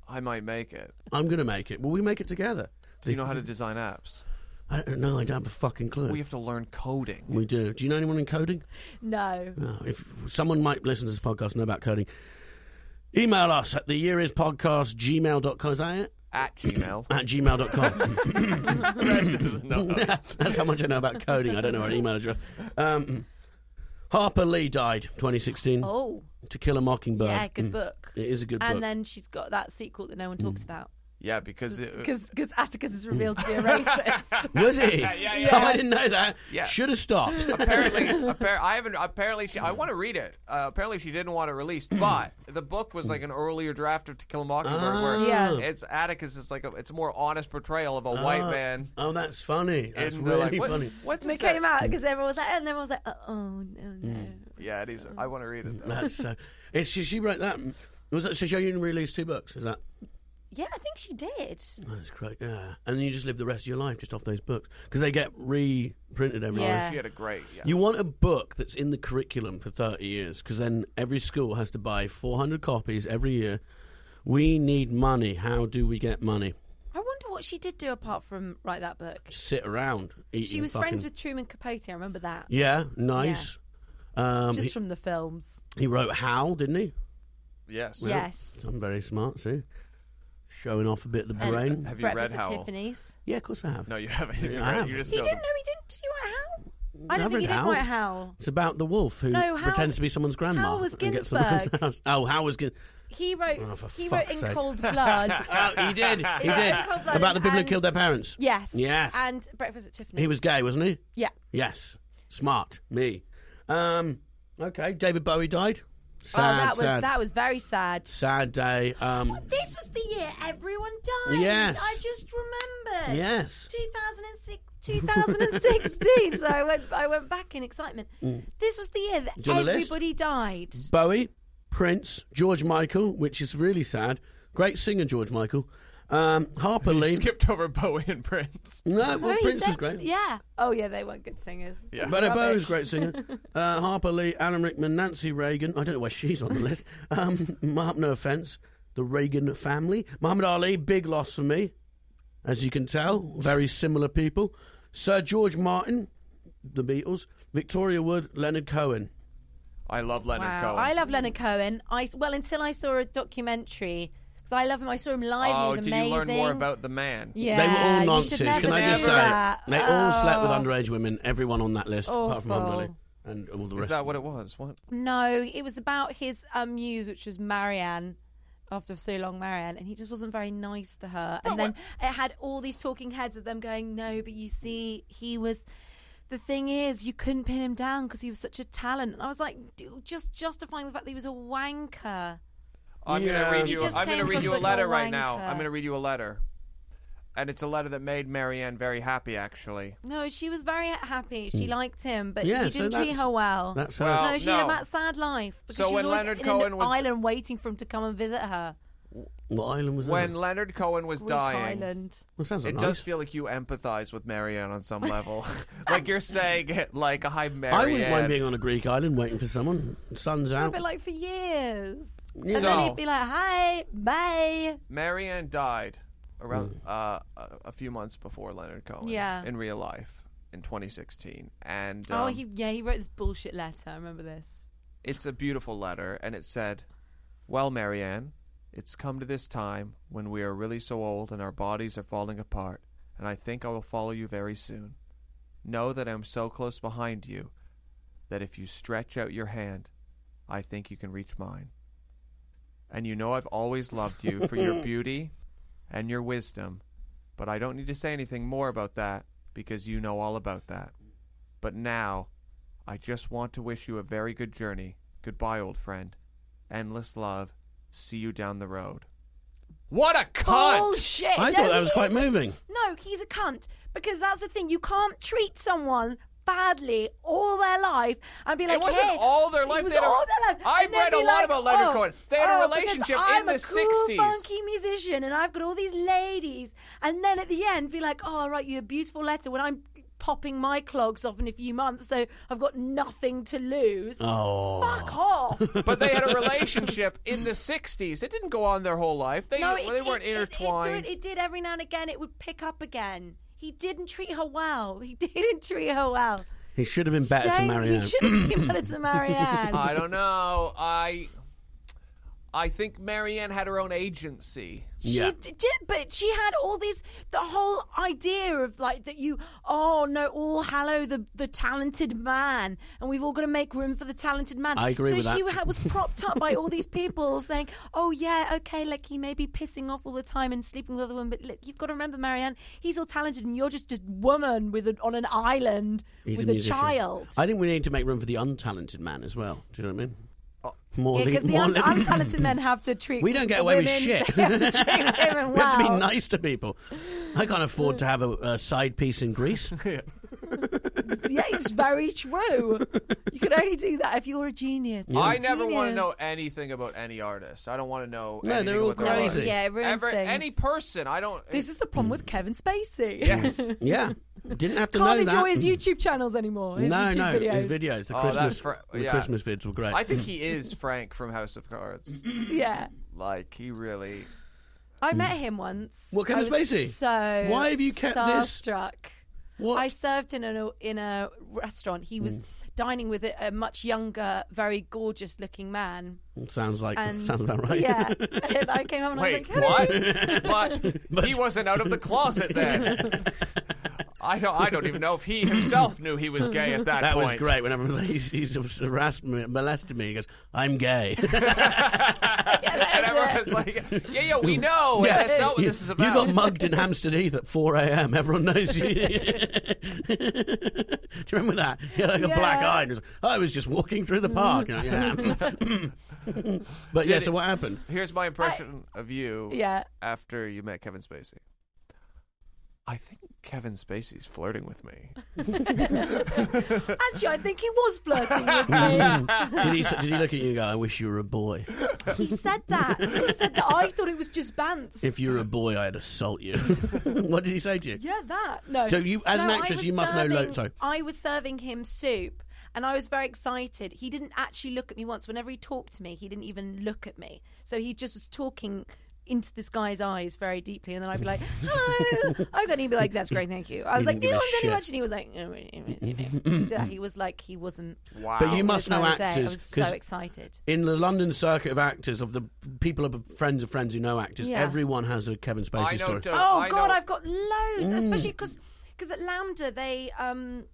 [SPEAKER 4] I might make it.
[SPEAKER 5] I'm going to make it. Will we make it together?
[SPEAKER 4] Do you know how to design apps?
[SPEAKER 5] I don't know. I don't have a fucking clue.
[SPEAKER 4] We have to learn coding.
[SPEAKER 5] we do. Do you know anyone in coding?
[SPEAKER 6] No.
[SPEAKER 5] Oh, if someone might listen to this podcast and know about coding, email us at the year is podcast gmail.com. Is that it?
[SPEAKER 4] At Gmail. (laughs)
[SPEAKER 5] At gmail.com. (laughs) That's how much I know about coding. I don't know our email address. Um, Harper Lee died 2016.
[SPEAKER 6] Oh,
[SPEAKER 5] To Kill a Mockingbird.
[SPEAKER 6] yeah, good
[SPEAKER 5] Mm.
[SPEAKER 6] book.
[SPEAKER 5] It is a good
[SPEAKER 6] and
[SPEAKER 5] book. Mm.
[SPEAKER 6] then she's got that sequel that no one talks about
[SPEAKER 4] yeah, because
[SPEAKER 5] Uh,
[SPEAKER 4] it, uh,
[SPEAKER 6] because Atticus is
[SPEAKER 5] (laughs)
[SPEAKER 6] revealed to be a racist.
[SPEAKER 5] Was
[SPEAKER 4] (laughs)
[SPEAKER 5] he?
[SPEAKER 4] yeah,
[SPEAKER 5] Oh, I didn't know that.
[SPEAKER 4] Yeah.
[SPEAKER 5] Should have stopped.
[SPEAKER 4] apparently,
[SPEAKER 6] (laughs)
[SPEAKER 4] appar- I haven't. Apparently, she. I want to read it. Uh, apparently, she didn't want it
[SPEAKER 6] (clears throat)
[SPEAKER 4] released, but the book was like an earlier draft of To Kill a Mockingbird, where
[SPEAKER 6] Oh. Yeah.
[SPEAKER 4] it's Atticus is like a, it's a more honest portrayal of a white man.
[SPEAKER 5] (laughs) oh, that's funny. That's
[SPEAKER 4] And they're
[SPEAKER 5] really
[SPEAKER 4] like, what-
[SPEAKER 5] funny.
[SPEAKER 4] What's
[SPEAKER 6] and it
[SPEAKER 4] this that-
[SPEAKER 6] came out because everyone was like, and everyone was like, oh, oh no, no.
[SPEAKER 5] Mm.
[SPEAKER 4] Yeah, it is. I want to read it. Though.
[SPEAKER 5] That's so. It's, she, she wrote that. Was that, so she only released two books, is that?
[SPEAKER 6] Yeah, I think she did.
[SPEAKER 5] Oh, That's great. Yeah. And you just live the rest of your life just off those books because they get reprinted every year.
[SPEAKER 6] Yeah.
[SPEAKER 4] She had a great. Yeah.
[SPEAKER 5] You want a book that's in the curriculum for 30 years because then every school has to buy 400 copies every year. We need money. How do we get money?
[SPEAKER 6] I wonder what she did do apart from write that book.
[SPEAKER 5] Sit around eating.
[SPEAKER 6] She was friends
[SPEAKER 5] fucking-
[SPEAKER 6] with Truman Capote. I remember that
[SPEAKER 5] Yeah, nice. Um,
[SPEAKER 6] just
[SPEAKER 5] he,
[SPEAKER 6] from the films.
[SPEAKER 5] he wrote How, didn't he?
[SPEAKER 4] yes.
[SPEAKER 6] Yes.
[SPEAKER 5] I'm very smart, see? Showing off a bit of the
[SPEAKER 6] And
[SPEAKER 5] brain.
[SPEAKER 4] Have you
[SPEAKER 6] Breakfast
[SPEAKER 4] read
[SPEAKER 6] at
[SPEAKER 4] Howl?
[SPEAKER 6] Tiffany's.
[SPEAKER 5] yeah, of course I have.
[SPEAKER 4] No, (laughs) you haven't.
[SPEAKER 5] Yeah, I have.
[SPEAKER 4] You just
[SPEAKER 6] He
[SPEAKER 4] know
[SPEAKER 6] didn't.
[SPEAKER 4] them.
[SPEAKER 6] No, he didn't. Did you write Howl? I don't
[SPEAKER 5] I've
[SPEAKER 6] think he
[SPEAKER 5] read
[SPEAKER 6] did
[SPEAKER 5] Howl.
[SPEAKER 6] write Howl.
[SPEAKER 5] It's about the wolf who
[SPEAKER 6] No, Howl-
[SPEAKER 5] pretends to be someone's grandma.
[SPEAKER 6] Howl was
[SPEAKER 5] and gets someone's (laughs)
[SPEAKER 6] Ginsberg.
[SPEAKER 5] house. Oh, How was Ginsberg.
[SPEAKER 6] He wrote.
[SPEAKER 5] Oh, for
[SPEAKER 6] he wrote
[SPEAKER 5] fuck's
[SPEAKER 6] in
[SPEAKER 5] sake. (laughs)
[SPEAKER 6] Cold Blood.
[SPEAKER 5] Oh,
[SPEAKER 4] (laughs)
[SPEAKER 5] he did. He
[SPEAKER 6] Yeah.
[SPEAKER 5] did.
[SPEAKER 6] Cold-blooded
[SPEAKER 5] About the people who
[SPEAKER 6] and-
[SPEAKER 5] killed their parents.
[SPEAKER 6] yes.
[SPEAKER 5] Yes.
[SPEAKER 6] And Breakfast at Tiffany's.
[SPEAKER 5] He was gay, wasn't he?
[SPEAKER 6] Yeah.
[SPEAKER 5] Yes. Smart. Me. Um, okay. David Bowie died. Sad,
[SPEAKER 6] oh, that was
[SPEAKER 5] sad,
[SPEAKER 6] that was very sad.
[SPEAKER 5] sad day. Um,
[SPEAKER 6] This was the year everyone died.
[SPEAKER 5] Yes.
[SPEAKER 6] I just remembered.
[SPEAKER 5] yes.
[SPEAKER 6] 2006,
[SPEAKER 5] (laughs)
[SPEAKER 6] 2016. so I went. I went back in excitement.
[SPEAKER 5] Mm.
[SPEAKER 6] This was the year that
[SPEAKER 5] Do you want a list?
[SPEAKER 6] everybody died.
[SPEAKER 5] Bowie, Prince, George Michael, which is really sad. Great singer, George Michael. Um, Harper Lee.
[SPEAKER 4] Skipped over Bowie and Prince.
[SPEAKER 5] no, well,
[SPEAKER 6] Remember he
[SPEAKER 5] Prince is
[SPEAKER 6] said-
[SPEAKER 5] great.
[SPEAKER 6] Yeah. Oh yeah, they weren't good singers.
[SPEAKER 4] Yeah.
[SPEAKER 5] But Bowie
[SPEAKER 6] Rubbish.
[SPEAKER 5] was a great singer.
[SPEAKER 6] (laughs)
[SPEAKER 5] Uh, Harper Lee, Alan Rickman, Nancy Reagan. I don't know why she's on the list. Um, (laughs) Mar- no offense. The Reagan family. Muhammad Ali, big loss for me. As you can tell, very similar people. Sir George Martin, the Beatles. Victoria Wood, Leonard Cohen.
[SPEAKER 4] I love Leonard
[SPEAKER 6] Wow.
[SPEAKER 4] Cohen.
[SPEAKER 6] I love Leonard Cohen. I well until I saw a documentary because I love him. I saw him live.
[SPEAKER 4] Oh,
[SPEAKER 6] he was
[SPEAKER 4] did
[SPEAKER 6] amazing.
[SPEAKER 4] you learn more about the man?
[SPEAKER 6] Yeah,
[SPEAKER 5] they were all
[SPEAKER 6] you
[SPEAKER 5] nonsense.
[SPEAKER 6] should never
[SPEAKER 5] Can I
[SPEAKER 6] do
[SPEAKER 5] just say,
[SPEAKER 6] that.
[SPEAKER 5] they all slept with
[SPEAKER 6] Oh.
[SPEAKER 5] underage women. Everyone on that list, apart from Muhammad Ali
[SPEAKER 6] Awful.
[SPEAKER 5] and all the rest.
[SPEAKER 4] Is that what it was? What?
[SPEAKER 6] No, it was about his um, muse, which was Marianne. After so long, Marianne, and he just wasn't very nice to her. and then it had all these talking heads of them going, "No, but you see, he was." The thing is, you couldn't pin him down because he was such a talent. And I was like, dude, just justifying the fact that he was a wanker.
[SPEAKER 4] I'm
[SPEAKER 5] Yeah.
[SPEAKER 4] gonna read
[SPEAKER 5] He
[SPEAKER 4] you.
[SPEAKER 6] just
[SPEAKER 4] I'm gonna
[SPEAKER 6] came
[SPEAKER 4] read
[SPEAKER 6] across
[SPEAKER 4] you a
[SPEAKER 6] like a
[SPEAKER 4] letter right now.
[SPEAKER 6] wanker.
[SPEAKER 4] I'm gonna read you a letter, and it's a letter that made Marianne very happy. Actually,
[SPEAKER 6] No, she was very happy. She liked him, but
[SPEAKER 5] Hmm. Yeah,
[SPEAKER 6] he
[SPEAKER 5] so
[SPEAKER 6] didn't treat
[SPEAKER 5] that's-
[SPEAKER 6] her well.
[SPEAKER 5] That's
[SPEAKER 4] Well,
[SPEAKER 5] how
[SPEAKER 6] no, she had
[SPEAKER 4] no.
[SPEAKER 6] a mad, sad life because
[SPEAKER 4] So
[SPEAKER 6] she was
[SPEAKER 4] when
[SPEAKER 6] always
[SPEAKER 4] Leonard
[SPEAKER 6] in
[SPEAKER 4] Cohen
[SPEAKER 6] an
[SPEAKER 4] was-
[SPEAKER 6] island waiting for him to come and visit her.
[SPEAKER 5] what island was
[SPEAKER 4] when
[SPEAKER 5] that?
[SPEAKER 4] Leonard Cohen was
[SPEAKER 6] Greek
[SPEAKER 4] dying,
[SPEAKER 6] island.
[SPEAKER 5] Well, sounds like
[SPEAKER 4] it
[SPEAKER 5] nice.
[SPEAKER 4] does feel like you empathize with Marianne on some
[SPEAKER 6] (laughs)
[SPEAKER 4] level. (laughs) like you're saying, it like hi Marianne.
[SPEAKER 5] I wouldn't mind being on a Greek island waiting for someone. Sun's out.
[SPEAKER 6] um, But like for years, and
[SPEAKER 4] So-
[SPEAKER 6] then he'd be like, "Hi, bye."
[SPEAKER 4] Marianne died around
[SPEAKER 5] Mm.
[SPEAKER 4] uh, a, a few months before Leonard Cohen.
[SPEAKER 6] Yeah.
[SPEAKER 4] in real life in 2016, and
[SPEAKER 6] oh,
[SPEAKER 4] um,
[SPEAKER 6] he yeah, he wrote this bullshit letter. I remember this.
[SPEAKER 4] It's a beautiful letter, and it said, Well, Marianne, it's come to this time when we are really so old and our bodies are falling apart, and I think I will follow you very soon. Know that I am so close behind you that if you stretch out your hand, I think you can reach mine. And you know I've always loved you for your beauty and your wisdom, but I don't need to say anything more about that because you know all about that. But now, I just want to wish you a very good journey. Goodbye, old friend. Endless love. See you down the road. What a cunt!
[SPEAKER 6] Bullshit.
[SPEAKER 5] I
[SPEAKER 6] No,
[SPEAKER 5] thought that was
[SPEAKER 6] he
[SPEAKER 5] quite
[SPEAKER 6] isn't.
[SPEAKER 5] moving.
[SPEAKER 6] No, he's a cunt because that's the thing. You can't treat someone badly all their life and be like,
[SPEAKER 4] it wasn't
[SPEAKER 6] hey,
[SPEAKER 4] all their
[SPEAKER 6] it
[SPEAKER 4] life.
[SPEAKER 6] was
[SPEAKER 4] They had a-
[SPEAKER 6] all their life.
[SPEAKER 4] I've
[SPEAKER 6] And they'd
[SPEAKER 4] read a
[SPEAKER 6] be
[SPEAKER 4] lot
[SPEAKER 6] like,
[SPEAKER 4] about
[SPEAKER 6] oh,
[SPEAKER 4] Levincourt. They had a
[SPEAKER 6] oh, because
[SPEAKER 4] relationship
[SPEAKER 6] I'm
[SPEAKER 4] in the
[SPEAKER 6] a cool,
[SPEAKER 4] 60s.
[SPEAKER 6] funky musician, and I've got all these ladies. And then at the end, be like, oh, I write you a beautiful letter when I'm popping my clogs off in a few months, so I've got nothing to lose.
[SPEAKER 5] Oh.
[SPEAKER 6] Fuck
[SPEAKER 4] (laughs)
[SPEAKER 6] off.
[SPEAKER 4] but they had a relationship in the 60s. It didn't go on their whole life. They,
[SPEAKER 6] no, it,
[SPEAKER 4] they weren't
[SPEAKER 6] it, it-
[SPEAKER 4] intertwined.
[SPEAKER 6] It, did, it did every now and again. It would pick up again. He didn't treat her well. (laughs) He didn't treat her well.
[SPEAKER 5] He should have been better
[SPEAKER 6] Shame
[SPEAKER 5] to marry
[SPEAKER 6] He
[SPEAKER 5] her. (clears throat)
[SPEAKER 6] should have been better
[SPEAKER 5] (laughs)
[SPEAKER 6] to Marianne.
[SPEAKER 4] I don't know. I I think Marianne had her own agency.
[SPEAKER 6] She
[SPEAKER 5] Yeah.
[SPEAKER 6] d- did, but she had all these. The whole idea of like that you, oh no, all hallow the the talented man, and we've all got to make room for the talented man.
[SPEAKER 5] I agree
[SPEAKER 6] So
[SPEAKER 5] with that.
[SPEAKER 6] she ha- was propped up by all these people (laughs) saying, oh yeah, okay, like he may be pissing off all the time and sleeping with other women, but look, you've got to remember, Marianne, he's all talented, and you're just just woman with a, on an island
[SPEAKER 5] He's
[SPEAKER 6] with
[SPEAKER 5] a
[SPEAKER 6] a,
[SPEAKER 5] musician.
[SPEAKER 6] child.
[SPEAKER 5] I think we need to make room for the untalented man as well. Do you know what I mean? More
[SPEAKER 6] Oh, yeah,
[SPEAKER 5] le- (laughs)
[SPEAKER 6] because the
[SPEAKER 5] more
[SPEAKER 6] un-
[SPEAKER 5] le-
[SPEAKER 6] untalented men have to treat
[SPEAKER 5] We don't get away with
[SPEAKER 6] women- (laughs)
[SPEAKER 5] shit.
[SPEAKER 6] They have to treat
[SPEAKER 5] (laughs)
[SPEAKER 6] women well.
[SPEAKER 5] we have to be nice to people. I can't afford to have a, a side piece in
[SPEAKER 6] (laughs)
[SPEAKER 5] Greece.
[SPEAKER 6] yeah, it's very true. You can only do that if you're a genius.
[SPEAKER 4] I never want to know
[SPEAKER 6] Genius.
[SPEAKER 4] anything about any artist. I don't want to know
[SPEAKER 5] No,
[SPEAKER 4] anything
[SPEAKER 5] they're all
[SPEAKER 4] about their life.
[SPEAKER 5] crazy.
[SPEAKER 6] Yeah, it ruins
[SPEAKER 4] Ever-
[SPEAKER 6] things.
[SPEAKER 4] any person. I don't.
[SPEAKER 6] This is the problem with Kevin Spacey. (laughs)
[SPEAKER 4] yes. oh,
[SPEAKER 5] yeah, didn't have to
[SPEAKER 6] Can't
[SPEAKER 5] know that.
[SPEAKER 6] enjoy his YouTube channels anymore. His
[SPEAKER 5] no,
[SPEAKER 6] YouTube
[SPEAKER 5] no,
[SPEAKER 6] videos.
[SPEAKER 5] his videos. The
[SPEAKER 4] Oh, that's
[SPEAKER 5] Christmas,
[SPEAKER 4] for,
[SPEAKER 5] the
[SPEAKER 4] yeah.
[SPEAKER 5] Christmas vids were great.
[SPEAKER 4] I think he is Frank from House of
[SPEAKER 5] (clears throat)
[SPEAKER 4] Cards.
[SPEAKER 6] Yeah,
[SPEAKER 4] Like he really.
[SPEAKER 6] I met him once.
[SPEAKER 5] What, Kevin
[SPEAKER 6] I was
[SPEAKER 5] Spacey?
[SPEAKER 6] So
[SPEAKER 5] Why have you kept this-
[SPEAKER 6] starstruck.
[SPEAKER 5] what? Mm.
[SPEAKER 6] I served in a in a restaurant. He was dining with a, a much younger, very gorgeous looking man.
[SPEAKER 5] sounds like (laughs)
[SPEAKER 6] And
[SPEAKER 5] sounds about right.
[SPEAKER 6] Yeah,
[SPEAKER 5] (laughs)
[SPEAKER 6] and I came up and
[SPEAKER 4] Wait,
[SPEAKER 6] I was like,
[SPEAKER 4] what?
[SPEAKER 6] "Hello."
[SPEAKER 4] (laughs) but,
[SPEAKER 6] (laughs)
[SPEAKER 4] he wasn't out of the closet
[SPEAKER 5] (laughs)
[SPEAKER 4] then. I don't. I don't even know if he himself knew he was gay at that,
[SPEAKER 5] That was
[SPEAKER 4] point. (laughs)
[SPEAKER 5] great when everyone was like, (laughs) he's, he's harassed me, molested me. He goes, I'm gay.
[SPEAKER 4] and everyone's like, "Yeah, yeah, we know." and (laughs) that's not what
[SPEAKER 5] you,
[SPEAKER 4] this is about.
[SPEAKER 5] You got mugged in Hampstead Heath at 4 a.m. Everyone knows you. (laughs) Do you remember that? You had like a black
[SPEAKER 6] Yeah.
[SPEAKER 5] eye. And it was, I was just walking through the park. You're
[SPEAKER 4] (laughs)
[SPEAKER 5] like, yeah. (laughs) but yeah,
[SPEAKER 4] Did
[SPEAKER 5] so
[SPEAKER 4] it-
[SPEAKER 5] what happened?
[SPEAKER 4] Here's my impression of you
[SPEAKER 6] Yeah.
[SPEAKER 4] after you met Kevin Spacey. I think Kevin Spacey's flirting with me.
[SPEAKER 6] Actually, I think he was
[SPEAKER 5] (laughs)
[SPEAKER 6] flirting with me.
[SPEAKER 5] did, he, did he look at you and go, I wish you were a boy?
[SPEAKER 6] He said that. He said that. I thought it was just bants.
[SPEAKER 5] If you were a boy, I'd assault you. (laughs) what did he say to you?
[SPEAKER 6] yeah, that no.
[SPEAKER 5] So you- as an
[SPEAKER 6] No, I
[SPEAKER 5] actress,
[SPEAKER 6] was
[SPEAKER 5] you must know lo-
[SPEAKER 6] serving-
[SPEAKER 5] sorry.
[SPEAKER 6] I was serving him soup, and I was very excited. He didn't actually look at me once. Whenever he talked to me, he didn't even look at me. So he just was talking into this guy's eyes very deeply, and then I'd be like, "Oh, "Hello," okay, and he'd be like, "That's great, thank you." I was like,
[SPEAKER 5] didn't
[SPEAKER 6] "No,
[SPEAKER 5] give
[SPEAKER 6] I'm
[SPEAKER 5] a
[SPEAKER 6] very
[SPEAKER 5] shit.
[SPEAKER 6] much," and he was like, "Mm, yeah, "He was like, he wasn't."
[SPEAKER 4] Wow.
[SPEAKER 5] But you
[SPEAKER 6] It
[SPEAKER 5] must
[SPEAKER 6] was
[SPEAKER 5] know
[SPEAKER 6] another day. I
[SPEAKER 5] actors.
[SPEAKER 6] was so
[SPEAKER 5] 'cause
[SPEAKER 6] excited.
[SPEAKER 5] in the London circuit of actors, of the people of friends of friends who know actors,
[SPEAKER 6] Yeah.
[SPEAKER 5] everyone has a Kevin Spacey
[SPEAKER 4] I know
[SPEAKER 5] story.
[SPEAKER 4] Doug-
[SPEAKER 6] Oh
[SPEAKER 4] I
[SPEAKER 6] God,
[SPEAKER 4] know- Mm.
[SPEAKER 6] I've got loads, especially because at Lambda they um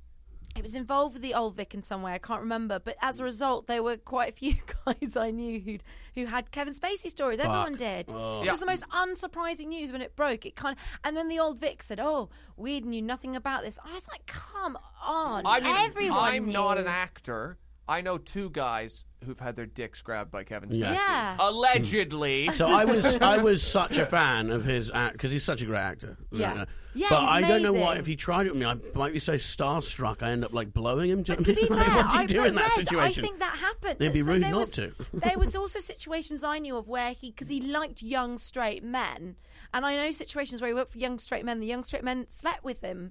[SPEAKER 6] it was involved with the old Vic in some way. I can't remember, but as a result, there were quite a few (laughs) guys I knew who would who had Kevin Spacey stories. Everyone did. So it was the most unsurprising news when it broke. It kind of, and then the old Vic said, "Oh, we knew nothing about this." I was like, "Come on,
[SPEAKER 4] I didn't-
[SPEAKER 6] everyone."
[SPEAKER 4] I'm not
[SPEAKER 6] knew."
[SPEAKER 4] an actor. I know two guys who've had their dicks grabbed by Kevin Spacey.
[SPEAKER 5] Yeah.
[SPEAKER 6] Yeah.
[SPEAKER 4] Allegedly.
[SPEAKER 5] (laughs) So
[SPEAKER 4] (laughs)
[SPEAKER 5] I was I was such a fan of his act because he's such a great actor.
[SPEAKER 6] Yeah. Yeah,
[SPEAKER 5] but
[SPEAKER 6] he's
[SPEAKER 5] I don't know why
[SPEAKER 6] amazing.
[SPEAKER 5] if he tried it with me, I might be so starstruck I end up like blowing him. Do you
[SPEAKER 6] But
[SPEAKER 5] know
[SPEAKER 6] to be
[SPEAKER 5] what I
[SPEAKER 6] fair,
[SPEAKER 5] mean? (laughs) Like, what do you
[SPEAKER 6] I,
[SPEAKER 5] do
[SPEAKER 6] but
[SPEAKER 5] in that
[SPEAKER 6] Red,
[SPEAKER 5] situation?
[SPEAKER 6] I think that happened.
[SPEAKER 5] It'd be
[SPEAKER 6] So
[SPEAKER 5] rude
[SPEAKER 6] there
[SPEAKER 5] not
[SPEAKER 6] was-
[SPEAKER 5] to. (laughs)
[SPEAKER 6] there was also situations I knew of where he, because he liked young straight men, and I know situations where he worked for young straight men. The young straight men slept with
[SPEAKER 5] (laughs)
[SPEAKER 6] him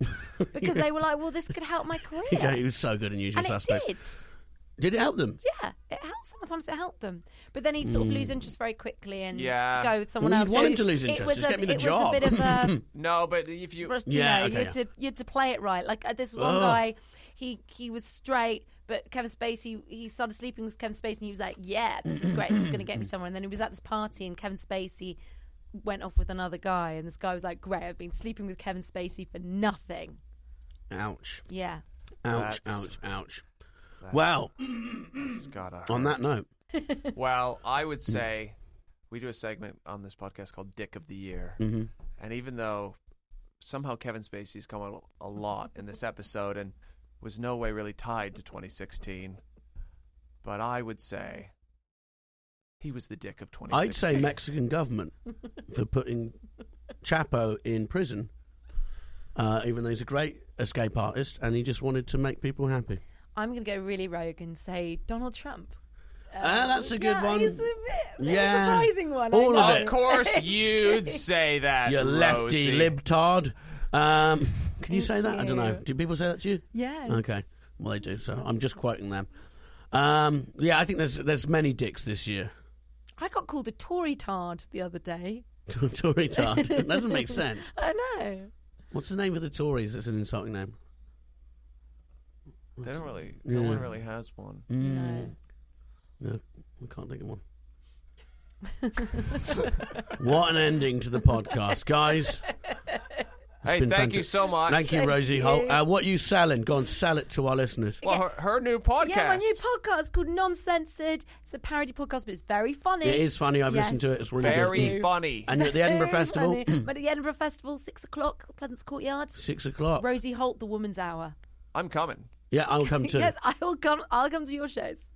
[SPEAKER 6] because they were like, "Well, this could help my career,"
[SPEAKER 5] Yeah, he was so good in Usual
[SPEAKER 6] and it
[SPEAKER 5] Suspects.
[SPEAKER 6] did.
[SPEAKER 5] Did it help them?
[SPEAKER 6] Yeah, it helped. Sometimes it helped them, but then he'd sort of lose interest very quickly and
[SPEAKER 4] Yeah.
[SPEAKER 6] go with someone
[SPEAKER 5] Hmm. Well, you'd
[SPEAKER 6] else.
[SPEAKER 5] want
[SPEAKER 6] So
[SPEAKER 5] him to lose
[SPEAKER 6] it
[SPEAKER 5] interest.
[SPEAKER 6] was
[SPEAKER 5] Just
[SPEAKER 6] a-
[SPEAKER 5] get me the
[SPEAKER 6] it
[SPEAKER 5] job.
[SPEAKER 6] was a bit
[SPEAKER 5] (laughs)
[SPEAKER 6] of a
[SPEAKER 4] no, but if you.
[SPEAKER 6] Rus- you
[SPEAKER 5] Yeah,
[SPEAKER 6] know,
[SPEAKER 5] okay,
[SPEAKER 6] you had
[SPEAKER 5] yeah.
[SPEAKER 6] to you had to play it right. Like uh, this one
[SPEAKER 5] Oh.
[SPEAKER 6] guy, he he was straight, but Kevin Spacey he started sleeping with Kevin Spacey, and he was like, "Yeah, this is great. This is going to
[SPEAKER 5] (clears throat)
[SPEAKER 6] get me somewhere." And then he was at this party, and Kevin Spacey went off with another guy, and this guy was like, "Great, I've been sleeping with Kevin Spacey for nothing."
[SPEAKER 5] Ouch!
[SPEAKER 6] Yeah,
[SPEAKER 5] Ouch!
[SPEAKER 4] That's-
[SPEAKER 5] ouch! Ouch! Well,
[SPEAKER 4] It's gotta hurt.
[SPEAKER 5] on that note, Mm-hmm.
[SPEAKER 4] Well, I would say we do a segment on this podcast called Dick of the Year.
[SPEAKER 5] Mm-hmm.
[SPEAKER 4] And even though somehow Kevin Spacey's come out a lot in this episode, and was no way really tied to 2016. But I would say he was the dick of 2016.
[SPEAKER 5] I'd say Mexican government for putting Chapo in prison, uh, even though he's a great escape artist and he just wanted to make people happy.
[SPEAKER 6] I'm going to go really rogue and say Donald Trump. Uh,
[SPEAKER 5] Ah, that's a good
[SPEAKER 6] yeah,
[SPEAKER 5] one.
[SPEAKER 6] It's a bit, bit
[SPEAKER 5] Yeah.
[SPEAKER 6] surprising one. I
[SPEAKER 5] All of
[SPEAKER 6] know. (laughs)
[SPEAKER 5] it.
[SPEAKER 4] Of
[SPEAKER 5] (laughs)
[SPEAKER 4] course, you'd say that.
[SPEAKER 5] you lefty
[SPEAKER 4] Rosie.
[SPEAKER 5] libtard. Um, can you
[SPEAKER 6] Thank
[SPEAKER 5] say that? I don't know.
[SPEAKER 6] you.
[SPEAKER 5] Do people say that to you?
[SPEAKER 6] Yeah.
[SPEAKER 5] Okay. Well, they do. So I'm just quoting them. Um, yeah, I think there's there's many dicks this year. (laughs)
[SPEAKER 6] I got called a Tory tard the other day.
[SPEAKER 5] Tory tard. That doesn't
[SPEAKER 6] (laughs)
[SPEAKER 5] make sense.
[SPEAKER 6] I know.
[SPEAKER 5] What's the name of the Tories? That's an insulting name.
[SPEAKER 4] They don't really. No one really has one.
[SPEAKER 5] Mm,
[SPEAKER 6] No.
[SPEAKER 5] No, we can't think of
[SPEAKER 6] (laughs)
[SPEAKER 5] one. what an ending to the podcast, guys.
[SPEAKER 4] Hey,
[SPEAKER 5] been
[SPEAKER 4] thank you
[SPEAKER 5] fantastic.
[SPEAKER 4] so much.
[SPEAKER 5] Thank you,
[SPEAKER 6] Thank
[SPEAKER 5] Rosie
[SPEAKER 6] you.
[SPEAKER 5] Holt. Uh, what are you selling? Go on, sell it to our listeners.
[SPEAKER 4] Well, her, her new podcast.
[SPEAKER 6] Yeah, my new podcast called Noncensored. It's a parody podcast, but it's very funny.
[SPEAKER 5] It is funny. I've
[SPEAKER 6] Yes.
[SPEAKER 5] listened to it. It's really
[SPEAKER 4] Very
[SPEAKER 5] good. Mm.
[SPEAKER 4] funny.
[SPEAKER 5] And you're
[SPEAKER 6] (laughs)
[SPEAKER 5] at the Edinburgh
[SPEAKER 6] Very
[SPEAKER 5] Festival, (clears throat)
[SPEAKER 6] funny. but at the Edinburgh Festival, six o'clock, Pleasance Courtyard.
[SPEAKER 5] six o'clock.
[SPEAKER 6] Rosie Holt, The Woman's Hour.
[SPEAKER 4] I'm coming.
[SPEAKER 5] Yeah, I'll come too.
[SPEAKER 6] (laughs) Yes, I will come. I'll come to your shows.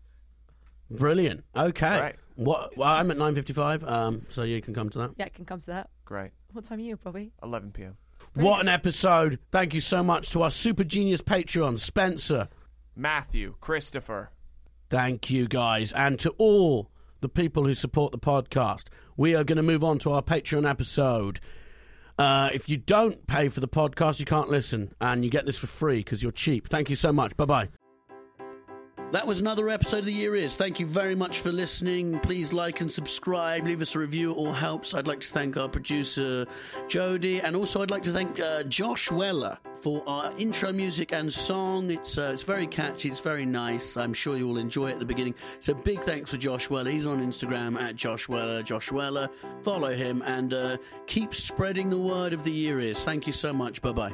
[SPEAKER 5] Brilliant. Okay.
[SPEAKER 4] Right.
[SPEAKER 5] What? Well, I'm at nine fifty-five. Um, so you can come to that.
[SPEAKER 6] Yeah, I can come to that.
[SPEAKER 4] Great.
[SPEAKER 6] What time are you, Bobby?
[SPEAKER 4] 11 p.m.
[SPEAKER 5] What an episode! Thank you so much to our super genius Patreon, Spencer.
[SPEAKER 4] Matthew, Christopher.
[SPEAKER 5] Thank you, guys. And to all the people who support the podcast, we are going to move on to our Patreon episode. Uh, if you don't pay for the podcast, you can't listen, and you get this for free because you're cheap. Thank you so much. Bye bye. That was another episode of The Year Is. Thank you very much for listening. Please like and subscribe. Leave us a review. It all helps. I'd like to thank our producer, Jody. And also, I'd like to thank uh, Josh Weller for our intro music and song. It's, uh, it's very catchy. It's very nice. I'm sure you'll enjoy it at the beginning. So big thanks for Josh Weller. He's on Instagram at Josh Weller. Josh Weller. Follow him and uh, keep spreading the word of The Year Is. Thank you so much. Bye-bye.